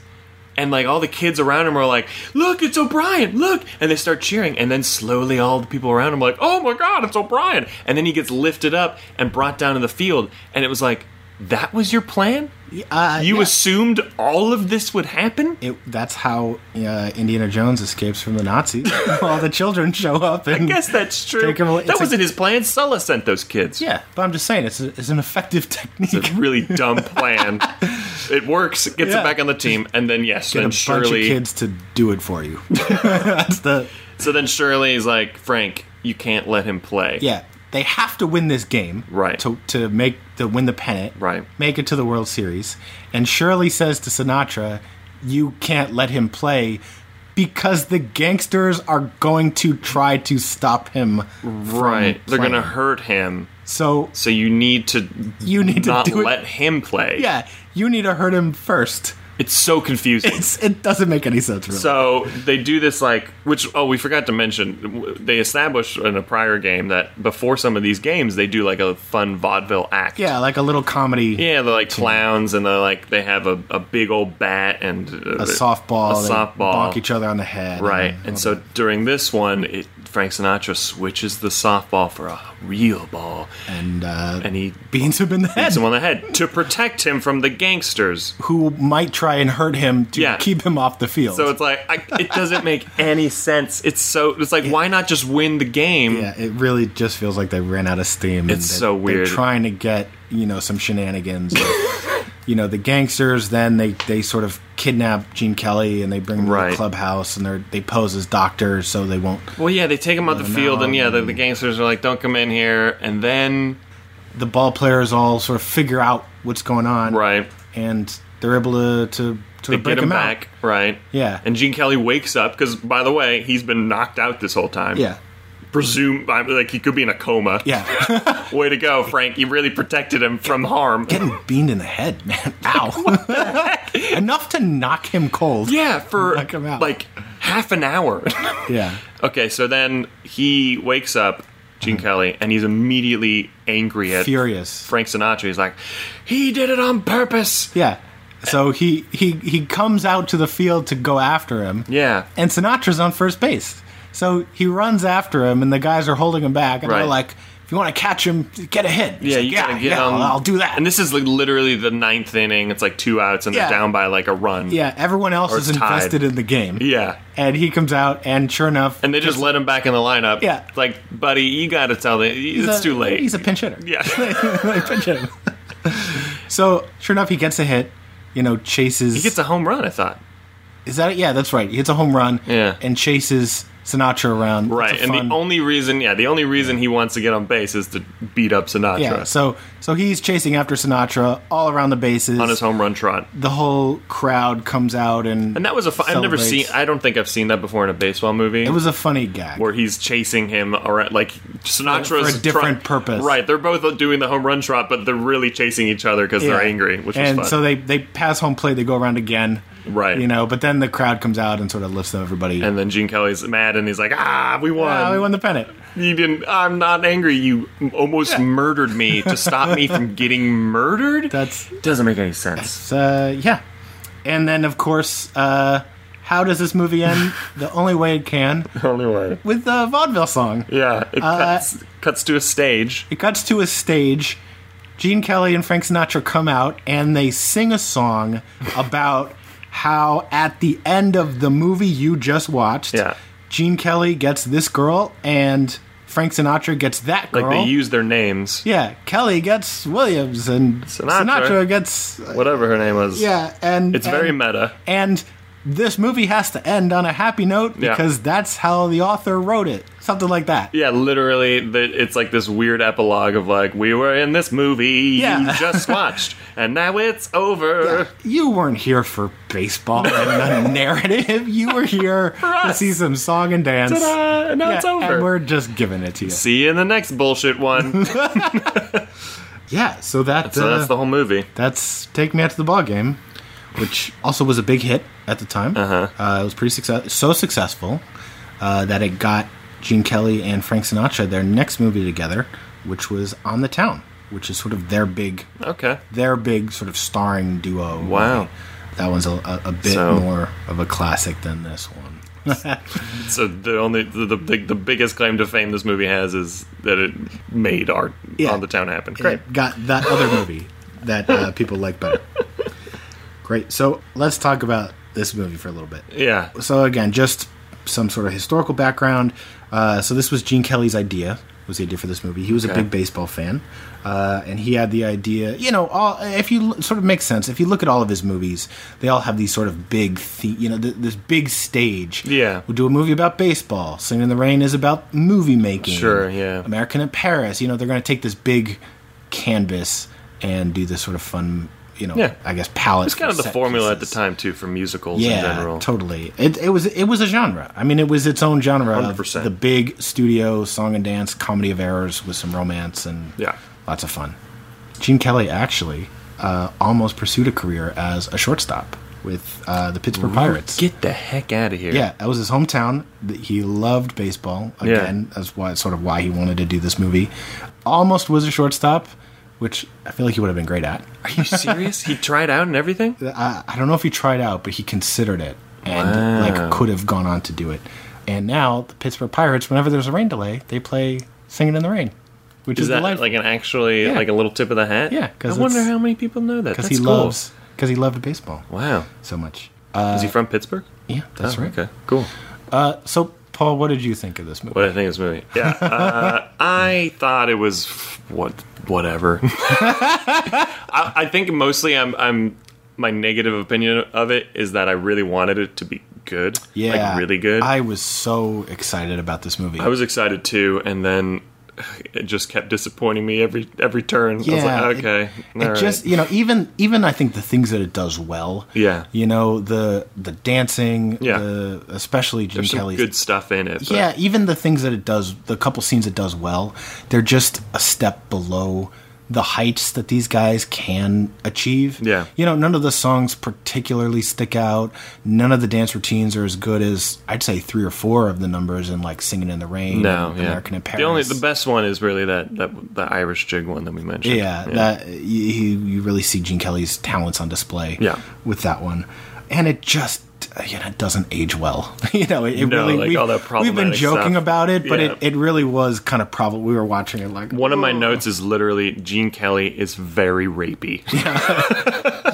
Speaker 7: and like all the kids around him are like, "Look, it's O'Brien! Look!" And they start cheering, and then slowly all the people around him are like, "Oh my God, it's O'Brien!" And then he gets lifted up and brought down to the field, and it was like, "That was your plan?
Speaker 6: Uh,
Speaker 7: you
Speaker 6: yeah.
Speaker 7: assumed all of this would happen?"
Speaker 6: It, that's how uh, Indiana Jones escapes from the Nazis. all the children show up and
Speaker 7: I guess that's true.
Speaker 6: Take him away.
Speaker 7: That
Speaker 6: It's
Speaker 7: wasn't
Speaker 6: like-
Speaker 7: his plan. Sulla sent those kids.
Speaker 6: yeah, but I'm just saying it's, a, it's an effective technique.
Speaker 7: It's a really dumb plan. It works. It gets
Speaker 6: Yeah.
Speaker 7: him back on the team, and then yes,
Speaker 6: Get a
Speaker 7: then
Speaker 6: bunch of
Speaker 7: surely
Speaker 6: kids to do it for you. that's the
Speaker 7: So then Shirley's like, "Frank, you can't let him play."
Speaker 6: Yeah, they have to win this game,
Speaker 7: Right.
Speaker 6: To to make to win the pennant,
Speaker 7: Right.
Speaker 6: Make it to the World Series, and Shirley says to Sinatra, "You can't let him play." Because the gangsters are going to try to stop him. from
Speaker 7: Right. They're
Speaker 6: playing.
Speaker 7: going to hurt him.
Speaker 6: So
Speaker 7: So you need to
Speaker 6: You need to
Speaker 7: not
Speaker 6: do it-
Speaker 7: let him play.
Speaker 6: yeah, you need to hurt him first.
Speaker 7: It's so confusing.
Speaker 6: It's it doesn't make any sense really.
Speaker 7: so they do this like which oh we forgot to mention w- they established in a prior game that before some of these games they do like a fun vaudeville act.
Speaker 6: yeah, like a little comedy.
Speaker 7: Yeah, they're like clowns, and they're like they have a, a big old bat and uh,
Speaker 6: A softball,
Speaker 7: a
Speaker 6: they
Speaker 7: softball,
Speaker 6: bonk each other on the head,
Speaker 7: right?
Speaker 6: all
Speaker 7: And so during this one, it, Frank Sinatra switches the softball for a real ball,
Speaker 6: and uh,
Speaker 7: and he
Speaker 6: beans him in the head,
Speaker 7: hits him on the head to protect him from the gangsters.
Speaker 6: who might try and hurt him to
Speaker 7: Yeah.
Speaker 6: keep him off the field.
Speaker 7: So it's like I, it doesn't make any sense. It's so it's like why not just win the game?
Speaker 6: yeah, it really just feels like they ran out of steam.
Speaker 7: It's so
Speaker 6: They're
Speaker 7: weird.
Speaker 6: trying to get you know some shenanigans. you know the gangsters. Then they they sort of kidnap Gene Kelly and they bring him to
Speaker 7: Right.
Speaker 6: the clubhouse and they they pose as doctors so they won't.
Speaker 7: Well, yeah, they take him out the
Speaker 6: Let him
Speaker 7: field, and
Speaker 6: out,
Speaker 7: yeah, the,
Speaker 6: and-
Speaker 7: the gangsters are like, "Don't come in here," and then
Speaker 6: The ball players all sort of figure out what's going on,
Speaker 7: right.
Speaker 6: And they're able to to, to
Speaker 7: They
Speaker 6: break
Speaker 7: get him
Speaker 6: out.
Speaker 7: back, right?
Speaker 6: Yeah.
Speaker 7: And Gene Kelly wakes up because, by the way, he's been knocked out this whole time.
Speaker 6: Yeah,
Speaker 7: Presume I- like he could be in a coma.
Speaker 6: yeah.
Speaker 7: Way to go, Frank! You really protected him from harm.
Speaker 6: Getting beamed in the head, man. Ow. Enough to knock him cold.
Speaker 7: Yeah, for
Speaker 6: Knock him out.
Speaker 7: like half an hour.
Speaker 6: Yeah.
Speaker 7: okay, so then he wakes up, Gene Kelly, and he's immediately angry at
Speaker 6: Furious.
Speaker 7: Frank Sinatra. He's like, "He did it on purpose."
Speaker 6: Yeah. So he he he comes out to the field to go after him.
Speaker 7: Yeah.
Speaker 6: And Sinatra's on first base. So he runs after him and the guys are holding him back and they're
Speaker 7: Right.
Speaker 6: like, if you want to catch him, get a hit. He's
Speaker 7: Yeah,
Speaker 6: like,
Speaker 7: you gotta get
Speaker 6: yeah,
Speaker 7: on.
Speaker 6: I'll do that.
Speaker 7: And this is like literally the ninth inning. It's like two outs, and
Speaker 6: Yeah.
Speaker 7: they're down by like a run.
Speaker 6: yeah, everyone else
Speaker 7: Or
Speaker 6: is
Speaker 7: it's tied.
Speaker 6: invested in the game.
Speaker 7: yeah.
Speaker 6: And he comes out and sure enough
Speaker 7: And they just let him back in the lineup.
Speaker 6: Yeah.
Speaker 7: like buddy, you gotta tell them
Speaker 6: he's
Speaker 7: it's
Speaker 6: a-
Speaker 7: too late.
Speaker 6: He's a pinch hitter.
Speaker 7: yeah.
Speaker 6: They pinch hit him. so sure enough he gets a hit, you know, chases
Speaker 7: he gets a home run. I thought.
Speaker 6: Is that it? Yeah, that's right. He hits a home run
Speaker 7: Yeah.
Speaker 6: and chases Sinatra around. It's a
Speaker 7: Right, and
Speaker 6: fun-
Speaker 7: the only reason, yeah, the only reason he wants to get on base is to beat up Sinatra
Speaker 6: Yeah, so so he's chasing after Sinatra all around the bases.
Speaker 7: on his home run trot.
Speaker 6: the whole crowd comes out and
Speaker 7: And that was a fun. I've never seen.
Speaker 6: celebrates.
Speaker 7: I don't think I've seen that before in a baseball movie.
Speaker 6: it was a funny gag.
Speaker 7: where he's chasing him around, like Sinatra's
Speaker 6: For a different
Speaker 7: try-
Speaker 6: purpose.
Speaker 7: Right, they're both doing the home run trot, but they're really chasing each other because they're
Speaker 6: Yeah.
Speaker 7: angry, which
Speaker 6: and
Speaker 7: was
Speaker 6: so
Speaker 7: fun.
Speaker 6: they they pass home plate. They go around again.
Speaker 7: Right.
Speaker 6: You know, but then the crowd comes out and sort of lifts everybody.
Speaker 7: and then Gene Kelly's mad, and he's like, "Ah, we won!
Speaker 6: Ah, we won the pennant.
Speaker 7: You didn't. I'm not angry. You almost murdered me to stop me from getting murdered.
Speaker 6: That's
Speaker 7: doesn't make any sense.
Speaker 6: uh, yeah. And then of course, uh, how does this movie end? the only way it can
Speaker 7: Anyway,
Speaker 6: with the vaudeville song.
Speaker 7: yeah, it
Speaker 6: Uh,
Speaker 7: cuts cuts to a stage.
Speaker 6: It cuts to a stage. Gene Kelly and Frank Sinatra come out and they sing a song about how at the end of the movie you just watched,
Speaker 7: Yeah.
Speaker 6: Gene Kelly gets this girl and Frank Sinatra gets that
Speaker 7: Like
Speaker 6: girl.
Speaker 7: they use their names,
Speaker 6: yeah, Kelly gets Williams and
Speaker 7: Sinatra.
Speaker 6: Sinatra, gets
Speaker 7: whatever her name was.
Speaker 6: yeah, and
Speaker 7: it's very
Speaker 6: and-
Speaker 7: meta.
Speaker 6: And this movie has to end on a happy note
Speaker 7: Yeah.
Speaker 6: because that's how the author wrote it, something like that.
Speaker 7: Yeah, literally, the, it's like this weird epilogue of like, we were in this movie you
Speaker 6: Yeah.
Speaker 7: just watched, and now it's over.
Speaker 6: you weren't here for baseball and a narrative. You were here to
Speaker 7: us.
Speaker 6: see some song and dance.
Speaker 7: Ta-da! Ah, Now it's
Speaker 6: Yeah, And
Speaker 7: over.
Speaker 6: we're just giving it to you.
Speaker 7: See you in the next bullshit one. so
Speaker 6: Yeah, so that uh,
Speaker 7: that's the whole movie.
Speaker 6: that's Take Me Out to the Ball Game, which also was a big hit at the time. Uh-huh. it was pretty success- so successful uh, that it got Gene Kelly and Frank Sinatra their next movie together, which was On the Town, which is sort of their big
Speaker 7: Okay.
Speaker 6: their big sort of starring duo.
Speaker 7: Wow.
Speaker 6: That one's a, a, a bit
Speaker 7: So-
Speaker 6: more of a classic than this one.
Speaker 7: So the only the, the big the biggest claim to fame this movie has is that it made art
Speaker 6: Yeah.
Speaker 7: on the town happen. Great.
Speaker 6: It got that other movie that uh, people like better. Great. So let's talk about this movie for a little bit.
Speaker 7: Yeah.
Speaker 6: So again, just some sort of historical background. Uh, so this was Gene Kelly's idea. Was the idea for this movie? He was a
Speaker 7: Okay.
Speaker 6: big baseball fan, uh, and he had the idea. You know, all if you l- sort of makes sense. If you look at all of his movies, they all have these sort of big, the, you know, th- this big stage.
Speaker 7: Yeah.
Speaker 6: we do a movie about baseball. Singing in the Rain is about movie making.
Speaker 7: Sure, yeah.
Speaker 6: American in Paris. You know, they're going to take this big canvas and do this sort of fun you know,
Speaker 7: Yeah.
Speaker 6: I guess palette.
Speaker 7: It's kind of
Speaker 6: for
Speaker 7: the
Speaker 6: set
Speaker 7: formula at
Speaker 6: pieces.
Speaker 7: the time too for musicals in
Speaker 6: Yeah,
Speaker 7: general.
Speaker 6: totally. It, it was it was a genre. I mean, it was its own genre. of
Speaker 7: 100%.
Speaker 6: The big studio song and dance comedy of errors with some romance and
Speaker 7: Yeah.
Speaker 6: lots of fun. Gene Kelly actually uh, almost pursued a career as a shortstop with uh, the Pittsburgh Pirates.
Speaker 7: Get the heck out of here.
Speaker 6: Yeah, that was his hometown. Th- He loved baseball.
Speaker 7: Yeah.
Speaker 6: Again, that's why sort of why he wanted to do this movie. Almost was a shortstop, which I feel like he would have been great at.
Speaker 7: Are you serious? he tried out and everything?
Speaker 6: I, I don't know if he tried out, but he considered it and like could have gone on to do it. And now the Pittsburgh Pirates, whenever there's a rain delay, they play "Singing in the Rain," which is,
Speaker 7: Is that
Speaker 6: delightful
Speaker 7: like an actually
Speaker 6: Yeah.
Speaker 7: like a little tip of the hat?
Speaker 6: Yeah,
Speaker 7: I
Speaker 6: 'cause
Speaker 7: wonder
Speaker 6: it's-
Speaker 7: how many people know that.
Speaker 6: because
Speaker 7: Because
Speaker 6: he loves because he loved baseball
Speaker 7: Wow.
Speaker 6: so much.
Speaker 7: Is he from Pittsburgh?
Speaker 6: Yeah, that's
Speaker 7: Oh,
Speaker 6: right.
Speaker 7: Okay. Cool.
Speaker 6: Uh, so, Paul, what did you think of this movie?
Speaker 7: What did I think of this movie? Yeah, uh, I thought it was what whatever. I, I think mostly I'm I'm my negative opinion of it is that I really wanted it to be good.
Speaker 6: Yeah,
Speaker 7: like really good.
Speaker 6: I was so excited about this movie.
Speaker 7: I was excited too, and then it just kept disappointing me every every turn. I was like,
Speaker 6: it-
Speaker 7: okay,
Speaker 6: It,
Speaker 7: all right.
Speaker 6: just you know even even I think the things that it does well.
Speaker 7: Yeah.
Speaker 6: You know the the dancing.
Speaker 7: Yeah.
Speaker 6: The, especially Jim
Speaker 7: there's some
Speaker 6: Kelly's.
Speaker 7: good stuff in it. but-
Speaker 6: yeah, even the things that it does, the couple scenes it does well, they're just a step below the heights that these guys can achieve.
Speaker 7: Yeah.
Speaker 6: You know, none of the songs particularly stick out. None of the dance routines are as good as I'd say three or four of the numbers in like Singing in the Rain,
Speaker 7: No,
Speaker 6: and
Speaker 7: yeah.
Speaker 6: American in Paris.
Speaker 7: The only the best one is really that that the Irish jig one that we mentioned.
Speaker 6: Yeah, that you, you you really see Gene Kelly's talents on display.
Speaker 7: Yeah.
Speaker 6: with that one, and it just you know it doesn't age well. you know, it, it
Speaker 7: No,
Speaker 6: really
Speaker 7: like
Speaker 6: we've,
Speaker 7: all that
Speaker 6: we've been
Speaker 7: problematic
Speaker 6: joking
Speaker 7: stuff.
Speaker 6: about it, but
Speaker 7: Yeah.
Speaker 6: it, it really was kind of problem. We were watching it like
Speaker 7: One of my notes is literally Gene Kelly is very rapey.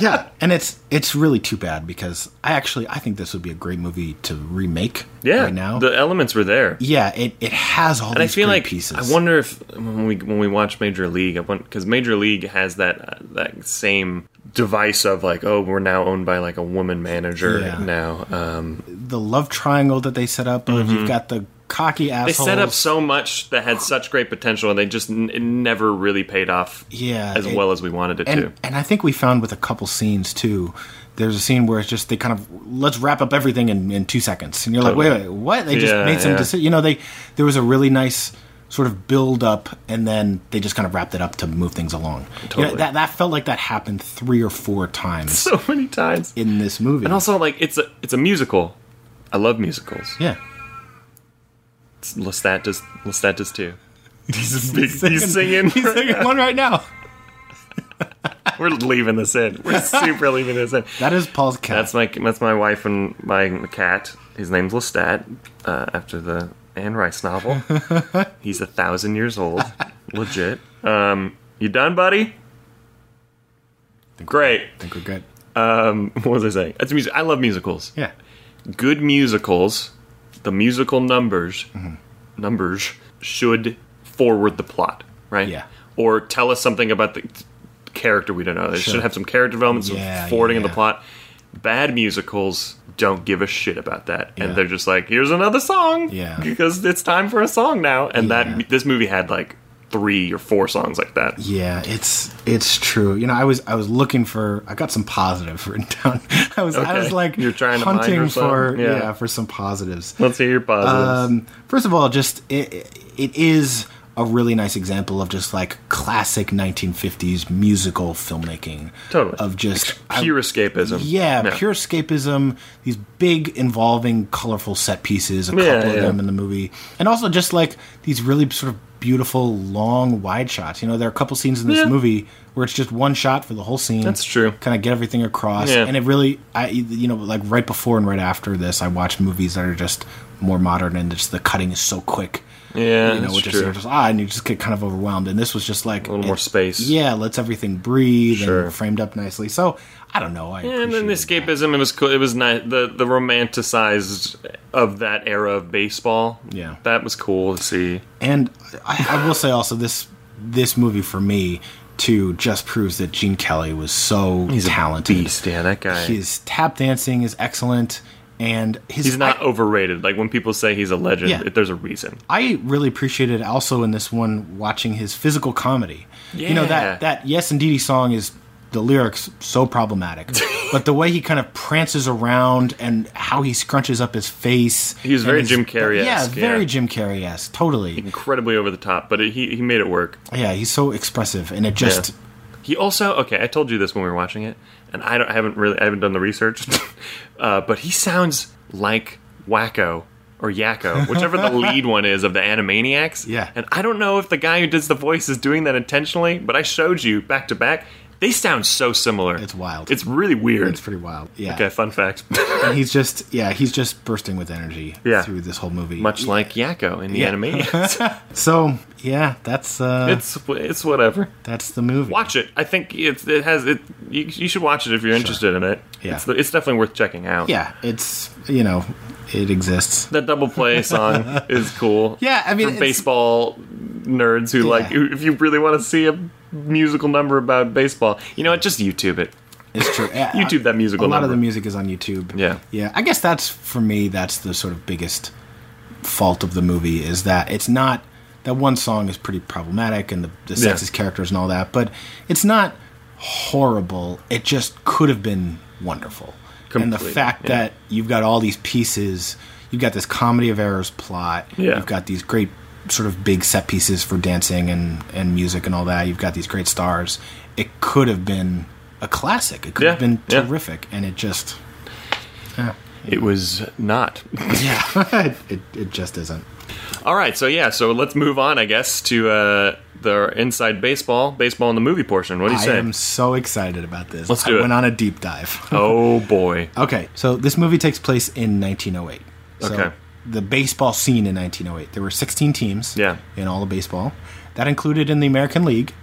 Speaker 6: yeah, and it's it's really too bad because I actually I think this would be a great movie to remake.
Speaker 7: Yeah,
Speaker 6: right now.
Speaker 7: the elements were there,
Speaker 6: yeah, it, it has all
Speaker 7: and I
Speaker 6: these
Speaker 7: feel
Speaker 6: great
Speaker 7: like
Speaker 6: pieces.
Speaker 7: I wonder if when we when we watch Major League, I want because Major League has that uh, that same device of like, oh, we're now owned by like a woman manager
Speaker 6: Yeah.
Speaker 7: now. Um,
Speaker 6: the love triangle that they set up. Of, you've got the cocky
Speaker 7: Mm-hmm. they
Speaker 6: assholes.
Speaker 7: set up so much that had such great potential, and they just n- it never really paid off.
Speaker 6: Yeah,
Speaker 7: as
Speaker 6: it-
Speaker 7: well as we wanted it
Speaker 6: and,
Speaker 7: to.
Speaker 6: And I think we found with a couple scenes too. There's a scene where it's just they kind of let's wrap up everything in, in two seconds, and you're like,
Speaker 7: Totally.
Speaker 6: wait, wait, what? They just
Speaker 7: Yeah,
Speaker 6: made some
Speaker 7: yeah.
Speaker 6: decision. You know, they there was a really nice sort of build up, and then they just kind of wrapped it up to move things along. You know,
Speaker 7: Totally.
Speaker 6: that that felt like that happened three or four times
Speaker 7: So many times.
Speaker 6: in this movie.
Speaker 7: And also, like it's a it's a musical. I love musicals.
Speaker 6: yeah,
Speaker 7: It's Lestat does Lestat does too. He's, a big, he's singing.
Speaker 6: He's singing one right now.
Speaker 7: We're leaving this in. We're super leaving this in.
Speaker 6: That is Paul's cat.
Speaker 7: That's my that's my wife and my cat. His name's Lestat, uh, after the Anne Rice novel. he's a thousand years old, legit. Um, you done, buddy? Great.
Speaker 6: I think we're good.
Speaker 7: What was I saying? That's music. I love musicals.
Speaker 6: Yeah,
Speaker 7: good musicals, the musical numbers numbers should forward the plot, right?
Speaker 6: Yeah.
Speaker 7: Or tell us something about the character we don't know. They
Speaker 6: Sure.
Speaker 7: should have some character development, some
Speaker 6: Yeah,
Speaker 7: forwarding
Speaker 6: yeah,
Speaker 7: of the
Speaker 6: yeah.
Speaker 7: plot. Bad musicals don't give a shit about that,
Speaker 6: Yeah.
Speaker 7: and they're just like, "Here's another song,
Speaker 6: Yeah.
Speaker 7: because it's time for a song now." And
Speaker 6: Yeah.
Speaker 7: that this movie had like three or four songs like that.
Speaker 6: yeah, it's it's true. You know, I was I was looking for I got some positives written down. I was I
Speaker 7: Okay.
Speaker 6: was like
Speaker 7: You're trying to mine for
Speaker 6: hunting for
Speaker 7: some? Yeah.
Speaker 6: yeah for some positives.
Speaker 7: Let's hear your positives.
Speaker 6: Um, first of all, just it, it is a really nice example of just like classic 1950s musical filmmaking.
Speaker 7: Totally.
Speaker 6: Of just
Speaker 7: pure escapism.
Speaker 6: yeah,
Speaker 7: No.
Speaker 6: pure escapism. These big, involving, colorful set pieces. A couple
Speaker 7: Yeah,
Speaker 6: of
Speaker 7: yeah.
Speaker 6: them in the movie, and also just like these really sort of beautiful, long, wide shots. You know, there are a couple scenes in this
Speaker 7: Yeah.
Speaker 6: movie where it's just one shot for the whole scene.
Speaker 7: That's true.
Speaker 6: Kind of get everything across,
Speaker 7: Yeah.
Speaker 6: and it really, I you know, like right before and right after this, I watched movies that are just more modern and just the cutting is so quick.
Speaker 7: Yeah,
Speaker 6: you know,
Speaker 7: that's
Speaker 6: which is
Speaker 7: true.
Speaker 6: you're just ah, and you just get kind of overwhelmed. And this was just like a
Speaker 7: little more space.
Speaker 6: Yeah, lets everything breathe
Speaker 7: Sure.
Speaker 6: and framed up nicely. So I don't know. I
Speaker 7: And then the
Speaker 6: appreciated that.
Speaker 7: escapism, it was cool. It was nice. The the romanticized of that era of baseball.
Speaker 6: Yeah.
Speaker 7: that was cool to see.
Speaker 6: And I, I will say also this this movie for me too just proves that Gene Kelly was so talented.
Speaker 7: Beast, yeah, that guy. He's,
Speaker 6: His tap dancing is excellent, and his
Speaker 7: not
Speaker 6: I-
Speaker 7: overrated. Like when people say he's a legend,
Speaker 6: Yeah.
Speaker 7: there's a reason.
Speaker 6: I really appreciated also in this one watching his physical comedy. You know
Speaker 7: Yeah.
Speaker 6: that that yes indeedy song is the lyrics so problematic, but the way he kind of prances around and how he scrunches up his face.
Speaker 7: He was
Speaker 6: and
Speaker 7: very
Speaker 6: his-
Speaker 7: Jim Carrey-esque,
Speaker 6: Yeah, very
Speaker 7: yeah.
Speaker 6: Jim Carrey esque. Totally.
Speaker 7: incredibly over the top, but it, he he made it work.
Speaker 6: Yeah, he's so expressive, and it just.
Speaker 7: Yeah. He also okay. I told you this when we were watching it, and I, don't, I haven't really I haven't done the research, uh, but he sounds like Wacko or Yakko, whichever the lead one is of the Animaniacs.
Speaker 6: Yeah.
Speaker 7: and I don't know if the guy who does the voice is doing that intentionally, but I showed you back to back. They sound so similar.
Speaker 6: It's wild.
Speaker 7: It's really weird.
Speaker 6: It's pretty wild. Yeah.
Speaker 7: okay. Fun fact.
Speaker 6: And he's just, yeah, he's just bursting with energy
Speaker 7: Yeah.
Speaker 6: through this whole movie.
Speaker 7: Much like Yakko in the
Speaker 6: Yeah.
Speaker 7: Animaniacs.
Speaker 6: So, yeah, that's uh,
Speaker 7: it's it's whatever.
Speaker 6: that's the movie.
Speaker 7: watch it. I think it's, it has it. You, you should watch it if you're interested in it.
Speaker 6: Yeah.
Speaker 7: it's, it's definitely worth checking out.
Speaker 6: Yeah, it's, you know, it exists.
Speaker 7: that double play song is cool.
Speaker 6: Yeah, I mean,
Speaker 7: for
Speaker 6: it's-
Speaker 7: baseball nerds who like
Speaker 6: Yeah.
Speaker 7: if you really want to see a musical number about baseball, you know what? Just YouTube it.
Speaker 6: It's true. Yeah,
Speaker 7: YouTube that musical
Speaker 6: A lot of
Speaker 7: number.
Speaker 6: the music is on YouTube.
Speaker 7: Yeah.
Speaker 6: Yeah. I guess that's for me. That's the sort of biggest fault of the movie is that it's not that one song is pretty problematic and the, the
Speaker 7: Yeah.
Speaker 6: sexist characters and all that, but it's not horrible. It just could have been wonderful. and the
Speaker 7: Completely,
Speaker 6: fact
Speaker 7: yeah.
Speaker 6: that you've got all these pieces, you've got this comedy of errors plot.
Speaker 7: Yeah.
Speaker 6: You've got these great sort of big set pieces for dancing and, and music and all that. You've got these great stars. It could have been a classic. It could have
Speaker 7: Yeah,
Speaker 6: been
Speaker 7: yeah.
Speaker 6: terrific. And it just
Speaker 7: It was not.
Speaker 6: Yeah. it, it just isn't.
Speaker 7: All right, so yeah, so let's move on, I guess, to uh, the inside baseball, baseball in the movie portion. What do you
Speaker 6: I
Speaker 7: say?
Speaker 6: am so excited about this.
Speaker 7: Let's do
Speaker 6: I
Speaker 7: it.
Speaker 6: went on a deep dive.
Speaker 7: Oh boy,
Speaker 6: Okay, so this movie takes place in 1908. So
Speaker 7: Okay.
Speaker 6: The baseball scene in 1908. There were 16 teams
Speaker 7: Yeah.
Speaker 6: in all of baseball. That included in the American League,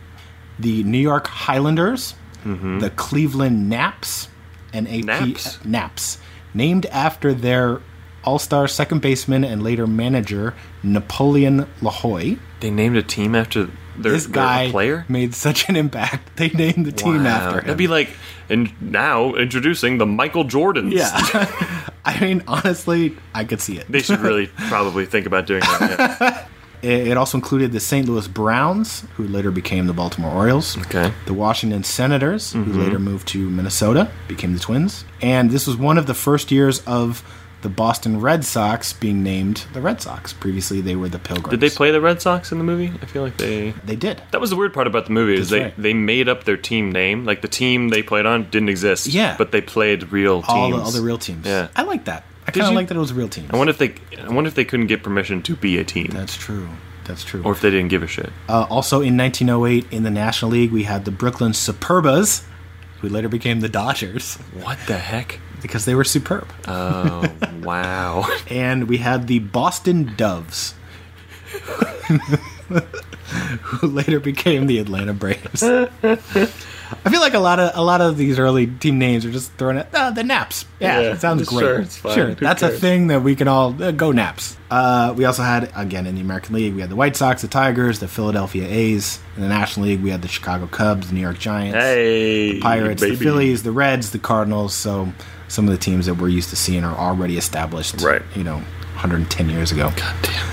Speaker 6: the New York Highlanders, the Cleveland Naps, and AP
Speaker 7: Mm-hmm. Naps?
Speaker 6: Naps, named after their all-star second baseman and later manager Napoleon LaHoy.
Speaker 7: they named a team after their,
Speaker 6: This
Speaker 7: their
Speaker 6: guy
Speaker 7: player.
Speaker 6: made such an impact. They named the team
Speaker 7: Wow.
Speaker 6: after him.
Speaker 7: That'd be like, and now introducing the Michael Jordans.
Speaker 6: yeah. I mean, honestly, I could see it.
Speaker 7: they should really probably think about doing that.
Speaker 6: It it also included the St. Louis Browns, who later became the Baltimore Orioles.
Speaker 7: Okay.
Speaker 6: The Washington Senators,
Speaker 7: Mm-hmm.
Speaker 6: who later moved to Minnesota, became the Twins. And this was one of the first years of the Boston Red Sox being named the Red Sox. Previously, they were the Pilgrims.
Speaker 7: Did they play the Red Sox in the movie? I feel like they.
Speaker 6: They did.
Speaker 7: That was the weird part about the movie
Speaker 6: That's
Speaker 7: is they,
Speaker 6: right.
Speaker 7: they made up their team name. Like the team they played on didn't exist.
Speaker 6: Yeah.
Speaker 7: But they played real teams.
Speaker 6: All the, all the real teams.
Speaker 7: Yeah.
Speaker 6: I like that. I
Speaker 7: Did
Speaker 6: kind of
Speaker 7: you?
Speaker 6: like that it was real teams.
Speaker 7: I wonder if they I wonder if they couldn't get permission to be a team.
Speaker 6: That's true. That's true.
Speaker 7: or if they didn't give a shit.
Speaker 6: Uh, also in 1908, in the National League, we had the Brooklyn Superbas, who later became the Dodgers
Speaker 7: What the heck?
Speaker 6: because they were superb.
Speaker 7: Oh wow.
Speaker 6: and we had the Boston Doves, who later became the Atlanta Braves. I feel like a lot of a lot of these early team names are just thrown at uh, the Naps. Yeah,
Speaker 7: Yeah,
Speaker 6: it sounds
Speaker 7: sure,
Speaker 6: great.
Speaker 7: it's fine.
Speaker 6: Sure,
Speaker 7: Who
Speaker 6: that's a
Speaker 7: cares?
Speaker 6: thing that we can all uh, go Naps. Uh, we also had again in the American League, we had the White Sox, the Tigers, the Philadelphia A's. In the National League, we had the Chicago Cubs, the New York Giants,
Speaker 7: hey
Speaker 6: Pirates,
Speaker 7: baby.
Speaker 6: the Phillies, the Reds, the Cardinals. So some of the teams that we're used to seeing are already established.
Speaker 7: Right.
Speaker 6: You know, 110 years ago. Uh,
Speaker 7: God damn.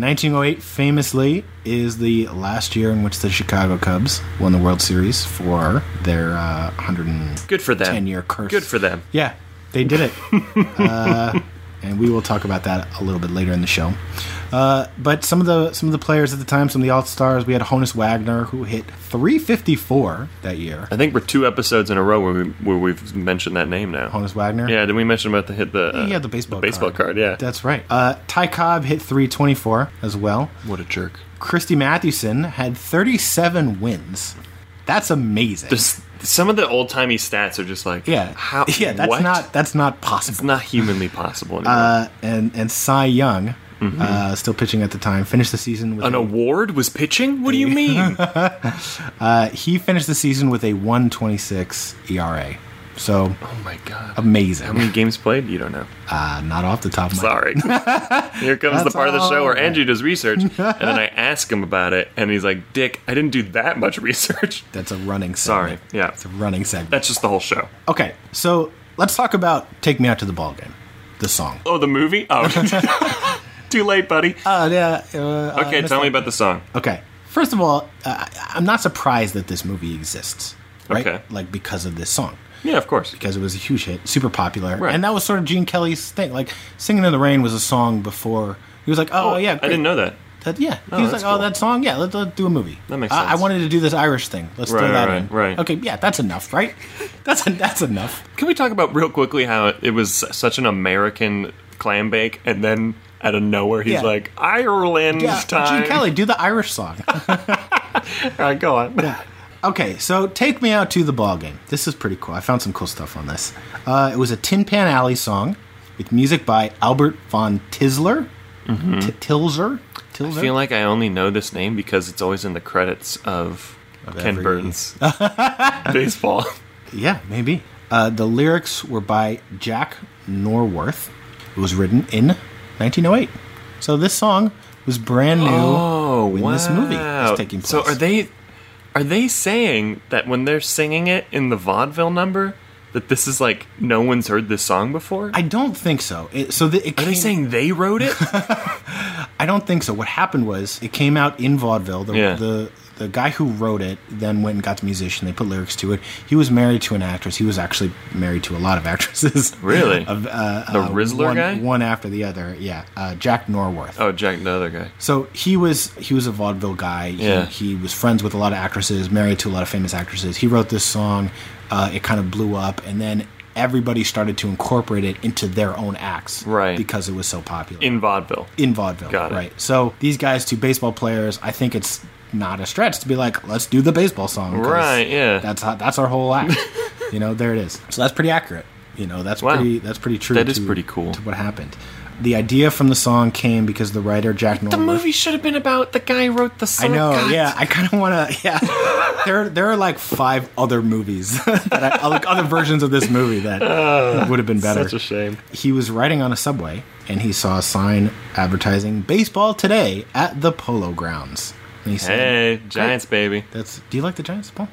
Speaker 6: 1908 famously is the last year in which the Chicago Cubs won the World Series for their uh, 110
Speaker 7: Good for them.
Speaker 6: year curse.
Speaker 7: Good for them.
Speaker 6: Yeah, they did it. uh, and we will talk about that a little bit later in the show. Uh, but some of the some of the players at the time, some of the all stars, we had Honus Wagner who hit 354 that year.
Speaker 7: I think we're two episodes in a row where we where we've mentioned that name now.
Speaker 6: Honus Wagner.
Speaker 7: Yeah, did we mention about the hit the uh,
Speaker 6: Yeah, the baseball
Speaker 7: baseball
Speaker 6: card.
Speaker 7: card? Yeah,
Speaker 6: That's right. Uh, Ty Cobb hit 324 as well.
Speaker 7: what a jerk.
Speaker 6: Christy Mathewson had 37 wins. That's amazing.
Speaker 7: Just some of the old timey stats are just like
Speaker 6: yeah,
Speaker 7: how
Speaker 6: yeah, that's
Speaker 7: what?
Speaker 6: not that's not
Speaker 7: it's
Speaker 6: possible.
Speaker 7: not humanly possible anymore.
Speaker 6: uh, and and Cy Young,
Speaker 7: Mm-hmm.
Speaker 6: uh, still pitching at the time, finished the season with
Speaker 7: An
Speaker 6: a-
Speaker 7: award was pitching. What do you mean? Oh
Speaker 6: uh, he finished the season with a 126 ERA. So
Speaker 7: oh my god! How
Speaker 6: amazing.
Speaker 7: many games played? You don't know.
Speaker 6: Uh, not off the top of my
Speaker 7: Sorry. Here comes the
Speaker 6: That's
Speaker 7: part of the show
Speaker 6: all
Speaker 7: where
Speaker 6: right.
Speaker 7: Andrew does research, and then I ask him about it, and he's like, "Dick, I didn't do that much research."
Speaker 6: That's a running
Speaker 7: Sorry.
Speaker 6: segment.
Speaker 7: Yeah,
Speaker 6: It's a running segment.
Speaker 7: that's just the whole show.
Speaker 6: okay, so let's talk about Take Me Out to the Ball Game, the song.
Speaker 7: Oh, the movie. Oh, too late, buddy.
Speaker 6: Uh, yeah, uh,
Speaker 7: okay,
Speaker 6: uh,
Speaker 7: tell
Speaker 6: Mr.
Speaker 7: me about the song.
Speaker 6: Okay. First of all, uh, I- I'm not surprised that this movie exists. right?
Speaker 7: Okay.
Speaker 6: Like because of this song.
Speaker 7: Yeah, of course.
Speaker 6: Because it was a huge hit, super popular,
Speaker 7: Right.
Speaker 6: and that was sort of Gene Kelly's thing. Like, "Singing in the Rain" was a song before he was like, "Oh, yeah,
Speaker 7: I
Speaker 6: great.
Speaker 7: didn't know that.
Speaker 6: That, yeah, he was like,
Speaker 7: that's
Speaker 6: "Oh,
Speaker 7: cool.
Speaker 6: that song, yeah, let's, let's do a movie."
Speaker 7: That makes
Speaker 6: I- I
Speaker 7: sense.
Speaker 6: wanted to do this Irish thing. Let's throw
Speaker 7: Right,
Speaker 6: that
Speaker 7: right,
Speaker 6: in.
Speaker 7: right.
Speaker 6: Okay, yeah, that's enough, right? That's that's enough.
Speaker 7: Can we talk about real quickly how it was such an American clam bake, and then out of nowhere he's
Speaker 6: Yeah.
Speaker 7: like Ireland
Speaker 6: Yeah,
Speaker 7: time.
Speaker 6: Gene Kelly, do the Irish song.
Speaker 7: All right, go on.
Speaker 6: Okay, so take me out to the ball game. This is pretty cool. I found some cool stuff on this. Uh, it was a Tin Pan Alley song with music by Albert von Tisler. T- Tilzer. Tilzer.
Speaker 7: Mm-hmm. I feel like I only know this name because it's always in the credits of, Ken
Speaker 6: every-
Speaker 7: Burns baseball.
Speaker 6: yeah, maybe. Uh, the lyrics were by Jack Norworth. It was written in 1908. So this song was brand new when this movie
Speaker 7: Oh, Wow.
Speaker 6: was taking place.
Speaker 7: So are they are they saying that when they're singing it in the vaudeville number that this is like no one's heard this song before?
Speaker 6: I don't think so. It, so the, it
Speaker 7: are
Speaker 6: came-
Speaker 7: they saying they wrote it?
Speaker 6: I don't think so. What happened was it came out in vaudeville. The,
Speaker 7: Yeah.
Speaker 6: the the guy who wrote it then went and got the musician. They put lyrics to it. He was married to an actress. He was actually married to a lot of actresses.
Speaker 7: really?
Speaker 6: Of, uh,
Speaker 7: the
Speaker 6: uh,
Speaker 7: Rizzler
Speaker 6: one,
Speaker 7: guy?
Speaker 6: One after the other. Yeah. Uh, Jack Norworth.
Speaker 7: Oh, Jack, the other guy.
Speaker 6: So he was he was a vaudeville guy. He,
Speaker 7: Yeah.
Speaker 6: he was friends with a lot of actresses, married to a lot of famous actresses. He wrote this song. Uh, it kind of blew up, and then everybody started to incorporate it into their own acts,
Speaker 7: Right.
Speaker 6: Because it was so popular
Speaker 7: In vaudeville.
Speaker 6: in vaudeville.
Speaker 7: Got it.
Speaker 6: Right. So these guys, two baseball players, I think it's not a stretch to be like, let's do the baseball song. 'cause
Speaker 7: Right, yeah.
Speaker 6: That's how, that's our whole act. you know, there it is. So that's pretty accurate. You know, that's
Speaker 7: Wow.
Speaker 6: pretty that's pretty true.
Speaker 7: That is
Speaker 6: to-
Speaker 7: pretty cool.
Speaker 6: To what happened. The idea from the song came because the writer Jack Norworth.
Speaker 7: The movie should have been about the guy who wrote
Speaker 6: I
Speaker 7: the song.
Speaker 6: know.
Speaker 7: God.
Speaker 6: Yeah, I kind of want to. Yeah, there there are like five other movies that I, like other versions of this movie that would have been better
Speaker 7: Oh, Such a shame.
Speaker 6: he was riding on a subway and he saw a sign advertising baseball today at the polo grounds. And he said,
Speaker 7: Hey, Giants, baby.
Speaker 6: "That's do you like the Giants, Paul?"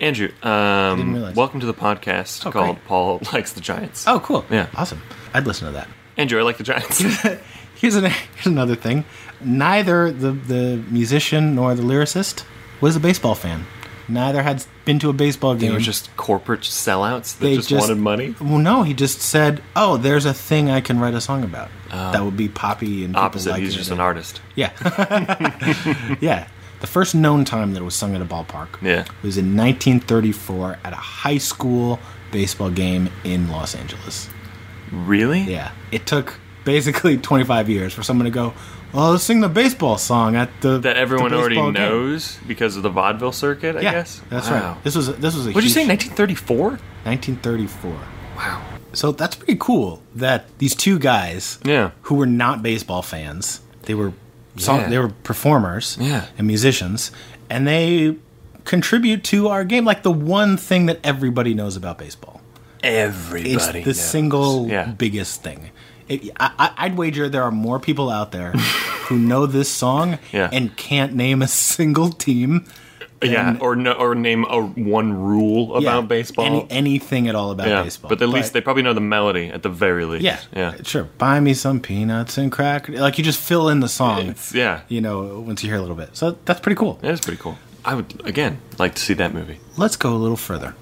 Speaker 7: Andrew,
Speaker 6: didn't
Speaker 7: um,
Speaker 6: realize.
Speaker 7: welcome to the podcast
Speaker 6: Oh,
Speaker 7: called
Speaker 6: great.
Speaker 7: Paul Likes the Giants.
Speaker 6: Oh, cool.
Speaker 7: Yeah.
Speaker 6: awesome. I'd listen to that.
Speaker 7: Andrew, I like the Giants.
Speaker 6: Here's, an, here's another thing. Neither the the musician nor the lyricist was a baseball fan. Neither had been to a baseball game.
Speaker 7: they were just corporate sellouts that
Speaker 6: They
Speaker 7: just, wanted money.
Speaker 6: Well, no, he just said, "Oh, there's a thing I can write a song about." that would be poppy and people
Speaker 7: Oh. Opposite,
Speaker 6: liking
Speaker 7: he's
Speaker 6: it
Speaker 7: just
Speaker 6: and-
Speaker 7: an artist.
Speaker 6: Yeah. yeah. The first known time that it was sung at a ballpark
Speaker 7: Yeah.
Speaker 6: was in 1934 at a high school baseball game in Los Angeles.
Speaker 7: Really?
Speaker 6: Yeah. It took basically 25 years for someone to go, well, let's sing the baseball song at the.
Speaker 7: That everyone
Speaker 6: the
Speaker 7: already
Speaker 6: baseball game."
Speaker 7: knows because of the vaudeville circuit, I
Speaker 6: Yeah,
Speaker 7: guess.
Speaker 6: that's
Speaker 7: Wow.
Speaker 6: right. This was a, this was a.
Speaker 7: What did you say,
Speaker 6: huge-
Speaker 7: 1934?
Speaker 6: 1934.
Speaker 7: Wow.
Speaker 6: So that's pretty cool that these two guys,
Speaker 7: Yeah.
Speaker 6: who were not baseball fans, they were song,
Speaker 7: Yeah.
Speaker 6: they were performers
Speaker 7: Yeah.
Speaker 6: and musicians, and they contribute to our game like the one thing that everybody knows about baseball.
Speaker 7: Everybody.
Speaker 6: It's the single
Speaker 7: Yeah.
Speaker 6: biggest thing. It, I, I- I'd wager there are more people out there who know this song
Speaker 7: Yeah.
Speaker 6: and can't name a single team
Speaker 7: yeah, or no, or name a one rule about
Speaker 6: Yeah,
Speaker 7: baseball.
Speaker 6: any, anything at all about
Speaker 7: yeah,
Speaker 6: baseball.
Speaker 7: but at least they probably know the melody at the very least.
Speaker 6: Yeah,
Speaker 7: yeah.
Speaker 6: sure. Buy me some peanuts and crackers. Like you just fill in the song.
Speaker 7: It's- yeah.
Speaker 6: you know, once you hear a little bit. So that's pretty cool.
Speaker 7: That is pretty cool. I would again like to see that movie.
Speaker 6: Let's go a little further.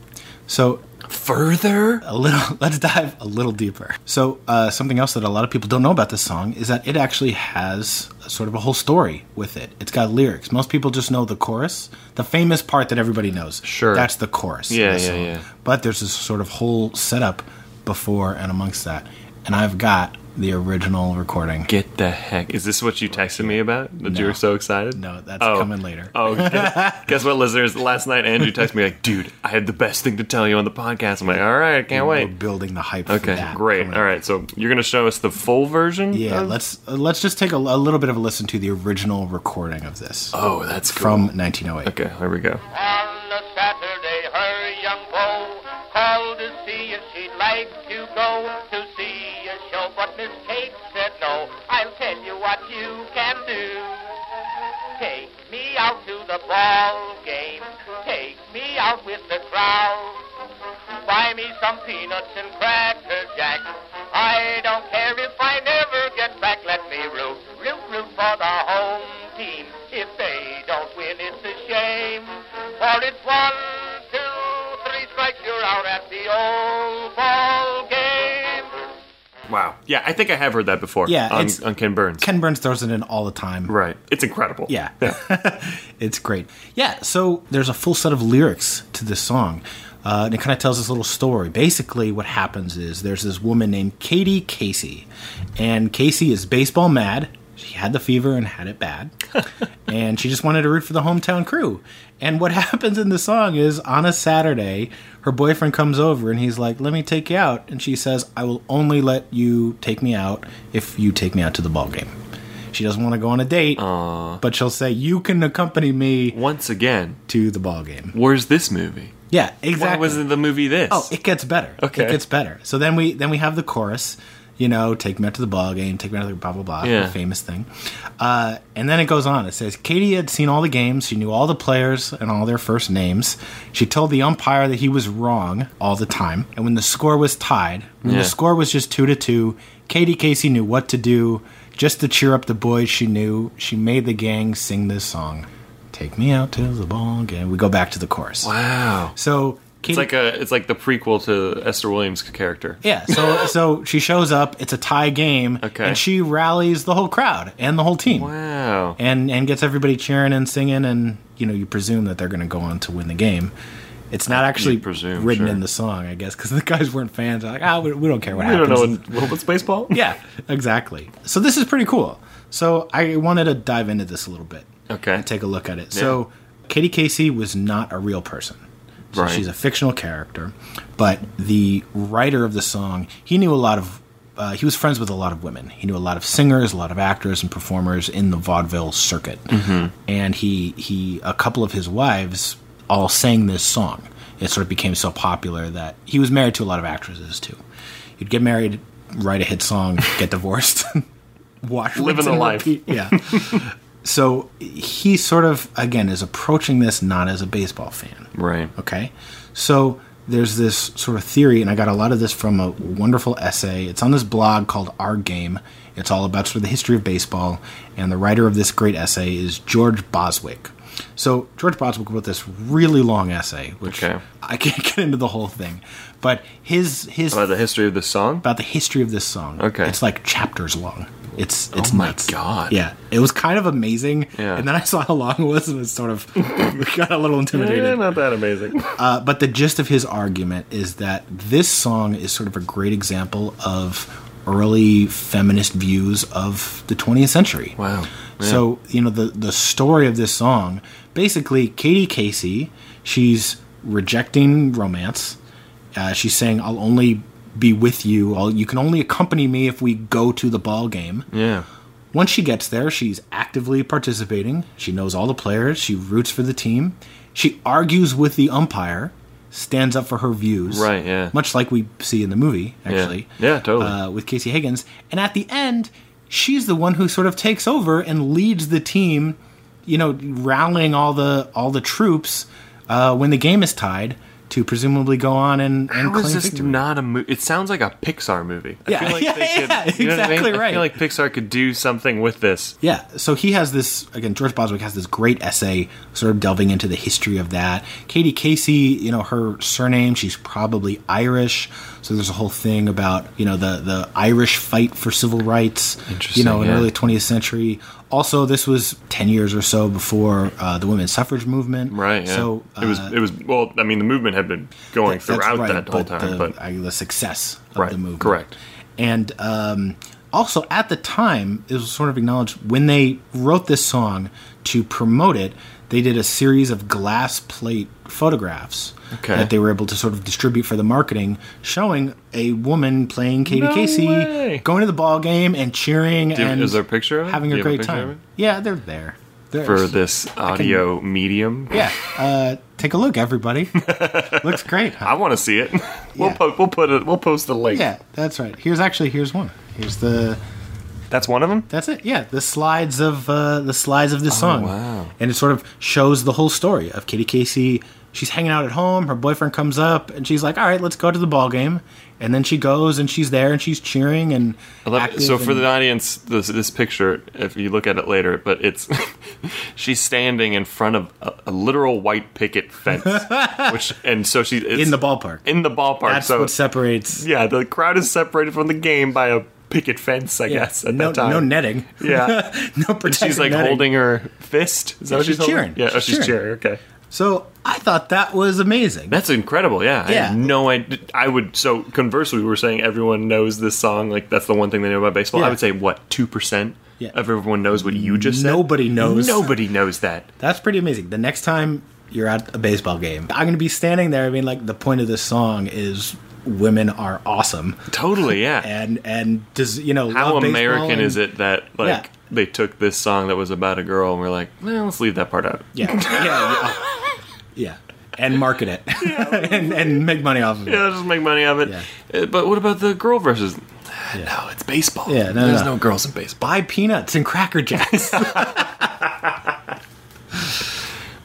Speaker 6: So
Speaker 7: Further?
Speaker 6: a little, let's dive a little deeper. So uh, something else that a lot of people don't know about this song is that it actually has a sort of a whole story with it. It's got lyrics. Most people just know the chorus, the famous part that everybody knows.
Speaker 7: Sure.
Speaker 6: that's the chorus. of
Speaker 7: Yeah,
Speaker 6: the
Speaker 7: yeah,
Speaker 6: song.
Speaker 7: yeah.
Speaker 6: But there's this sort of whole setup before and amongst that, and I've got the original recording.
Speaker 7: Get the heck. Is this what you texted me about? That you
Speaker 6: No.
Speaker 7: were so excited?
Speaker 6: No, that's
Speaker 7: Oh.
Speaker 6: coming later.
Speaker 7: Oh, guess, guess what, listeners? Last night, Andrew texted me like, "Dude, I have the best thing to tell you on the podcast." I'm like, "All right, I can't
Speaker 6: We're
Speaker 7: wait."
Speaker 6: building the hype. for
Speaker 7: Okay,
Speaker 6: that
Speaker 7: great.
Speaker 6: coming
Speaker 7: All right, so you're gonna show us the full version?
Speaker 6: Yeah,
Speaker 7: of-
Speaker 6: let's uh, let's just take a, a little bit of a listen to the original recording of this
Speaker 7: Oh, that's cool.
Speaker 6: from 1908.
Speaker 7: Okay, here we go.
Speaker 9: On a Saturday, her young beau called to see if she'd like to go to see a show, but Miss Kate said no. I'll tell you what you can do. Take me out to the ball game. Take me out with the crowd. Buy me some peanuts and cracker jack. I don't care if I never get back. Let me root, root, root for the home team. If they don't win, it's a shame. For it's one, two, the old ball game.
Speaker 7: Wow. Yeah, I think I have heard that before.
Speaker 6: Yeah,
Speaker 7: on,
Speaker 6: it's-
Speaker 7: on Ken Burns.
Speaker 6: Ken Burns throws it in all the time.
Speaker 7: right. It's incredible.
Speaker 6: Yeah. it's great. Yeah, so there's a full set of lyrics to this song. Uh, and it kind of tells this little story. Basically, what happens is there's this woman named Katie Casey. And Casey is baseball mad. She had the fever and had it bad. and she just wanted to root for the hometown crew. And what happens in the song is on a Saturday, her boyfriend comes over and he's like, Let me take you out. And she says, I will only let you take me out if you take me out to the ball game. She doesn't want to go on a date, but she'll say, "You can accompany me
Speaker 7: Once again,
Speaker 6: to the ball game."
Speaker 7: where's this movie?
Speaker 6: Yeah, exactly.
Speaker 7: Why wasn't the movie this?
Speaker 6: oh, it gets better.
Speaker 7: Okay.
Speaker 6: it gets better. So then we then we have the chorus. You know, take me out to the ball game. Take me out to the blah blah blah.
Speaker 7: Yeah.
Speaker 6: The famous thing. Uh, and then it goes on. It says Katie had seen all the games. She knew all the players and all their first names. She told the umpire that he was wrong all the time. And when the score was tied, when
Speaker 7: Yeah.
Speaker 6: the score was just two to two, Katie Casey knew what to do. Just to cheer up the boys, she knew she made the gang sing this song. Take me out to the ball game. We go back to the chorus.
Speaker 7: wow.
Speaker 6: So Katie,
Speaker 7: It's like a it's like the prequel to Esther Williams' character.
Speaker 6: yeah, so so she shows up. It's a tie game,
Speaker 7: Okay.
Speaker 6: and she rallies the whole crowd and the whole team,
Speaker 7: Wow.
Speaker 6: and and gets everybody cheering and singing. And you know, you presume that they're going to go on to win the game. It's not actually
Speaker 7: presume,
Speaker 6: written
Speaker 7: sure.
Speaker 6: in the song, I guess, because the guys weren't fans. They're like, ah, we, we don't care what
Speaker 7: I
Speaker 6: happens.
Speaker 7: don't know what- what was baseball?
Speaker 6: yeah, exactly. So this is pretty cool. So I wanted to dive into this a little bit
Speaker 7: Okay.
Speaker 6: and take a look at it. So, Katie Casey was not a real person. So
Speaker 7: Right.
Speaker 6: She's a fictional character, but the writer of the song, he knew a lot of. Uh, he was friends with a lot of women. He knew a lot of singers, a lot of actors, and performers in the vaudeville circuit. And he he a couple of his wives all sang this song. It sort of became so popular that he was married to a lot of actresses too. He'd get married, write a hit song, get divorced, watch
Speaker 7: Living the
Speaker 6: and
Speaker 7: life.
Speaker 6: repeat. Yeah. So he sort of again is approaching this not as a baseball fan.
Speaker 7: Right.
Speaker 6: Okay. So there's this sort of theory, and I got a lot of this from a wonderful essay. It's on this blog called Our Game. It's all about sort of the history of baseball, and the writer of this great essay is George Boswick. So George Boswick wrote this really long essay, which
Speaker 7: Okay.
Speaker 6: I can't get into the whole thing, but his his
Speaker 7: About the history of the song?
Speaker 6: about the history of this song.
Speaker 7: Okay. Oh
Speaker 6: it's like chapters long. It's it's
Speaker 7: my
Speaker 6: nuts.
Speaker 7: God.
Speaker 6: Yeah, it was kind of amazing.
Speaker 7: Yeah.
Speaker 6: And then I saw how long it was, and it's sort of we got a little intimidated.
Speaker 7: not that amazing.
Speaker 6: Uh, but the gist of his argument is that this song is sort of a great example of early feminist views of the 20th century.
Speaker 7: Wow.
Speaker 6: So you know the the story of this song, basically, Katie Casey, she's rejecting romance. Uh, she's saying, "I'll only be with you. I'll, you can only accompany me if we go to the ball game."
Speaker 7: Yeah.
Speaker 6: Once she gets there, she's actively participating. She knows all the players. She roots for the team. She argues with the umpire, stands up for her views.
Speaker 7: Right, yeah.
Speaker 6: Much like we see in the movie, actually.
Speaker 7: Yeah, totally.
Speaker 6: Uh, with Casey Higgins. And at the end, she's the one who sort of takes over and leads the team, you know, rallying all the all the troops uh, when the game is tied to presumably go on and, and
Speaker 7: How
Speaker 6: claim
Speaker 7: is this
Speaker 6: victory.
Speaker 7: not a movie? It sounds like a Pixar movie. I
Speaker 6: Yeah,
Speaker 7: feel like
Speaker 6: yeah,
Speaker 7: they
Speaker 6: yeah,
Speaker 7: could, you know what I mean?
Speaker 6: exactly
Speaker 7: I
Speaker 6: right.
Speaker 7: feel like Pixar could do something with this.
Speaker 6: Yeah, so he has this again. George Boswick has this great essay, sort of delving into the history of that. Katie Casey, you know, her surname, she's probably Irish, so there's a whole thing about you know the the Irish fight for civil rights, you know, in
Speaker 7: yeah.
Speaker 6: early 20th century. Also, this was 10 years or so before uh, the women's suffrage movement,
Speaker 7: Right. Yeah.
Speaker 6: So
Speaker 7: it was.
Speaker 6: uh,
Speaker 7: It was. Well, I mean, the movement had been going
Speaker 6: that's
Speaker 7: throughout
Speaker 6: right,
Speaker 7: that whole
Speaker 6: but
Speaker 7: time,
Speaker 6: the,
Speaker 7: but
Speaker 6: I- the success of
Speaker 7: Right,
Speaker 6: the movement,
Speaker 7: correct.
Speaker 6: And um, also at the time, it was sort of acknowledged when they wrote this song to promote it. They did a series of glass plate photographs
Speaker 7: Okay.
Speaker 6: that they were able to sort of distribute for the marketing, showing a woman playing Katie
Speaker 7: No
Speaker 6: Casey
Speaker 7: way.
Speaker 6: going to the ball game and cheering.
Speaker 7: you-
Speaker 6: and
Speaker 7: is there a picture of it?
Speaker 6: having
Speaker 7: Do
Speaker 6: a
Speaker 7: you have a
Speaker 6: great
Speaker 7: picture of it?
Speaker 6: time? Yeah, they're there. They're-
Speaker 7: for this audio medium,
Speaker 6: yeah, uh, take a look, everybody. Looks great. huh?
Speaker 7: I want to see it. we'll
Speaker 6: Yeah.
Speaker 7: po- we'll put it. We'll post the link.
Speaker 6: Yeah, that's right. Here's actually here's one. Here's the
Speaker 7: That's one of them.
Speaker 6: That's it. Yeah, the slides of uh, the slides of this song.
Speaker 7: Oh, wow.
Speaker 6: And it sort of shows the whole story of Kitty Casey. She's hanging out at home. Her boyfriend comes up, and she's like, "All right, let's go to the ball game." And then she goes, and she's there, and she's cheering and
Speaker 7: I love it.
Speaker 6: active
Speaker 7: So for
Speaker 6: and-
Speaker 7: the audience, this, this picture, if you look at it later, but it's she's standing in front of a, a literal white picket fence, which and so she it's
Speaker 6: in the ballpark.
Speaker 7: in the ballpark.
Speaker 6: That's
Speaker 7: so
Speaker 6: what separates.
Speaker 7: yeah, the crowd is separated from the game by a picket fence, I guess. At
Speaker 6: no,
Speaker 7: that time,
Speaker 6: no netting.
Speaker 7: Yeah.
Speaker 6: no protection.
Speaker 7: And she's like holding her fist. Is that what
Speaker 6: She's
Speaker 7: she's, holding?
Speaker 6: cheering.
Speaker 7: Yeah, oh,
Speaker 6: She's
Speaker 7: she's,
Speaker 6: cheering.
Speaker 7: cheering. Okay,
Speaker 6: So I thought that was amazing.
Speaker 7: that's incredible. Yeah, I
Speaker 6: Yeah.
Speaker 7: had no idea. I would so conversely, we were saying everyone knows this song. Like that's the one thing they know about baseball.
Speaker 6: Yeah.
Speaker 7: I would say what two percent
Speaker 6: Yeah.
Speaker 7: of everyone knows what you just said.
Speaker 6: Nobody knows.
Speaker 7: Nobody knows that.
Speaker 6: That's pretty amazing. The next time you're at a baseball game, I'm going to be standing there. I mean, like the point of this song is women are awesome,
Speaker 7: Totally. Yeah.
Speaker 6: and and does you know
Speaker 7: How
Speaker 6: love baseball
Speaker 7: American
Speaker 6: and-
Speaker 7: is it that
Speaker 6: Yeah.
Speaker 7: like they took this song that was about a girl and we're like, well, let's leave that part out.
Speaker 6: Yeah, yeah, yeah. Yeah. and market it and and make money off of it.
Speaker 7: Yeah, just make money of it.
Speaker 6: Yeah.
Speaker 7: Uh, But what about the girl versus?
Speaker 6: Yeah.
Speaker 7: No, it's baseball.
Speaker 6: Yeah, no,
Speaker 7: There's
Speaker 6: no.
Speaker 7: no. girls in baseball.
Speaker 6: Buy peanuts and cracker jacks.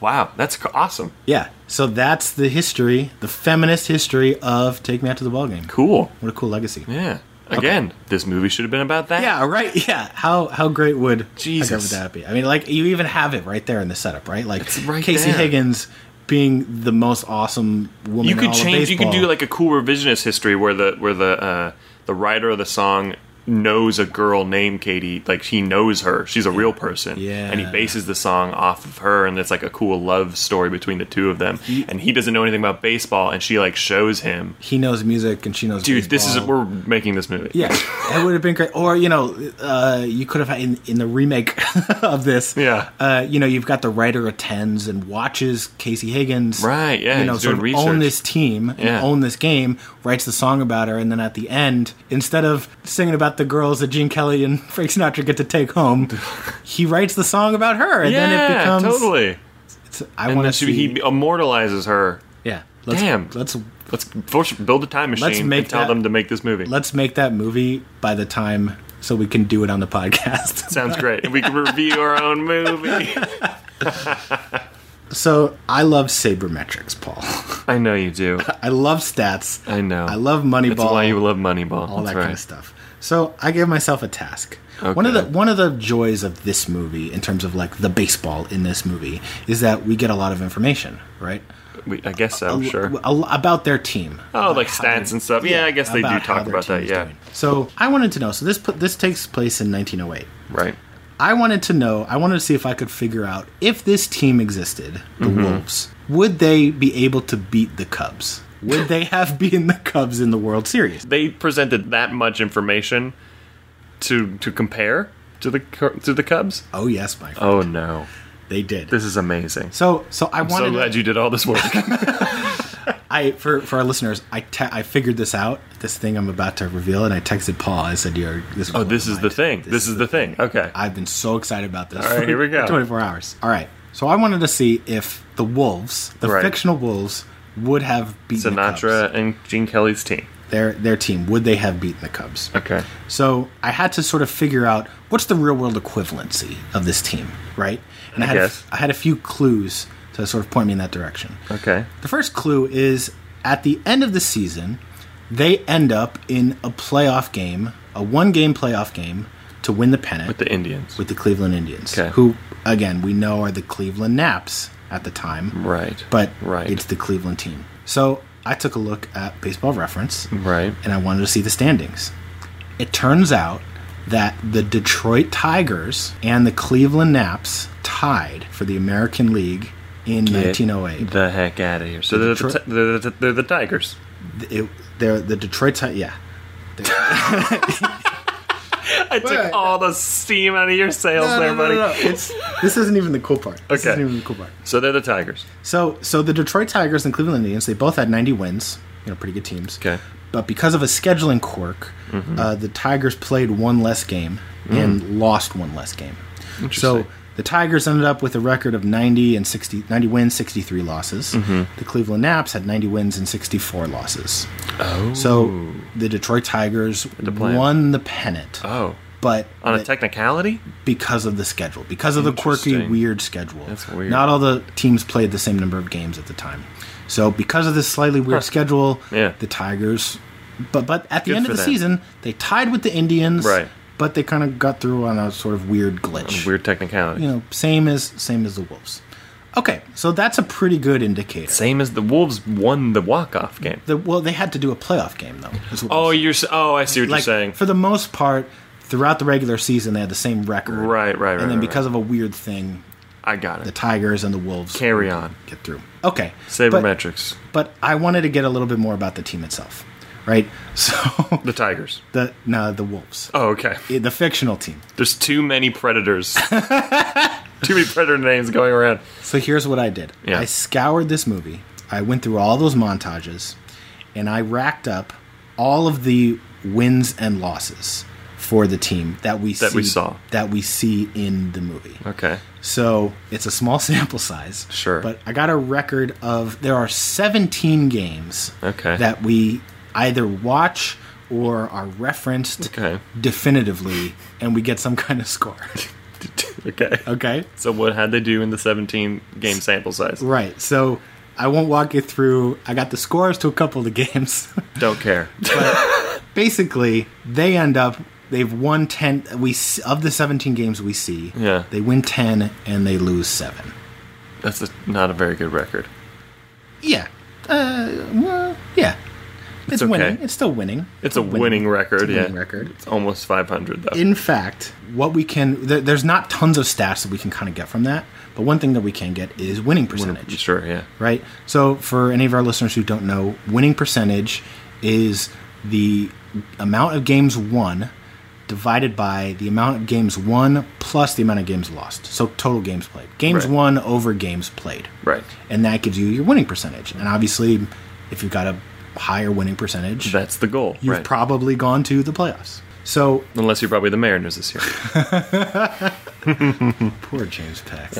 Speaker 7: Wow, that's c- awesome.
Speaker 6: yeah, so that's the history, the feminist history of Take Me Out to the Ball Game.
Speaker 7: Cool.
Speaker 6: What a cool legacy.
Speaker 7: Yeah. Again, this movie should have been about that.
Speaker 6: Yeah, right. Yeah, how how great would
Speaker 7: Jesus.
Speaker 6: how great would that be? I mean, like you even have it right there in the setup, right? Like
Speaker 7: It's right
Speaker 6: Casey
Speaker 7: there.
Speaker 6: Higgins being the most awesome woman.
Speaker 7: You
Speaker 6: in
Speaker 7: could
Speaker 6: all of
Speaker 7: change. You could
Speaker 6: baseball.
Speaker 7: do like a cool revisionist history where the where the uh, the writer of the song knows a girl named Katie. Like he knows her. She's a real person.
Speaker 6: Yeah.
Speaker 7: And he bases the song off of her, and it's like a cool love story between the two of them. and he doesn't know anything about baseball, and she like shows him.
Speaker 6: he knows music and she knows.
Speaker 7: Dude, this is
Speaker 6: baseball.
Speaker 7: we're making this movie.
Speaker 6: Yeah, that would have been great. Or you know, uh, you could have in in the remake of this.
Speaker 7: Yeah.
Speaker 6: uh, you know, you've got the writer attends and watches Casey Higgins.
Speaker 7: Right, yeah,
Speaker 6: you know,
Speaker 7: he's
Speaker 6: sort
Speaker 7: doing
Speaker 6: of own this
Speaker 7: research.
Speaker 6: team, and
Speaker 7: Yeah.
Speaker 6: own this game. Writes the song about her, and then at the end, instead of singing about the girls that Gene Kelly and Frank Sinatra get to take home, he writes the song about her, and
Speaker 7: Yeah,
Speaker 6: then it becomes.
Speaker 7: totally.
Speaker 6: it's- I
Speaker 7: And
Speaker 6: want
Speaker 7: then
Speaker 6: to
Speaker 7: she,
Speaker 6: see.
Speaker 7: he immortalizes her.
Speaker 6: yeah, let's,
Speaker 7: Damn.
Speaker 6: Let's
Speaker 7: Let's force, build a time machine
Speaker 6: make
Speaker 7: and tell
Speaker 6: that-
Speaker 7: them to make this movie.
Speaker 6: let's make that movie by the time so we can do it on the podcast.
Speaker 7: Sounds great. We can review our own movie.
Speaker 6: So I love sabermetrics, Paul.
Speaker 7: I know you do.
Speaker 6: I love stats.
Speaker 7: I know.
Speaker 6: I love
Speaker 7: That's
Speaker 6: Moneyball.
Speaker 7: why you love Moneyball.
Speaker 6: all
Speaker 7: That's
Speaker 6: that
Speaker 7: right.
Speaker 6: kind of stuff. So I gave myself a task. One of the
Speaker 7: Okay.
Speaker 6: one of the joys of this movie, in terms of like the baseball in this movie, is that we get a lot of information, right?
Speaker 7: We, I guess so. Oh, Sure.
Speaker 6: A- a- about their team.
Speaker 7: Oh,
Speaker 6: Uh, About
Speaker 7: like
Speaker 6: how they-
Speaker 7: stats and stuff. Yeah, I guess they do
Speaker 6: how
Speaker 7: talk
Speaker 6: their
Speaker 7: about
Speaker 6: team
Speaker 7: that.
Speaker 6: is
Speaker 7: Yeah.
Speaker 6: doing. So I wanted to know. So this put, this takes place in 1908.
Speaker 7: Right.
Speaker 6: I wanted to know, I wanted to see if I could figure out if this team existed, the
Speaker 7: Mm-hmm.
Speaker 6: Wolves, would they be able to beat the Cubs? Would they have beaten the Cubs in the World Series?
Speaker 7: They presented that much information to to compare to the Cur- to the Cubs.
Speaker 6: Oh yes, my friend.
Speaker 7: Oh no,
Speaker 6: They did.
Speaker 7: this is amazing.
Speaker 6: so so I wanted
Speaker 7: So glad you did all this work.
Speaker 6: I for for our listeners, I te- I figured this out, this thing I'm about to reveal and I texted Paul. I said, "You're this
Speaker 7: oh, this is the thing. This, is the thing. Okay.
Speaker 6: I've been so excited about this.
Speaker 7: All right, here we go.
Speaker 6: 24 hours. All right. So I wanted to see if the Wolves, the
Speaker 7: Right.
Speaker 6: fictional Wolves, would have beaten the
Speaker 7: Sinatra
Speaker 6: Cubs.
Speaker 7: and Gene Kelly's team.
Speaker 6: Their their team would they have beaten the Cubs?
Speaker 7: Okay.
Speaker 6: So I had to sort of figure out what's the real world equivalency of this team, right? And I,
Speaker 7: I
Speaker 6: had a
Speaker 7: guess.
Speaker 6: f- I had a few clues to sort of point me in that direction.
Speaker 7: Okay.
Speaker 6: The first clue is at the end of the season, they end up in a playoff game, a one game playoff game to win the pennant
Speaker 7: With the Indians.
Speaker 6: with the Cleveland Indians,
Speaker 7: Okay.
Speaker 6: who, again, we know are the Cleveland Naps at the time.
Speaker 7: Right.
Speaker 6: But
Speaker 7: Right.
Speaker 6: it's the Cleveland team. So I took a look at baseball reference
Speaker 7: right.
Speaker 6: and I wanted to see the standings. It turns out that the Detroit Tigers and the Cleveland Naps tied for the American League in 1908.
Speaker 7: The heck out of here. So they're the,
Speaker 6: Detroit-
Speaker 7: ti- they're, the, they're the Tigers.
Speaker 6: It- they're the Detroit Tigers. Yeah.
Speaker 7: I took all the steam out of your sails there, buddy.
Speaker 6: It's, this isn't even the cool part. This
Speaker 7: Okay.
Speaker 6: isn't even the cool part.
Speaker 7: So they're the Tigers.
Speaker 6: So, so the Detroit Tigers and Cleveland Indians, they both had 90 wins. You know, pretty good teams.
Speaker 7: Okay.
Speaker 6: But because of a scheduling quirk,
Speaker 7: Mm-hmm.
Speaker 6: uh, the Tigers played one less game and lost one less game. So
Speaker 7: Mm. Interesting.
Speaker 6: the Tigers ended up with a record of 90 and 60, 90 wins, 63 losses.
Speaker 7: Mm-hmm.
Speaker 6: The Cleveland Naps had 90 wins and 64 losses. Oh. So the Detroit Tigers
Speaker 7: plan.
Speaker 6: won the pennant
Speaker 7: Oh.
Speaker 6: but
Speaker 7: on a
Speaker 6: that-
Speaker 7: technicality.
Speaker 6: because of the schedule, because of the quirky,
Speaker 7: Interesting.
Speaker 6: weird schedule.
Speaker 7: That's weird.
Speaker 6: Not all the teams played the same number of games at the time. So because of this slightly weird schedule,
Speaker 7: Yeah.
Speaker 6: the Tigers. But but at the
Speaker 7: Good
Speaker 6: end
Speaker 7: for
Speaker 6: of the
Speaker 7: them.
Speaker 6: season, they tied with the Indians.
Speaker 7: Right.
Speaker 6: But they kind of got through on a sort of weird glitch.
Speaker 7: Weird technicality.
Speaker 6: You know, same as same as the Wolves. Okay, so that's a pretty good indicator.
Speaker 7: Same as the Wolves won the walk-off game.
Speaker 6: The- well, they had to do a playoff game though. is what I'm
Speaker 7: Oh,
Speaker 6: saying.
Speaker 7: you're s- oh, I see what
Speaker 6: like
Speaker 7: you're saying.
Speaker 6: for the most part, throughout the regular season, they had the same record.
Speaker 7: Right, right, right,
Speaker 6: And then
Speaker 7: right,
Speaker 6: because of a weird thing,
Speaker 7: I got
Speaker 6: the
Speaker 7: it.
Speaker 6: Tigers and the Wolves
Speaker 7: Carry on.
Speaker 6: get through. Okay. but,
Speaker 7: Sabermetrics.
Speaker 6: But I wanted to get a little bit more about the team itself, right? So
Speaker 7: The Tigers.
Speaker 6: the no the Wolves,
Speaker 7: Oh, okay.
Speaker 6: Eh, the fictional team.
Speaker 7: There's too many predators. too many predator names going around.
Speaker 6: So here's what I did.
Speaker 7: Yeah.
Speaker 6: I scoured this movie. I went through all those montages, and I racked up all of the wins and losses for the team that we
Speaker 7: That
Speaker 6: see,
Speaker 7: we saw.
Speaker 6: that we see in the movie.
Speaker 7: Okay.
Speaker 6: So it's a small sample size.
Speaker 7: Sure.
Speaker 6: But I got a record of there are 17 games
Speaker 7: Okay.
Speaker 6: that we either watch or are referenced
Speaker 7: Okay.
Speaker 6: definitively and we get some kind of score.
Speaker 7: Okay.
Speaker 6: okay?
Speaker 7: So what had they do in the 17 game sample size?
Speaker 6: Right. So I won't walk you through. I got the scores to a couple of the games.
Speaker 7: Don't care.
Speaker 6: Basically, they end up they've won 10 we s- of the 17 games we see.
Speaker 7: Yeah.
Speaker 6: They win 10 and they lose 7.
Speaker 7: That's a, not a very good record.
Speaker 6: Yeah. Uh, well, yeah. It's,
Speaker 7: okay.
Speaker 6: winning. It's still winning.
Speaker 7: It's a winning, record.
Speaker 6: It's a
Speaker 7: yeah.
Speaker 6: winning record.
Speaker 7: It's almost 500 though.
Speaker 6: In fact, what we can there, there's not tons of stats that we can kind of get from that, but one thing that we can get is winning percentage.
Speaker 7: sure. Yeah.
Speaker 6: Right. So for any of our listeners who don't know, winning percentage is the amount of games won divided by the amount of games won plus the amount of games lost. So total games played. Games
Speaker 7: Right.
Speaker 6: won over games played
Speaker 7: Right.
Speaker 6: and that gives you your winning percentage. And obviously, if you've got a higher winning percentage,
Speaker 7: That's the goal.
Speaker 6: you've
Speaker 7: right.
Speaker 6: probably gone to the playoffs. So
Speaker 7: Unless you're probably the Mariners this year.
Speaker 6: poor James Peck.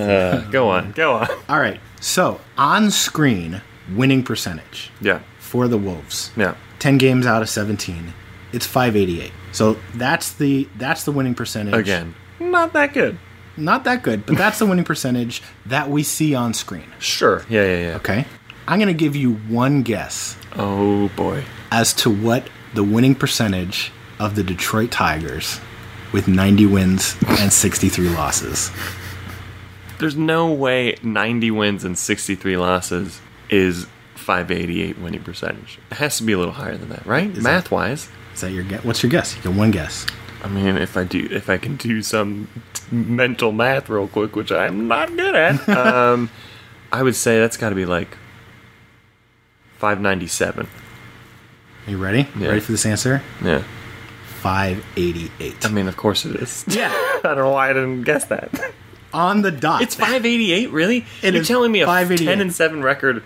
Speaker 7: go on. Uh, Go on.
Speaker 6: All right. So on screen winning percentage
Speaker 7: Yeah.
Speaker 6: for the Wolves.
Speaker 7: Yeah.
Speaker 6: Ten games out of seventeen. It's five eighty eight. So that's the that's the winning percentage.
Speaker 7: Again. Not that good.
Speaker 6: Not that good, but that's the winning percentage that we see on screen.
Speaker 7: Sure. Yeah. Yeah. Yeah.
Speaker 6: Okay. I'm gonna give you one guess
Speaker 7: Oh boy.
Speaker 6: as to what the winning percentage of the Detroit Tigers with 90 wins and 63 losses.
Speaker 7: There's no way 90 wins and 63 losses is 588 winning percentage. It has to be a little higher than that, right? Math wise.
Speaker 6: Is that your guess? What's your guess? You get one guess.
Speaker 7: I mean, if I do, if I can do some t- mental math real quick, which I'm not good at, um, I would say that's got to be like 597.
Speaker 6: Are you ready?
Speaker 7: Yeah.
Speaker 6: Ready for this answer?
Speaker 7: Yeah.
Speaker 6: 588.
Speaker 7: I mean, of course it is.
Speaker 6: yeah.
Speaker 7: I don't know why I didn't guess that.
Speaker 6: On the dot.
Speaker 7: It's 588, really?
Speaker 6: It
Speaker 7: You're
Speaker 6: is
Speaker 7: telling me a
Speaker 6: 588.
Speaker 7: 10 and 7 record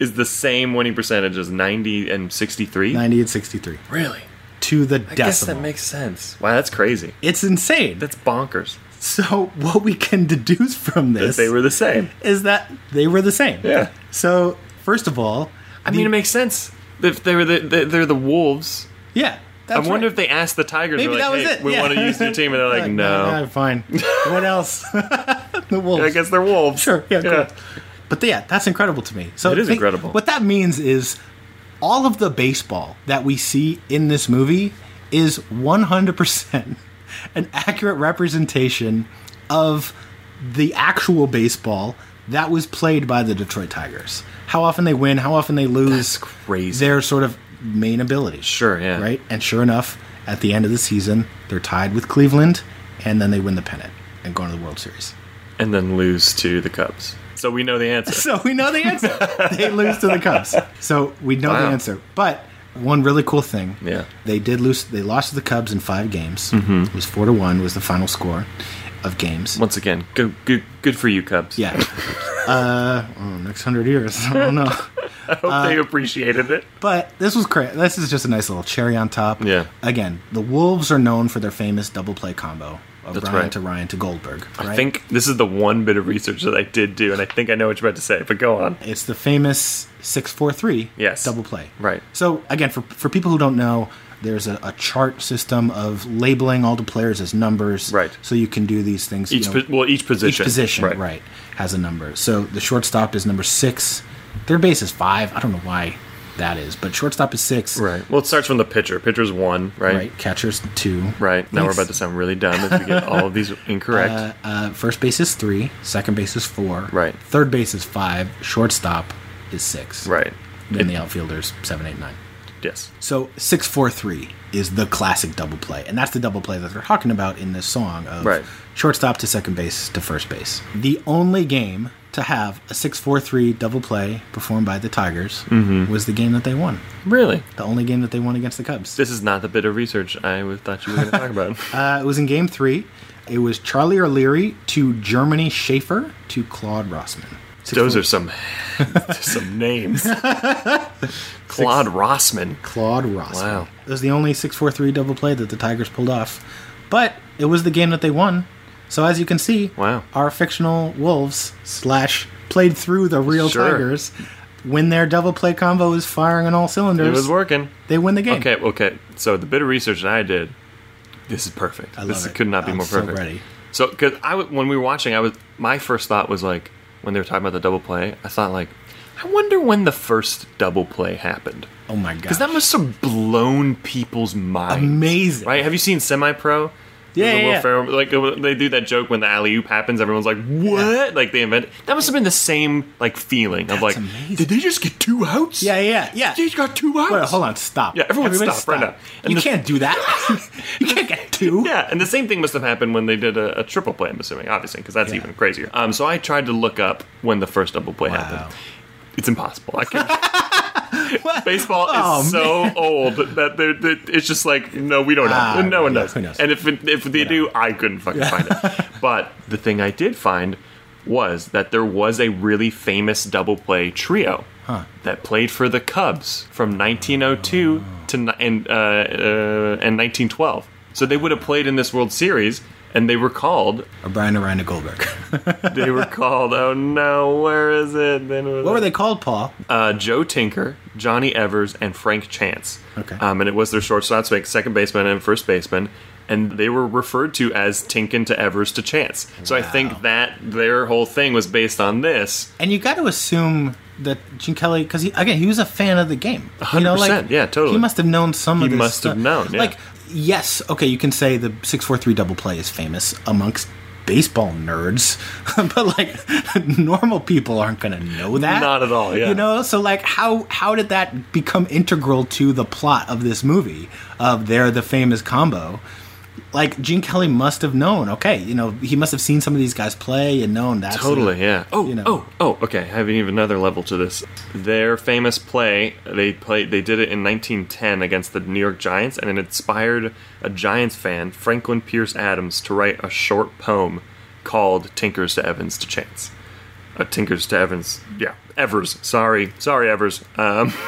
Speaker 7: is the same winning percentage as 90 and 63?
Speaker 6: 90 and 63.
Speaker 7: Really?
Speaker 6: To the decimal.
Speaker 7: I guess that makes sense. Wow, that's crazy.
Speaker 6: it's insane.
Speaker 7: That's bonkers.
Speaker 6: so, what we can deduce from
Speaker 7: That
Speaker 6: this
Speaker 7: they were the same.
Speaker 6: is that they were the same.
Speaker 7: Yeah.
Speaker 6: So, first of all,
Speaker 7: I mean, it makes sense. If they were the, they- they're the wolves.
Speaker 6: yeah. That's
Speaker 7: I wonder
Speaker 6: right.
Speaker 7: if they asked the Tigers.
Speaker 6: Maybe
Speaker 7: they're
Speaker 6: that
Speaker 7: like,
Speaker 6: was
Speaker 7: "Hey,
Speaker 6: it.
Speaker 7: We
Speaker 6: yeah.
Speaker 7: want to use your team, and they're like,
Speaker 6: no,
Speaker 7: no.
Speaker 6: fine. What else? the wolves.
Speaker 7: I guess they're wolves.
Speaker 6: Sure, yeah, cool. But yeah, that's incredible to me. So
Speaker 7: It is
Speaker 6: think-
Speaker 7: incredible.
Speaker 6: What that means is all of the baseball that we see in this movie is 100% an accurate representation of the actual baseball that was played by the Detroit Tigers. How often they win, how often they lose.
Speaker 7: That's crazy.
Speaker 6: Their sort of main ability.
Speaker 7: Sure, yeah.
Speaker 6: Right? And sure enough, at the end of the season, they're tied with Cleveland, and then they win the pennant and go into the World Series.
Speaker 7: And then lose to the Cubs. So we know the answer.
Speaker 6: So we know the answer. they lose to the Cubs. So we know
Speaker 7: Wow.
Speaker 6: the answer. But one really cool thing.
Speaker 7: Yeah.
Speaker 6: They did lose. They lost to the Cubs in five games.
Speaker 7: Mm-hmm.
Speaker 6: It was four to one. Was the final score of games.
Speaker 7: Once again, good, good, good for you, Cubs.
Speaker 6: Yeah. uh, oh, next hundred years. I don't know.
Speaker 7: I hope they appreciated it.
Speaker 6: But this was cra This is just a nice little cherry on top.
Speaker 7: Yeah.
Speaker 6: Again, the Wolves are known for their famous double play combo. of
Speaker 7: That's
Speaker 6: Bryant to
Speaker 7: right.
Speaker 6: Ryan to Goldberg. Right?
Speaker 7: I think this is the one bit of research that I did do, and I think I know what you're about to say, but go on.
Speaker 6: It's the famous 643
Speaker 7: Yes.
Speaker 6: double play.
Speaker 7: Right.
Speaker 6: So, again, for, for people who don't know, there's a, a chart system of labeling all the players as numbers.
Speaker 7: Right.
Speaker 6: So you can do these things.
Speaker 7: Each
Speaker 6: you know,
Speaker 7: po- well, each position.
Speaker 6: Each position,
Speaker 7: Right.
Speaker 6: right. has a number. So the shortstop is number six. Their base is five. I don't know why that is, but shortstop is six.
Speaker 7: Right. Well, it starts from the pitcher. Pitcher's one, right?
Speaker 6: Right. Catcher's two.
Speaker 7: Right. Now we're
Speaker 6: Thanks.
Speaker 7: about to sound really dumb if we get all of these incorrect.
Speaker 6: Uh, uh, first base is three. Second base is four.
Speaker 7: Right.
Speaker 6: Third base is five. Shortstop is six.
Speaker 7: right.
Speaker 6: Then the outfielders seven, eight, nine.
Speaker 7: Yes.
Speaker 6: So six four three is the classic double play, and that's the double play that they're talking about in this song of
Speaker 7: Right.
Speaker 6: shortstop to second base to first base. The only game to have a six four three double play performed by the Tigers
Speaker 7: Mm-hmm.
Speaker 6: was the game that they won.
Speaker 7: Really?
Speaker 6: The only game that they won against the Cubs.
Speaker 7: This is not the bit of research I would- thought you were going to talk about.
Speaker 6: Uh, it was in Game Three. It was Charlie O'Leary to Germany Schaefer to Claude Rossman.
Speaker 7: Those are some some names. Claude Rossman.
Speaker 6: Claude Rossman.
Speaker 7: Wow.
Speaker 6: It was the only 6-4-3 double play that the Tigers pulled off. But it was the game that they won. So as you can see,
Speaker 7: Wow.
Speaker 6: our fictional Wolves slash played through the real
Speaker 7: Sure.
Speaker 6: Tigers. When their double play combo is firing on all cylinders,
Speaker 7: It was working.
Speaker 6: they win the game.
Speaker 7: Okay, okay. So the bit of research that I did, this is perfect.
Speaker 6: I love
Speaker 7: this
Speaker 6: it.
Speaker 7: could not be
Speaker 6: I'm
Speaker 7: more
Speaker 6: so
Speaker 7: perfect.
Speaker 6: ready.
Speaker 7: So, because I w- when we were watching, I was my first thought was like when they were talking about the double play, I thought like, I wonder when the first double play happened
Speaker 6: Oh my god.
Speaker 7: because that must have blown people's minds.
Speaker 6: Amazing.
Speaker 7: right? Have you seen Semi Pro?
Speaker 6: Yeah, yeah, yeah.
Speaker 7: like uh, they do that joke when the alley oop happens, everyone's like, "What?" Like they invent. That must have been the same like feeling of like,
Speaker 6: amazing.
Speaker 7: did they just get two outs?
Speaker 6: Yeah, yeah, yeah.
Speaker 7: They just got two outs.
Speaker 6: Wait, hold on, stop.
Speaker 7: Yeah, everyone
Speaker 6: Everybody
Speaker 7: stop right now. And
Speaker 6: you
Speaker 7: the-
Speaker 6: can't do that. you can't get two.
Speaker 7: Yeah, and the same thing must have happened when they did a, a triple play. I'm assuming, obviously, because that's
Speaker 6: Yeah.
Speaker 7: even crazier. Um, so I tried to look up when the first double play happened. It's impossible. I can't. Baseball
Speaker 6: Oh,
Speaker 7: is so old that they're, that it's just like no, we don't know.
Speaker 6: Ah,
Speaker 7: no one
Speaker 6: yeah,
Speaker 7: knows.
Speaker 6: who knows?
Speaker 7: And if it, if they do, I couldn't fucking find it. But the thing I did find was that there was a really famous double play trio that played for the Cubs from 1902 to ni- and uh, uh, and 1912. So they would have played in this World Series, and they were called.
Speaker 6: Or Brian or Ryan to Goldberg.
Speaker 7: They were called. Oh no, where is it? Then
Speaker 6: what were they called, Paul?
Speaker 7: uh, Joe Tinker, Johnny Evers, and Frank Chance.
Speaker 6: Okay.
Speaker 7: Um, and it was their shortstops, like second baseman and first baseman, and they were referred to as Tinkin to Evers to Chance. So I think that their whole thing was based on this.
Speaker 6: And you got to assume that Gene Kelly, because he, again, he was a fan of the game. You know,
Speaker 7: 100%, yeah, totally.
Speaker 6: He must have known some
Speaker 7: He
Speaker 6: of this.
Speaker 7: must have
Speaker 6: stuff.
Speaker 7: known, yeah.
Speaker 6: Like, yes, okay, you can say the six four three double play is famous amongst baseball nerds, but like normal people aren't going to know that.
Speaker 7: Not at all, yeah.
Speaker 6: You know, so like, how how did that become integral to the plot of this movie? Of they're the famous combo. Like Gene Kelly must have known. Okay, you know he must have seen some of these guys play and known that.
Speaker 7: Totally, yeah. Oh,
Speaker 6: You know.
Speaker 7: oh, oh. Okay, I have even another level to this. Their famous play, they played, they did it in 1910 against the New York Giants, and it inspired a Giants fan, Franklin Pierce Adams, to write a short poem called "Tinkers to Evans to Chance." Uh, Tinkers to Evans, yeah, Evers. Sorry, sorry, Evers. Um,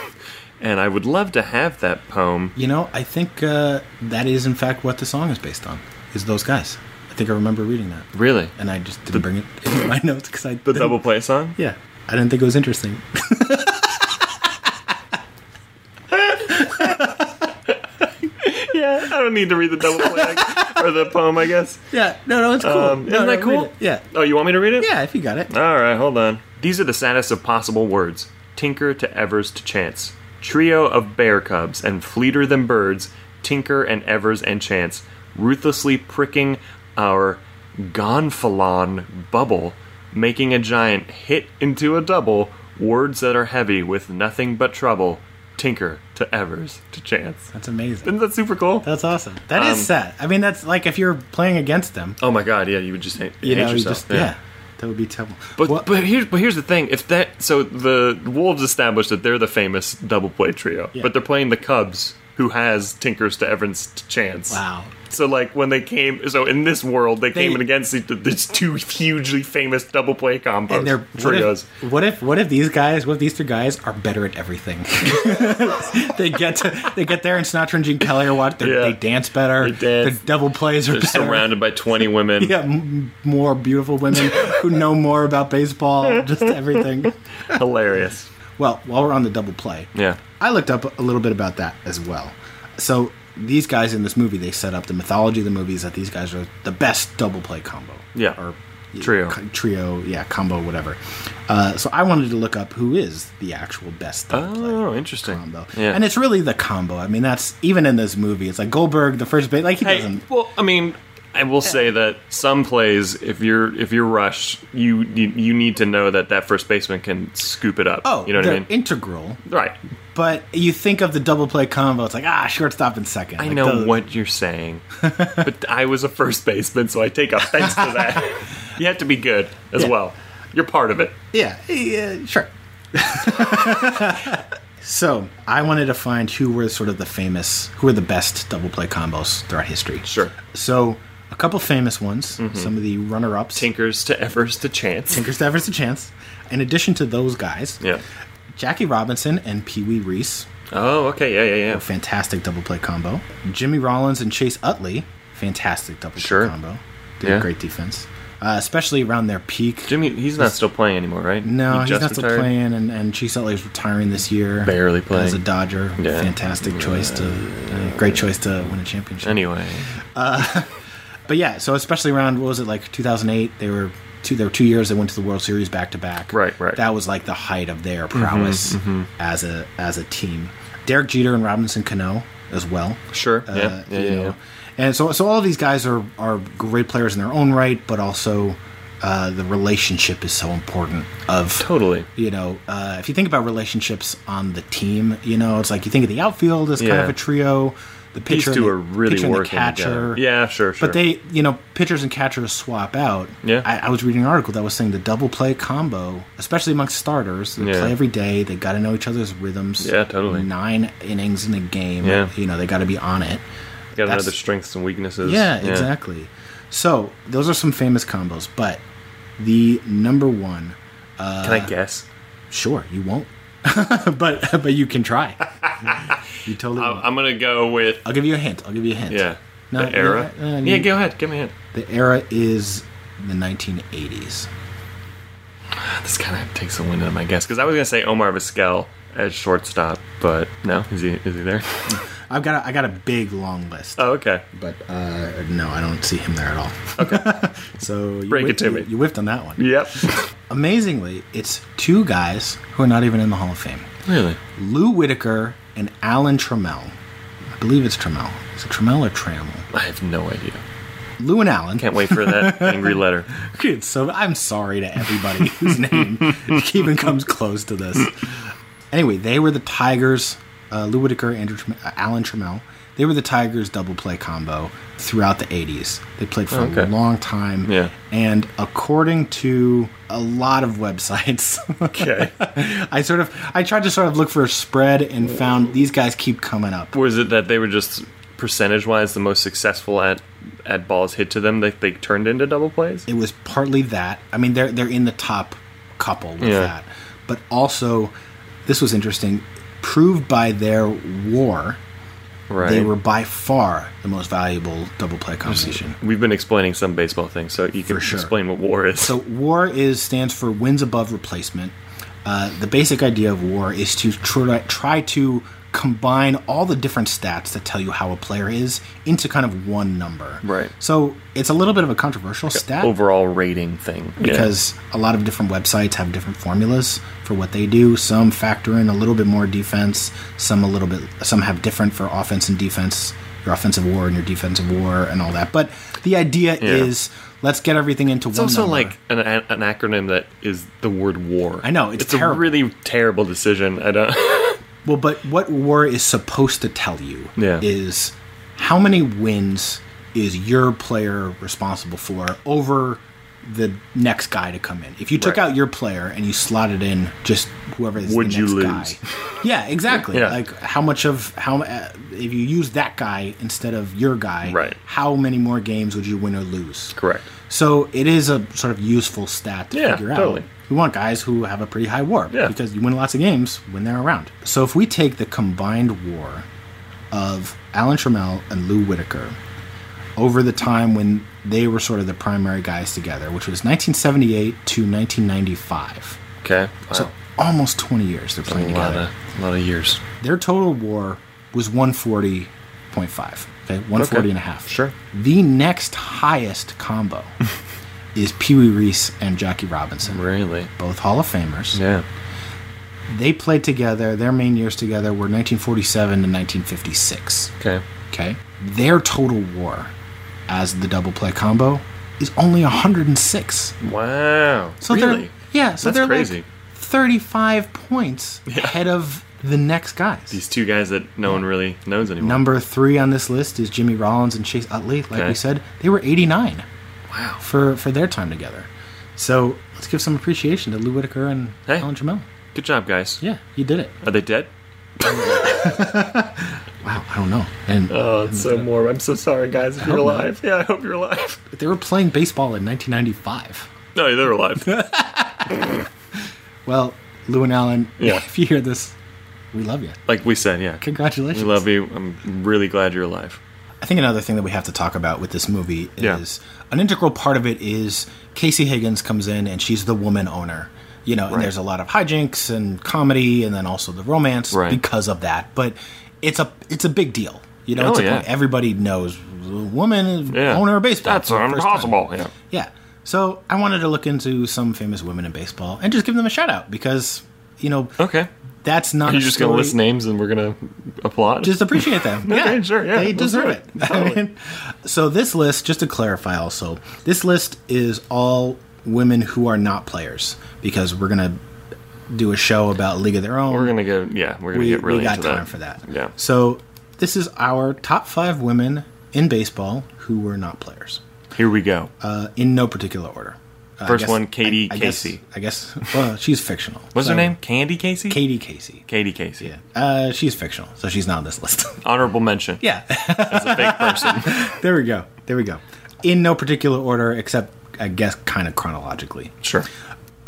Speaker 7: and I would love to have that poem.
Speaker 6: You know, I think uh, that is in fact what the song is based on. Is those guys? I think I remember reading that,
Speaker 7: Really,
Speaker 6: and I just didn't bring it in my notes because I
Speaker 7: the
Speaker 6: didn't-
Speaker 7: double play song.
Speaker 6: Yeah, I didn't think it was interesting.
Speaker 7: Yeah, I don't need to read the double play or the poem. I guess.
Speaker 6: yeah, no, no, it's cool.
Speaker 7: Um,
Speaker 6: No, no,
Speaker 7: isn't that
Speaker 6: read
Speaker 7: cool?
Speaker 6: it. Yeah,
Speaker 7: Oh, you want me to read it?
Speaker 6: yeah, if you got it.
Speaker 7: All right, hold on. These are the saddest of possible words Tinker to Evers to Chance. Trio of bear cubs and fleeter than birds, Tinker and Evers and Chance, ruthlessly pricking our gonfalon bubble, making a giant hit into a double, words that are heavy with nothing but trouble. Tinker to Evers to Chance.
Speaker 6: That's amazing.
Speaker 7: Isn't that super cool?
Speaker 6: That's awesome. That is
Speaker 7: Um,
Speaker 6: sad. I mean, that's like if you're playing against them,
Speaker 7: Oh my god, yeah, you would just hate,
Speaker 6: you
Speaker 7: hate
Speaker 6: know, you
Speaker 7: yourself.
Speaker 6: just yeah. that would be terrible.
Speaker 7: But
Speaker 6: What-
Speaker 7: but here's but here's the thing. If that so the Wolves established that they're the famous double play trio, but they're playing the Cubs, who has Tinker's to Evans' chance.
Speaker 10: Wow.
Speaker 7: So like when they came, so in this world they, came
Speaker 10: They-
Speaker 7: in against the- these two hugely famous double play combos
Speaker 10: And they're what
Speaker 7: trios.
Speaker 10: if, what if what if these guys, what if these three guys are better at everything?
Speaker 6: they get to, they get there and Sinatra and Gene Kelly are watching.
Speaker 7: Yeah.
Speaker 6: They dance better.
Speaker 7: They dance.
Speaker 6: Their double plays are
Speaker 7: They're
Speaker 6: better.
Speaker 7: surrounded by twenty women.
Speaker 6: Yeah, m- more beautiful women who know more about baseball, just everything.
Speaker 7: Hilarious.
Speaker 6: Well, while we're on the double play,
Speaker 7: Yeah.
Speaker 6: I looked up a little bit about that as well. So these guys in this movie, they set up the mythology of the movie is that these guys are the best double play combo.
Speaker 7: Yeah.
Speaker 6: Or
Speaker 7: Trio.
Speaker 6: c- trio, yeah, combo, whatever. Uh, so I wanted to look up who is the actual best double play
Speaker 7: Oh, interesting.
Speaker 6: combo.
Speaker 7: Yeah.
Speaker 6: And it's really the combo. I mean, that's even in this movie. It's like Goldberg, the first base, like he
Speaker 7: Hey,
Speaker 6: doesn't.
Speaker 7: well, I mean, I will say that some plays, if you're if you're rushed, you you, you need to know that that first baseman can scoop it up.
Speaker 6: Oh,
Speaker 7: you know what
Speaker 6: they're
Speaker 7: I mean?
Speaker 6: integral.
Speaker 7: right.
Speaker 6: But you think of the double play combo, it's like ah, shortstop and second.
Speaker 7: I
Speaker 6: Like,
Speaker 7: know
Speaker 6: the-
Speaker 7: what you're saying, but I was a first baseman, so I take offense to that. you have to be good as
Speaker 6: Yeah.
Speaker 7: well. You're part of it.
Speaker 6: Yeah, yeah, sure. so I wanted to find who were sort of the famous, who were the best double play combos throughout history.
Speaker 7: Sure. Mm-hmm.
Speaker 6: So a couple famous ones, some of the runner ups.
Speaker 7: Tinkers to Evers to Chance.
Speaker 6: Tinker Stafford's a chance. In addition to those guys,
Speaker 7: Yeah.
Speaker 6: Jackie Robinson and Pee Wee Reese,
Speaker 7: Oh, okay. Yeah, yeah, yeah.
Speaker 6: fantastic double play combo. Jimmy Rollins and Chase Utley, fantastic double play
Speaker 7: Sure.
Speaker 6: combo. Did
Speaker 7: Yeah.
Speaker 6: great defense, uh, especially around their peak.
Speaker 7: Jimmy, he's not still playing anymore, right?
Speaker 6: No,
Speaker 7: He
Speaker 6: he's
Speaker 7: just
Speaker 6: not still
Speaker 7: retired?
Speaker 6: playing, and, and Chase Utley's retiring this year.
Speaker 7: Barely playing.
Speaker 6: as a Dodger.
Speaker 7: Yeah.
Speaker 6: Fantastic choice to, uh, great choice to win a championship.
Speaker 7: Anyway,
Speaker 6: But yeah, so especially around what was it like 2008? They were two. There were two years they went to the World Series back to back.
Speaker 7: Right, right. Mm-hmm,
Speaker 6: That was like the height of their prowess as a as a team. Derek Jeter and Robinson Cano as well.
Speaker 7: sure.
Speaker 6: Uh,
Speaker 7: yeah, yeah,
Speaker 6: you
Speaker 7: yeah,
Speaker 6: know.
Speaker 7: yeah.
Speaker 6: And so, so all of these guys are are great players in their own right, but also uh, the relationship is so important of
Speaker 7: Totally.
Speaker 6: you know, uh, if you think about relationships on the team, you know, it's like you think of the outfield as kind
Speaker 7: Yeah.
Speaker 6: of a trio. The
Speaker 7: These
Speaker 6: pitcher, and
Speaker 7: two
Speaker 6: the,
Speaker 7: are really
Speaker 6: pitcher and the
Speaker 7: working
Speaker 6: catcher.
Speaker 7: together. Yeah, sure, sure.
Speaker 6: But they, you know, pitchers and catchers swap out.
Speaker 7: Yeah.
Speaker 6: I, I was reading an article that was saying the double play combo, especially amongst starters, they
Speaker 7: Yeah.
Speaker 6: play every day. They got to know each other's rhythms.
Speaker 7: Yeah, totally.
Speaker 6: Nine innings in a game.
Speaker 7: Yeah.
Speaker 6: You know, they got to be on it.
Speaker 7: got to know
Speaker 6: that's-
Speaker 7: their strengths and weaknesses.
Speaker 6: Yeah, exactly. So those are some famous combos, but the number one,
Speaker 7: Can I guess?
Speaker 6: sure, you won't. but but you can try. you totally.
Speaker 7: I'm,
Speaker 6: won't.
Speaker 7: I'm gonna go with
Speaker 6: I'll give you a hint. I'll give you a hint.
Speaker 7: yeah.
Speaker 6: No,
Speaker 7: the era.
Speaker 6: yeah, uh,
Speaker 7: yeah,
Speaker 6: you-
Speaker 7: go ahead. Give me a hint.
Speaker 6: The era is the 1980s.
Speaker 7: This kind of takes the wind out of my guess because I was gonna say Omar Vizquel as shortstop, but no, is he is he there?
Speaker 6: I've got a, I got a big long list,
Speaker 7: oh, okay.
Speaker 6: but uh, no, I don't see him there at all. Okay. so you
Speaker 7: Break it
Speaker 6: whiffed-
Speaker 7: to
Speaker 6: you,
Speaker 7: me.
Speaker 6: You whiffed on that one.
Speaker 7: Yep.
Speaker 6: Amazingly, it's two guys who are not even in the Hall of Fame:
Speaker 7: really?
Speaker 6: Lou Whitaker and Alan Trammell. I believe it's Trammell. Is it Trammell or Trammell?
Speaker 7: I have no idea.
Speaker 6: Lou and Alan.
Speaker 7: Can't wait for that angry letter.
Speaker 6: Dude, so I'm sorry to everybody whose name even comes close to this. Anyway, they were the Tigers. Uh, Lou Whitaker, Andrew Trem- uh, Alan Trammell. They were the Tigers' double play combo throughout the '80s. They played for
Speaker 7: Okay.
Speaker 6: a long time.
Speaker 7: Yeah.
Speaker 6: And according to a lot of websites,
Speaker 7: Okay.
Speaker 6: I sort of I tried to sort of look for a spread and found these guys keep coming up.
Speaker 7: Was it that they were just percentage wise the most successful at at balls hit to them that they turned into double plays?
Speaker 6: it was partly that. I mean, they're they're in the top couple with
Speaker 7: Yeah.
Speaker 6: that, but also this was interesting. Proved by their WAR,
Speaker 7: Right.
Speaker 6: they were by far the most valuable double play combination.
Speaker 7: We've been explaining some baseball things, so you can
Speaker 6: For sure.
Speaker 7: explain what war is.
Speaker 6: So WAR is stands for wins above replacement. Uh, the basic idea of WAR is to try, try to combine all the different stats that tell you how a player is into kind of one number.
Speaker 7: Right.
Speaker 6: So it's a little bit of a controversial stat.
Speaker 7: overall rating thing Yeah.
Speaker 6: because a lot of different websites have different formulas for what they do. Some factor in a little bit more defense, some a little bit, some have different for offense and defense, your offensive war and your defensive war and all that. But the idea
Speaker 7: Yeah.
Speaker 6: is let's get everything into
Speaker 7: it's
Speaker 6: one.
Speaker 7: also
Speaker 6: number.
Speaker 7: like an, an an acronym that is the word war.
Speaker 6: I know, it's
Speaker 7: a
Speaker 6: terrible.
Speaker 7: really terrible decision. I don't.
Speaker 6: well, but what war is supposed to tell you
Speaker 7: Yeah.
Speaker 6: is how many wins is your player responsible for over the next guy to come in. If you took
Speaker 7: Right.
Speaker 6: out your player and you slotted in just whoever is
Speaker 7: Would
Speaker 6: the
Speaker 7: you
Speaker 6: next
Speaker 7: lose?
Speaker 6: guy, yeah, exactly.
Speaker 7: Yeah.
Speaker 6: Like how much of how uh, if you use that guy instead of your guy,
Speaker 7: Right.
Speaker 6: How many more games would you win or lose?
Speaker 7: Correct.
Speaker 6: So it is a sort of useful stat to
Speaker 7: Yeah,
Speaker 6: figure
Speaker 7: totally.
Speaker 6: out. We want guys who have a pretty high war
Speaker 7: Yeah.
Speaker 6: because you win lots of games when they're around. So if we take the combined war of Alan Trammell and Lou Whitaker over the time when they were sort of the primary guys together, which was 1978 to 1995.
Speaker 7: Okay. Wow.
Speaker 6: So almost 20 years they're
Speaker 7: a
Speaker 6: playing
Speaker 7: lot
Speaker 6: together.
Speaker 7: of a lot of years.
Speaker 6: Their total war was 140.5. Okay, 140 and a half.
Speaker 7: Sure.
Speaker 6: The next highest combo is Pee Wee Reese and Jackie Robinson.
Speaker 7: Really?
Speaker 6: Both Hall of Famers.
Speaker 7: Yeah.
Speaker 6: They played together, their main years together were 1947 to 1956.
Speaker 7: Okay.
Speaker 6: Okay. Their total war as the double play combo is only 106.
Speaker 7: Wow.
Speaker 6: So
Speaker 7: really?
Speaker 6: they're yeah, so
Speaker 7: That's
Speaker 6: they're
Speaker 7: crazy.
Speaker 6: like 35 points ahead of the next guys.
Speaker 7: These two guys that no one really knows anymore.
Speaker 6: Number three on this list is Jimmy Rollins and Chase Utley. Like
Speaker 7: Okay.
Speaker 6: we said, they were 89
Speaker 7: Wow.
Speaker 6: for, for their time together. So let's give some appreciation to Lou Whitaker and
Speaker 7: Hey.
Speaker 6: Alan Trammell.
Speaker 7: Good job, guys.
Speaker 6: Yeah, you did it.
Speaker 7: Are they dead?
Speaker 6: Wow, I don't know. And
Speaker 7: Oh, it's so warm. I'm so sorry, guys. If you're alive, yeah, I hope you're alive.
Speaker 6: they were playing baseball in 1995.
Speaker 7: No, they're alive.
Speaker 6: Well, Lou and Alan,
Speaker 7: Yeah.
Speaker 6: if you hear this, we love you.
Speaker 7: like we said, yeah. We
Speaker 6: Congratulations.
Speaker 7: love you. I'm really glad you're alive.
Speaker 6: I think another thing that we have to talk about with this movie
Speaker 7: Yeah.
Speaker 6: is an integral part of it is Casey Higgins comes in and she's the woman owner. You know, and there's a lot of hijinks and comedy and then also the romance
Speaker 7: Right.
Speaker 6: because of that. But it's a it's a big deal. You know,
Speaker 7: Oh,
Speaker 6: it's a
Speaker 7: yeah.
Speaker 6: point everybody knows the woman is
Speaker 7: Yeah.
Speaker 6: owner of baseball.
Speaker 7: That's
Speaker 6: for the first time.
Speaker 7: impossible. Oh, Yeah.
Speaker 6: Yeah. So I wanted to look into some famous women in baseball and just give them a shout out because, you know,
Speaker 7: Okay.
Speaker 6: that's not
Speaker 7: Are you
Speaker 6: a
Speaker 7: just going to
Speaker 6: story-
Speaker 7: list names and we're going to applaud?
Speaker 6: just appreciate them.
Speaker 7: Okay,
Speaker 6: yeah,
Speaker 7: sure, yeah,
Speaker 6: they
Speaker 7: let's
Speaker 6: deserve
Speaker 7: do
Speaker 6: it.
Speaker 7: it.
Speaker 6: I mean, so this list, just to clarify, also, this list is all women who are not players because we're gonna do a show about League of Their Own.
Speaker 7: we're going to go, yeah, we're going to
Speaker 6: we,
Speaker 7: get really
Speaker 6: we got
Speaker 7: into
Speaker 6: time
Speaker 7: that.
Speaker 6: for that.
Speaker 7: Yeah.
Speaker 6: So this is our top five women in baseball who were not players,
Speaker 7: Here we go.
Speaker 6: uh, in no particular order. Uh, I
Speaker 7: First
Speaker 6: guess-
Speaker 7: one, Katie
Speaker 6: I, I guess-
Speaker 7: Casey.
Speaker 6: I guess. Well, she's fictional.
Speaker 7: What's her
Speaker 6: So,
Speaker 7: name? Candy Casey?
Speaker 6: Katie Casey.
Speaker 7: Katie Casey.
Speaker 6: Yeah. Uh, she's fictional, so she's not on this list.
Speaker 7: Honorable mention.
Speaker 6: yeah.
Speaker 7: As a fake person.
Speaker 6: There we go. There we go. In no particular order, except I guess kind of chronologically.
Speaker 7: sure.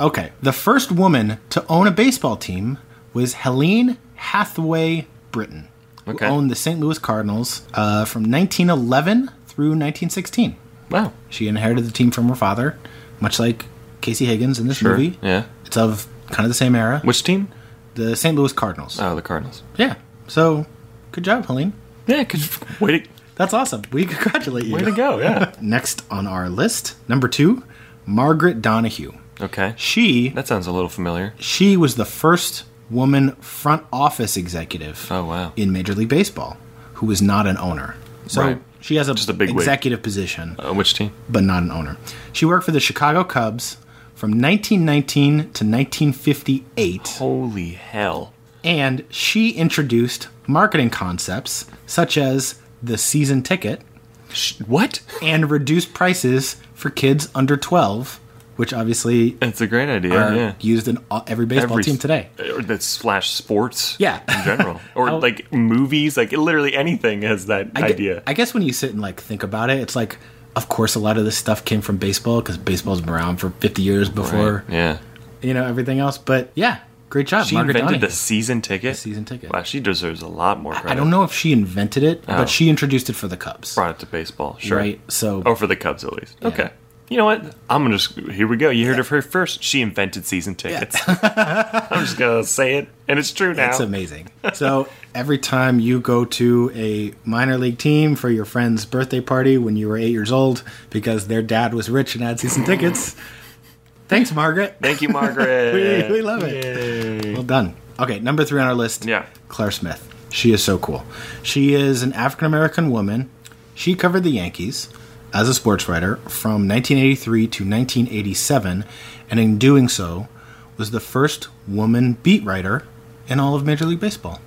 Speaker 6: Okay. The first woman to own a baseball team was Helene Hathaway Britton, who
Speaker 7: Okay.
Speaker 6: owned the St. Louis Cardinals uh, from 1911 through 1916.
Speaker 7: Wow.
Speaker 6: She inherited the team from her father, much like Casey Higgins in this
Speaker 7: Sure.
Speaker 6: movie.
Speaker 7: Yeah.
Speaker 6: It's of kind of the same era.
Speaker 7: Which team?
Speaker 6: The St. Louis Cardinals.
Speaker 7: Oh, the Cardinals.
Speaker 6: Yeah. So, good job, Helene.
Speaker 7: Yeah, because way to,
Speaker 6: That's awesome. We congratulate you.
Speaker 7: way to go. Yeah.
Speaker 6: Next on our list, number two, Margaret Donahue.
Speaker 7: Okay.
Speaker 6: She
Speaker 7: That sounds a little familiar.
Speaker 6: she was the first woman front office executive
Speaker 7: Oh, wow.
Speaker 6: in Major League Baseball who was not an owner. So
Speaker 7: Right.
Speaker 6: she has a,
Speaker 7: Just a bigwig.
Speaker 6: executive position,
Speaker 7: Uh, which team?
Speaker 6: but not an owner. She worked for the Chicago Cubs from 1919 to 1958,
Speaker 7: Holy hell.
Speaker 6: and she introduced marketing concepts such as the season ticket,
Speaker 7: Sh- what?
Speaker 6: and reduce prices for kids under 12, which obviously
Speaker 7: That's a great idea.
Speaker 6: are
Speaker 7: yeah.
Speaker 6: used in all, every baseball
Speaker 7: Every-
Speaker 6: team today.
Speaker 7: Or that slash sports.
Speaker 6: Yeah.
Speaker 7: In general. Or
Speaker 6: How-
Speaker 7: like movies. Like literally anything has that
Speaker 6: I gue-
Speaker 7: idea.
Speaker 6: I guess when you sit and like think about it, it's like, of course, a lot of this stuff came from baseball because baseball's been around for 50 years before
Speaker 7: yeah.
Speaker 6: you know everything else. But yeah, great job,
Speaker 7: She
Speaker 6: Margaret
Speaker 7: invented
Speaker 6: Donahue.
Speaker 7: the season ticket.
Speaker 6: season ticket.
Speaker 7: Wow, she deserves a lot more credit.
Speaker 6: I don't know if she invented it,
Speaker 7: Oh.
Speaker 6: but she introduced it for the Cubs,
Speaker 7: Brought it to baseball. Sure. Oh,
Speaker 6: right? So
Speaker 7: Or for the Cubs at least. Okay. You know what? I'm gonna just here we go. You heard of her first. She invented season tickets. I'm just gonna say it, and it's true now.
Speaker 6: That's amazing. So every time you go to a minor league team for your friend's birthday party when you were eight years old because their dad was rich and had season tickets, thanks, Margaret.
Speaker 7: Thank you, Margaret.
Speaker 6: we, we love it. Well done. Okay, number three on our list.
Speaker 7: Yeah.
Speaker 6: Claire Smith. She is so cool. She is an African American woman. She covered the Yankees as a sports writer from 1983 to 1987, and in doing so, was the first woman beat writer in all of Major League Baseball.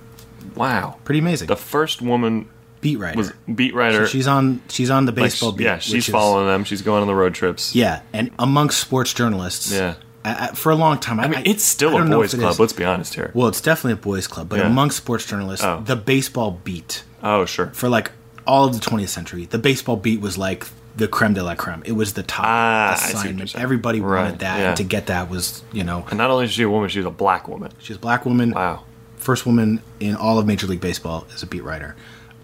Speaker 7: Wow.
Speaker 6: Pretty amazing.
Speaker 7: The first woman
Speaker 6: beat writer.
Speaker 7: was beat writer.
Speaker 6: she's on she's on the
Speaker 7: like,
Speaker 6: baseball beat.
Speaker 7: yeah,
Speaker 6: which is-
Speaker 7: she's following them. She's going on the road trips.
Speaker 6: Yeah, and amongst sports journalists,
Speaker 7: Yeah.
Speaker 6: I, I, for a long time. I,
Speaker 7: I mean, it's still
Speaker 6: a
Speaker 7: a boys' club. Let's be honest here.
Speaker 6: well, it's definitely a boys' club, but
Speaker 7: Yeah.
Speaker 6: amongst sports journalists,
Speaker 7: Oh.
Speaker 6: the baseball beat
Speaker 7: Oh, sure.
Speaker 6: for like all of the 20th century, the baseball beat was like the creme de la creme. It was the top
Speaker 7: Ah, I see what you're
Speaker 6: assignment.
Speaker 7: saying.
Speaker 6: Everybody wanted
Speaker 7: Right,
Speaker 6: that,
Speaker 7: yeah.
Speaker 6: and to get that was you know
Speaker 7: And not only is she a woman, she's a black woman.
Speaker 6: she's a black woman,
Speaker 7: Wow.
Speaker 6: first woman in all of Major League Baseball as a beat writer.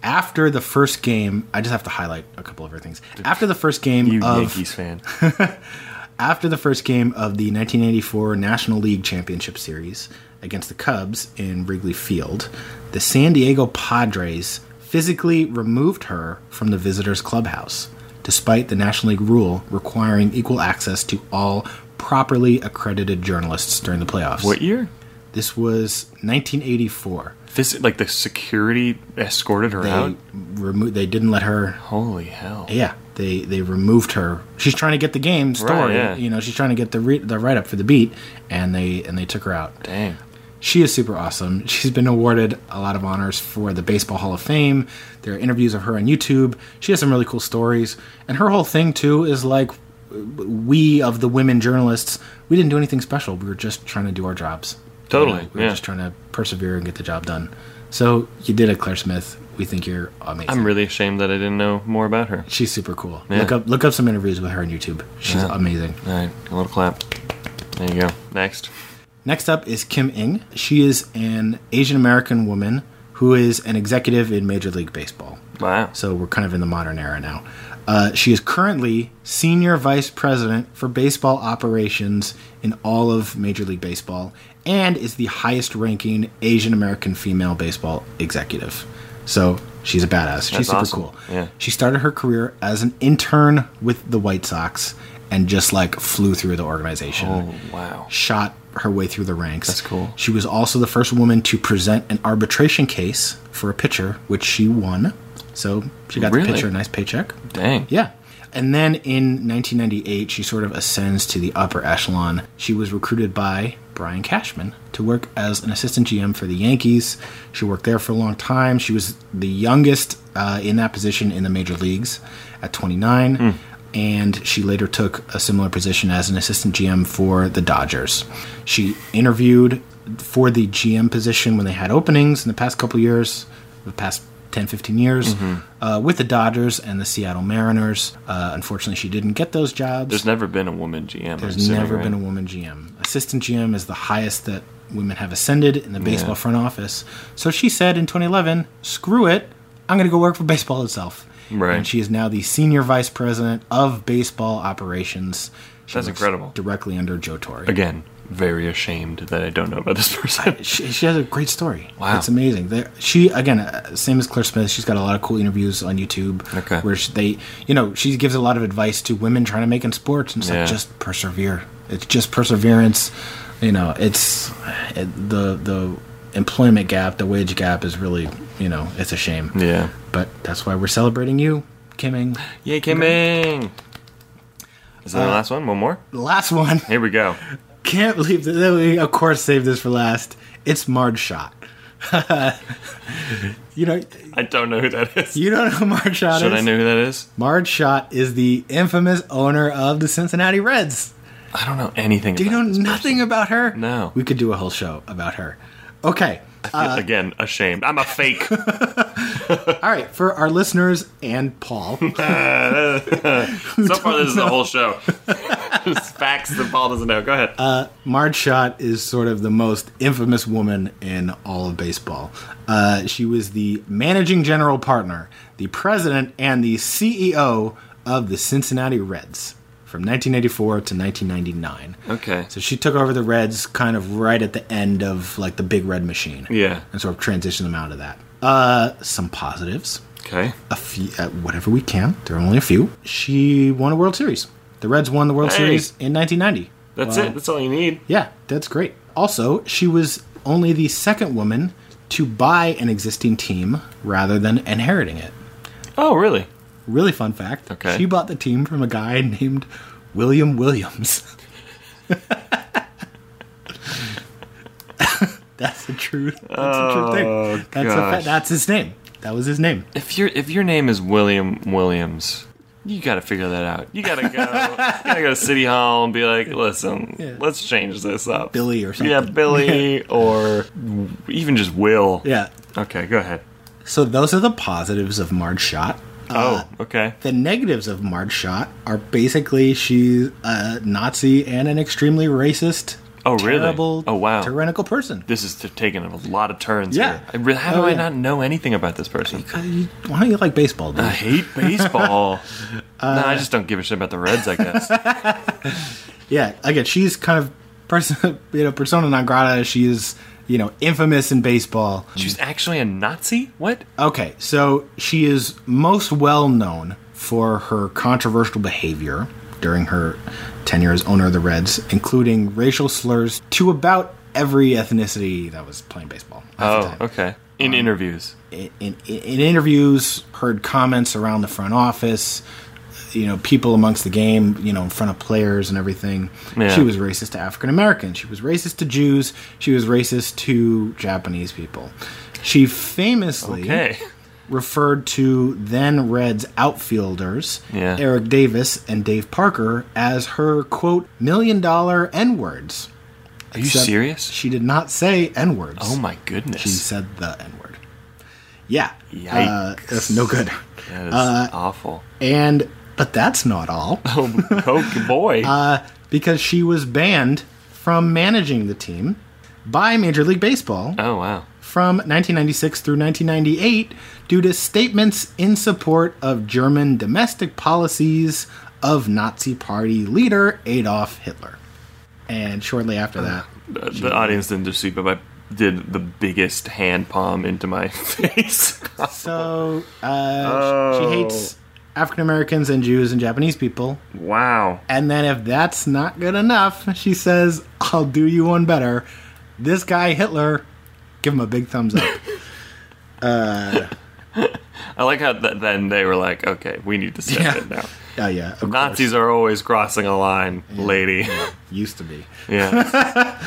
Speaker 6: After the first game, I just have to highlight a couple of her things. After the first game
Speaker 7: You
Speaker 6: of
Speaker 7: Yankees fan.
Speaker 6: after the first game of the 1984 National League Championship Series against the Cubs in Wrigley Field, the San Diego Padres physically removed her from the visitors' clubhouse, despite the National League rule requiring equal access to all properly accredited journalists during the playoffs.
Speaker 7: What year?
Speaker 6: This was 1984.
Speaker 7: Phys- like the security escorted her out.
Speaker 6: They remo- they didn't let her
Speaker 7: Holy hell!
Speaker 6: Yeah, they they removed her. She's trying to get the game story.
Speaker 7: yeah.
Speaker 6: You know, she's trying to get the re- the write up for the beat, and they and they took her out.
Speaker 7: Dang.
Speaker 6: She is super awesome. She's been awarded a lot of honors for the Baseball Hall of Fame. There are interviews of her on YouTube. She has some really cool stories, and her whole thing too is like we of the women journalists, we didn't do anything special. We were just trying to do our jobs.
Speaker 7: Totally,
Speaker 6: we were
Speaker 7: yeah.
Speaker 6: just trying to persevere and get the job done. So you did it, Claire Smith. We think you're amazing.
Speaker 7: I'm really ashamed that I didn't know more about her.
Speaker 6: She's super cool.
Speaker 7: Yeah.
Speaker 6: Look up look up some interviews with her on YouTube. She's
Speaker 7: Yeah.
Speaker 6: amazing.
Speaker 7: All right, a little clap. There you go. Next.
Speaker 6: Next up is Kim Ng. She is an Asian American woman who is an executive in Major League Baseball.
Speaker 7: Wow.
Speaker 6: So we're kind of in the modern era now. Uh, she is currently senior vice president for baseball operations in all of Major League Baseball and is the highest ranking Asian American female baseball executive. So she's a badass. she's super
Speaker 7: awesome.
Speaker 6: cool.
Speaker 7: Yeah.
Speaker 6: She started her career as an intern with the White Sox and just like flew through the organization
Speaker 7: Oh wow.
Speaker 6: shot her way through the ranks.
Speaker 7: That's cool.
Speaker 6: She was also the first woman to present an arbitration case for a pitcher, which she won. So she got
Speaker 7: Really?
Speaker 6: the pitcher a nice paycheck.
Speaker 7: Dang.
Speaker 6: Yeah. And then in 1998, she sort of ascends to the upper echelon. She was recruited by Brian Cashman to work as an assistant GM for the Yankees. She worked there for a long time. She was the youngest uh, in that position in the major leagues at 29. And she later took a similar position as an assistant GM for the Dodgers. She interviewed for the GM position when they had openings in the past couple years, the past 10, 15 years
Speaker 7: Mm-hmm.
Speaker 6: uh, with the Dodgers and the Seattle Mariners. Uh, unfortunately, she didn't get those jobs.
Speaker 7: There's never been a woman GM.
Speaker 6: There's never been a woman GM. Assistant GM is the highest that women have ascended in the baseball front office. So she said in 2011, screw it, I'm going to go work for baseball itself.
Speaker 7: Right.
Speaker 6: And she is now the senior vice president of baseball operations. She
Speaker 7: That's
Speaker 6: works
Speaker 7: incredible.
Speaker 6: Directly under Joe Torre.
Speaker 7: Again, very ashamed that I don't know about this person.
Speaker 6: she, she has a great story.
Speaker 7: Wow.
Speaker 6: it's amazing. There, she again, uh, same as Claire Smith. She's got a lot of cool interviews on YouTube.
Speaker 7: Okay.
Speaker 6: where she, they, you know, she gives a lot of advice to women trying to make in sports, and it's
Speaker 7: Yeah.
Speaker 6: like just persevere. It's just perseverance. You know, it's it, the the employment gap, the wage gap is really, you know, it's a shame.
Speaker 7: yeah.
Speaker 6: But that's why we're celebrating you, Kimming.
Speaker 7: Yay, Kimming. Is that
Speaker 6: Uh,
Speaker 7: the last one? One more?
Speaker 6: The Last one.
Speaker 7: Here we go.
Speaker 6: Can't believe that we, of course, saved this for last. It's Marge Shot. you know,
Speaker 7: I don't know who that is.
Speaker 6: You don't know who Marge Schott
Speaker 7: Should
Speaker 6: is?
Speaker 7: I know who that is?
Speaker 6: Marge Schott is the infamous owner of the Cincinnati Reds.
Speaker 7: I don't know anything.
Speaker 6: Do you know
Speaker 7: about this
Speaker 6: nothing about her?
Speaker 7: No.
Speaker 6: We could do a whole show about her. Okay.
Speaker 7: person. Again, ashamed. I'm a fake.
Speaker 6: All right. For our listeners and Paul,
Speaker 7: so far, this is the whole show. Just facts that Paul doesn't know. Go ahead.
Speaker 6: Marge Schott is sort of the most infamous woman in all of baseball. Uh, she was the managing general partner, the president, and the CEO of the Cincinnati Reds from 1984 to 1999.
Speaker 7: okay.
Speaker 6: So she took over the Reds kind of right at the end of like the Big Red Machine.
Speaker 7: Yeah.
Speaker 6: And sort of transitioned them out of that. Uh, some positives,
Speaker 7: Okay.
Speaker 6: a few, uh, whatever we can. There are only a few. She won a World Series. The Reds won the World
Speaker 7: Hey.
Speaker 6: Series in 1990.
Speaker 7: That's it. That's all you need.
Speaker 6: Yeah, that's great. Also, she was only the second woman to buy an existing team rather than inheriting it.
Speaker 7: Oh, really?
Speaker 6: Really fun fact.
Speaker 7: Okay.
Speaker 6: She bought the team from a guy named William Williams. that's the truth. That's the true thing. That's, a fa-
Speaker 7: Oh, gosh.
Speaker 6: that's his name. That was his name.
Speaker 7: If your if your name is William Williams, you got to figure that out. You got to go. you got to go to City Hall and be like, listen, let's change this up.
Speaker 6: Billy or something.
Speaker 7: Yeah, Billy or even just Will.
Speaker 6: Yeah.
Speaker 7: Okay, go ahead.
Speaker 6: So those are the positives of Marge Shot.
Speaker 7: oh, okay.
Speaker 6: The negatives of Marge Shot are basically she's a Nazi and an extremely racist,
Speaker 7: Oh, really?
Speaker 6: terrible,
Speaker 7: Oh, wow.
Speaker 6: tyrannical person.
Speaker 7: This is t- taking a lot of turns
Speaker 6: Yeah.
Speaker 7: here. I re- How do
Speaker 6: Oh,
Speaker 7: I
Speaker 6: yeah.
Speaker 7: not know anything about this person?
Speaker 6: Uh, you- Why don't you like baseball, dude?
Speaker 7: I hate baseball.
Speaker 6: Uh,
Speaker 7: no, I just don't give a shit about the Reds, I guess.
Speaker 6: Yeah, again, she's kind of person, you know, persona non grata. She is, you know, infamous in baseball.
Speaker 7: She's actually a Nazi? What?
Speaker 6: Okay, so she is most well known for her controversial behavior during her tenure as owner of the Reds, including racial slurs to about every ethnicity that was playing baseball. at the
Speaker 7: Oh,
Speaker 6: time.
Speaker 7: okay. In interviews.
Speaker 6: in, in, in interviews, heard comments around the front office, you know, people amongst the game, you know, in front of players and everything.
Speaker 7: Yeah.
Speaker 6: She was racist to African Americans. She was racist to Jews. She was racist to Japanese people. She famously
Speaker 7: Okay.
Speaker 6: referred to then Reds outfielders
Speaker 7: Yeah.
Speaker 6: Eric Davis and Dave Parker as her quote million dollar n words.
Speaker 7: Are you serious?
Speaker 6: She did not say n words.
Speaker 7: Oh my goodness.
Speaker 6: She said the N word. Yeah. Uh,
Speaker 7: Yikes.
Speaker 6: that's no good.
Speaker 7: that is
Speaker 6: uh,
Speaker 7: awful.
Speaker 6: And, but that's not all,
Speaker 7: Oh, oh, boy.
Speaker 6: Uh, because she was banned from managing the team by Major League Baseball
Speaker 7: oh, wow.
Speaker 6: from 1996 through 1998 due to statements in support of German domestic policies of Nazi Party leader Adolf Hitler. And shortly after that,
Speaker 7: The, the audience didn't just see, but I did the biggest hand palm into my face.
Speaker 6: so uh, she she hates African Americans and Jews and Japanese people.
Speaker 7: wow.
Speaker 6: And then if that's not good enough, she says, I'll do you one better. This guy, Hitler, give him a big thumbs up.
Speaker 7: I like how th- then they were like, okay, we need to step
Speaker 6: Yeah.
Speaker 7: in now.
Speaker 6: oh, yeah. Of
Speaker 7: Nazis
Speaker 6: course.
Speaker 7: are always crossing a line, lady.
Speaker 6: Used to be.
Speaker 7: yeah.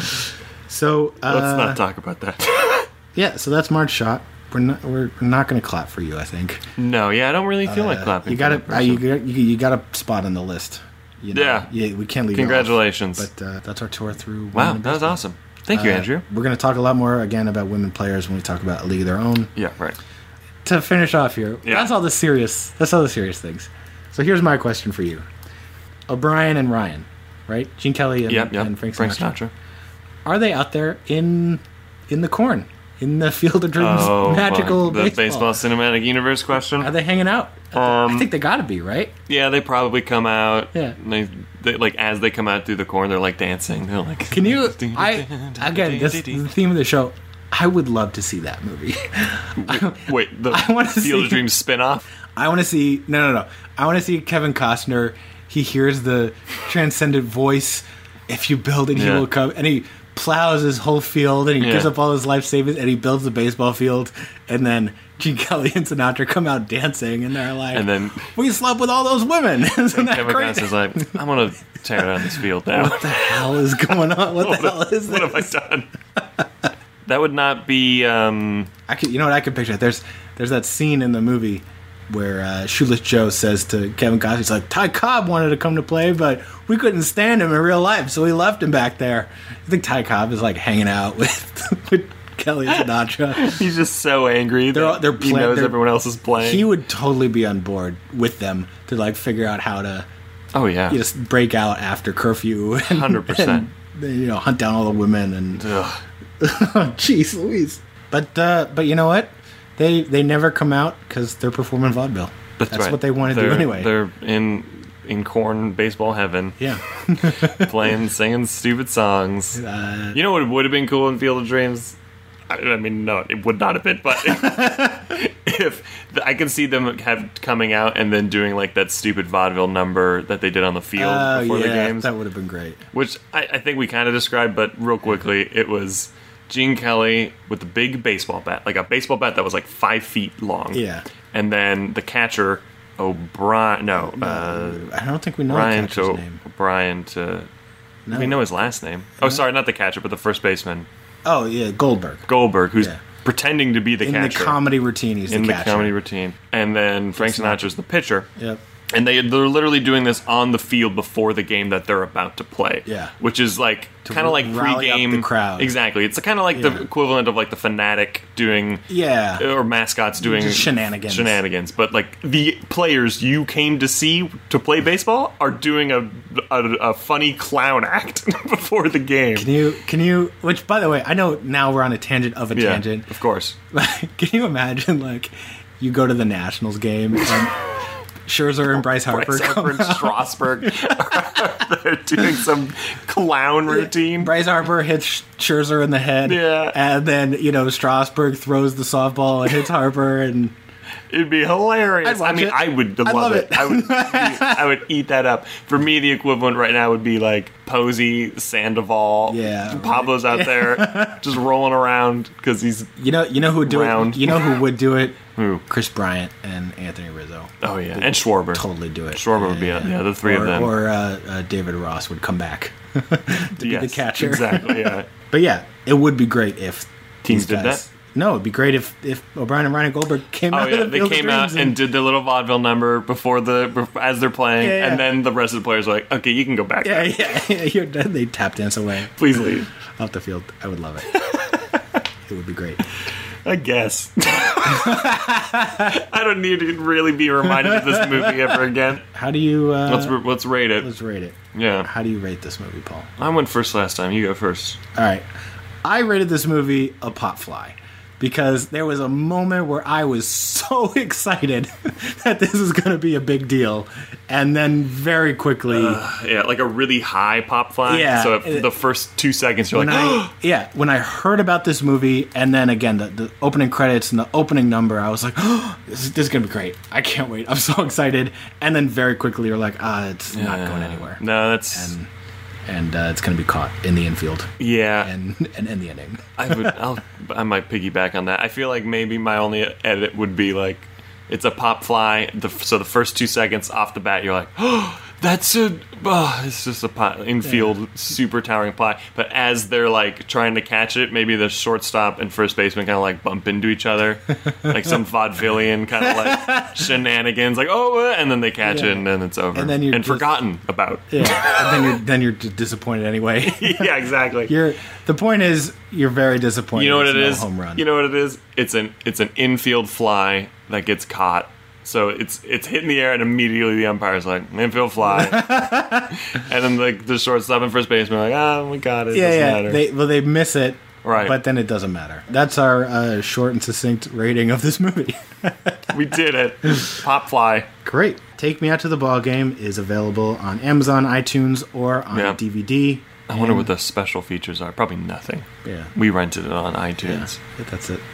Speaker 6: So,
Speaker 7: Let's
Speaker 6: uh,
Speaker 7: not talk about that.
Speaker 6: yeah, so that's March Shot. We're not, we're not going to clap for you, I think.
Speaker 7: no, yeah, I don't really feel like clapping.
Speaker 6: You
Speaker 7: for
Speaker 6: got
Speaker 7: that
Speaker 6: a, uh,
Speaker 7: person.
Speaker 6: you, got- you, you got a spot on the list. You know?
Speaker 7: Yeah.
Speaker 6: yeah. We can't leave you off.
Speaker 7: Congratulations.
Speaker 6: But uh, that's our tour through.
Speaker 7: wow,
Speaker 6: women in
Speaker 7: that was
Speaker 6: baseball.
Speaker 7: awesome. Thank you, Andrew.
Speaker 6: We're going to talk a lot more, again, about women players when we talk about A League of Their Own.
Speaker 7: Yeah, right.
Speaker 6: to finish off here,
Speaker 7: Yeah.
Speaker 6: that's all the serious. That's all the serious things. So here's my question for you: O'Brien and Ryan, right? Gene Kelly and,
Speaker 7: Yep, yep.
Speaker 6: and Frank, Sinatra.
Speaker 7: Sinatra.
Speaker 6: Are they out there in in the corn, in the field of dreams,
Speaker 7: Oh,
Speaker 6: magical
Speaker 7: boy. the
Speaker 6: baseball?
Speaker 7: baseball Um, cinematic universe question.
Speaker 6: Are they hanging out? I think they got to be right.
Speaker 7: Yeah, they probably come out.
Speaker 6: Yeah.
Speaker 7: They, they, like as they come out through the corn, they're like dancing. They're like,
Speaker 6: Can you? I again, this is the theme of the show. I would love to see that movie.
Speaker 7: wait the
Speaker 6: I wanna
Speaker 7: Field
Speaker 6: see-
Speaker 7: of Dreams spinoff?
Speaker 6: I want to see no, no, no. I want to see Kevin Costner. He hears the transcendent voice. If you build it, he
Speaker 7: Yeah.
Speaker 6: will come. And he plows his whole field, and he
Speaker 7: Yeah.
Speaker 6: gives up all his life savings, and he builds the baseball field. And then Gene Kelly and Sinatra come out dancing, and they're like,
Speaker 7: And then
Speaker 6: we slept with all those women. Isn't that
Speaker 7: Kevin
Speaker 6: crazy?
Speaker 7: Costner's like, I'm gonna tear down this field now.
Speaker 6: what the hell is going on? What the hell is
Speaker 7: what
Speaker 6: this?
Speaker 7: have I done? that would not be. Um,
Speaker 6: I could, you know what I could picture? There's there's that scene in the movie where uh, Shoeless Joe says to Kevin Costner, he's like, Ty Cobb wanted to come to play, but we couldn't stand him in real life, so we left him back there. I think Ty Cobb is like hanging out with, with Kelly and Sinatra.
Speaker 7: he's just so angry
Speaker 6: They're all-
Speaker 7: that
Speaker 6: they're
Speaker 7: he
Speaker 6: pla-
Speaker 7: knows
Speaker 6: they're-
Speaker 7: everyone else is playing.
Speaker 6: He would totally be on board with them to like figure out how to
Speaker 7: oh yeah,
Speaker 6: you just break out after curfew and,
Speaker 7: 100%.
Speaker 6: and, you know, hunt down all the women and
Speaker 7: Ugh.
Speaker 6: jeez Louise. But uh, but you know what? They they never come out because they're performing vaudeville.
Speaker 7: That's, right.
Speaker 6: what they want to do
Speaker 7: They're-
Speaker 6: anyway.
Speaker 7: They're in in corn baseball heaven,
Speaker 6: Yeah.
Speaker 7: playing, singing stupid songs. you know what would have been cool in Field of Dreams? I, I mean, no, it would not have been, but if I can see them have coming out and then doing like that stupid vaudeville number that they did on the field
Speaker 6: Oh,
Speaker 7: before the
Speaker 6: yeah,
Speaker 7: games,
Speaker 6: That would have been great.
Speaker 7: which I, I think we kind of described, but
Speaker 6: Mm-hmm.
Speaker 7: real quickly, it was Gene Kelly with a big baseball bat, like a baseball bat that was like five feet long.
Speaker 6: Yeah.
Speaker 7: And then the catcher, O'Brien, no, uh,
Speaker 6: I don't think we know
Speaker 7: Brian
Speaker 6: the
Speaker 7: to
Speaker 6: catcher's name.
Speaker 7: O'Brien to.
Speaker 6: No.
Speaker 7: We know his last name. Oh, sorry, not the catcher, but the first baseman,
Speaker 6: Oh yeah, Goldberg.
Speaker 7: Goldberg, who's
Speaker 6: Yeah.
Speaker 7: pretending to be the
Speaker 6: in
Speaker 7: catcher
Speaker 6: the comedy routine. He's
Speaker 7: in
Speaker 6: the,
Speaker 7: the
Speaker 6: catcher.
Speaker 7: comedy routine, and then Frank Sinatra's the pitcher.
Speaker 6: Yep.
Speaker 7: And they they're literally doing this on the field before the game that they're about to play.
Speaker 6: Yeah.
Speaker 7: which is like kind of like
Speaker 6: rally up
Speaker 7: pregame
Speaker 6: the crowd.
Speaker 7: Exactly, it's kind of like
Speaker 6: Yeah.
Speaker 7: the equivalent of like the fanatic doing
Speaker 6: Yeah.
Speaker 7: or mascots doing
Speaker 6: Just shenanigans.
Speaker 7: Shenanigans, but like the players you came to see to play baseball are doing a a, a funny clown act before the game.
Speaker 6: Can you? Can you? Which, by the way, I know now we're on a tangent of a
Speaker 7: yeah,
Speaker 6: tangent.
Speaker 7: of course.
Speaker 6: Like, can you imagine like you go to the Nationals game and Scherzer and Bryce Harper
Speaker 7: Bryce
Speaker 6: come
Speaker 7: Harper and
Speaker 6: out.
Speaker 7: Strasburg they're doing some clown routine.
Speaker 6: Bryce Harper hits Sch- Scherzer in the head,
Speaker 7: Yeah.
Speaker 6: and then you know Strasburg throws the softball and hits Harper, and
Speaker 7: It'd be hilarious.
Speaker 6: I'd watch
Speaker 7: I mean,
Speaker 6: it.
Speaker 7: I would love,
Speaker 6: love
Speaker 7: it.
Speaker 6: it.
Speaker 7: I would, eat, I would eat that up. For me, the equivalent right now would be like Posey, Sandoval.
Speaker 6: Yeah, right.
Speaker 7: Pablo's out there just rolling around because he's.
Speaker 6: you know you know who would do
Speaker 7: Round.
Speaker 6: it. You know who would do it.
Speaker 7: Who?
Speaker 6: Chris Bryant and Anthony Rizzo
Speaker 7: Oh yeah, and Schwarber.
Speaker 6: totally do it.
Speaker 7: Schwarber would be on- yeah, the three
Speaker 6: or,
Speaker 7: of them.
Speaker 6: Or uh, uh, David Ross would come back.
Speaker 7: Yes,
Speaker 6: catcher.
Speaker 7: Exactly. Yeah.
Speaker 6: But yeah, it would be great if
Speaker 7: Teams
Speaker 6: these
Speaker 7: did
Speaker 6: guys-
Speaker 7: that?
Speaker 6: No, it'd be great if if O'Brien and Ryan Goldberg came
Speaker 7: Oh
Speaker 6: out.
Speaker 7: yeah,
Speaker 6: of the
Speaker 7: they
Speaker 6: Field of
Speaker 7: came out
Speaker 6: Dreams
Speaker 7: and did their little vaudeville number before the bef- as they're playing,
Speaker 6: Yeah, yeah.
Speaker 7: and then the rest of the players were like, "Okay, you can go back.
Speaker 6: Yeah, yeah, yeah. You're done. They tap dance away
Speaker 7: Please leave."
Speaker 6: off the field. I would love it. it would be great.
Speaker 7: I guess. I don't need to really be reminded of this movie ever again.
Speaker 6: How do you? Uh,
Speaker 7: Let's r- let's rate it.
Speaker 6: let's rate it.
Speaker 7: Yeah,
Speaker 6: How do you rate this movie, Paul?
Speaker 7: I went first last time. You go first.
Speaker 6: All right, I rated this movie a pot fly because there was a moment where I was so excited that this is going to be a big deal, and then very quickly.
Speaker 7: Yeah, like a really high pop fly.
Speaker 6: Yeah.
Speaker 7: So if the first two seconds, you're
Speaker 6: when
Speaker 7: like,
Speaker 6: I yeah, when I heard about this movie, and then again the, the opening credits and the opening number, I was like, oh, this, is, this is gonna be great. I can't wait. I'm so excited. And then very quickly, you're like, ah, it's not going anywhere,
Speaker 7: No, that's
Speaker 6: And- and uh, it's gonna be caught in the infield
Speaker 7: yeah.
Speaker 6: and and end the inning.
Speaker 7: I would. I'll, I might piggyback on that. I feel like maybe my only edit would be like, it's a pop fly. The, so the first two seconds off the bat, you're like, oh, that's a. Oh, it's just a pot, infield super towering fly. But as they're like trying to catch it, maybe the shortstop and first baseman kind of like bump into each other, like some vaudevillian kind of like shenanigans. Like oh, uh," and then they catch
Speaker 6: Yeah.
Speaker 7: it, and then it's over,
Speaker 6: And then you're just-
Speaker 7: forgotten about.
Speaker 6: Yeah, and then you're then you're d- disappointed anyway.
Speaker 7: yeah, exactly.
Speaker 6: You're the point is you're very disappointed.
Speaker 7: You know what
Speaker 6: it's
Speaker 7: it
Speaker 6: no
Speaker 7: is?
Speaker 6: Home run.
Speaker 7: You know what it is? It's an it's an infield fly that gets caught. So it's it's hit in the air and immediately the umpire's like infield fly, and then the the shortstop and first baseman are like ah we got it.
Speaker 6: yeah,
Speaker 7: doesn't
Speaker 6: yeah.
Speaker 7: matter."
Speaker 6: They well they miss it.
Speaker 7: Right.
Speaker 6: But then it doesn't matter. That's our uh, short and succinct rating of this movie.
Speaker 7: we did it. Pop fly.
Speaker 6: Great. Take Me Out to the Ball Game is available on Amazon, iTunes, or on
Speaker 7: Yeah.
Speaker 6: DVD.
Speaker 7: I wonder what the special features are. Probably nothing.
Speaker 6: Yeah.
Speaker 7: We rented it on iTunes.
Speaker 6: But that's it.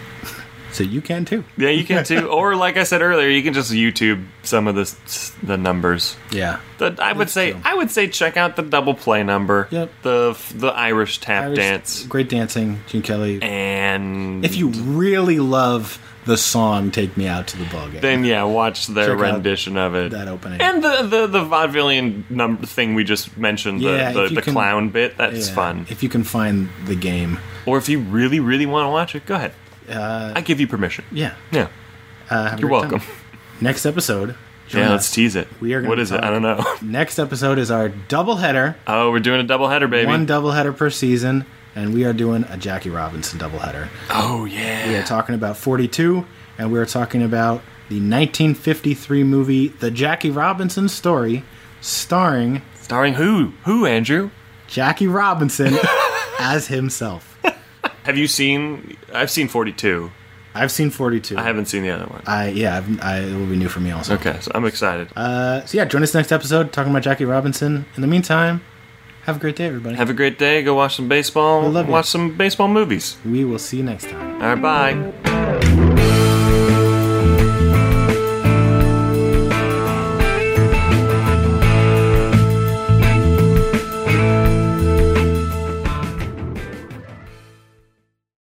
Speaker 6: So you can too.
Speaker 7: Yeah, you can too. or like I said earlier, you can just YouTube some of the s- the numbers.
Speaker 6: Yeah.
Speaker 7: The, I would say I would say check out the double play number.
Speaker 6: Yep.
Speaker 7: The the Irish tap dance.
Speaker 6: Great dancing, Gene Kelly.
Speaker 7: and
Speaker 6: if you really love the song Take Me Out to the Ball Game,
Speaker 7: then yeah watch their
Speaker 6: Check out
Speaker 7: rendition of it
Speaker 6: that opening.
Speaker 7: and the the, the vaudevillian number thing we just mentioned the,
Speaker 6: Yeah,
Speaker 7: the,
Speaker 6: if you
Speaker 7: the
Speaker 6: can-
Speaker 7: clown bit that's
Speaker 6: Yeah.
Speaker 7: fun
Speaker 6: If you can find the game.
Speaker 7: or if you really really want to watch it go ahead uh, i give you permission
Speaker 6: Yeah.
Speaker 7: yeah
Speaker 6: Uh, have a
Speaker 7: you're
Speaker 6: great time.
Speaker 7: welcome
Speaker 6: Next episode. join
Speaker 7: yeah
Speaker 6: us.
Speaker 7: let's tease it
Speaker 6: We are gonna
Speaker 7: what is it
Speaker 6: talk-
Speaker 7: i don't know
Speaker 6: Next episode is our double header.
Speaker 7: oh we're doing a double header baby
Speaker 6: One double header per season. And we are doing a Jackie Robinson double header.
Speaker 7: oh yeah
Speaker 6: We are talking about 42, and we are talking about the 1953 movie The Jackie Robinson Story, starring
Speaker 7: starring who who andrew
Speaker 6: Jackie Robinson as himself.
Speaker 7: have you seen i've seen 42
Speaker 6: I've seen 42.
Speaker 7: i haven't seen the other one
Speaker 6: I, yeah, I've, I, it will be new for me also.
Speaker 7: okay so i'm excited
Speaker 6: Uh, so, yeah, join us next episode talking about Jackie Robinson. In the meantime, have a great day, everybody.
Speaker 7: have a great day go watch some baseball
Speaker 6: We love you.
Speaker 7: watch some baseball movies
Speaker 6: we will see you next time.
Speaker 7: all right bye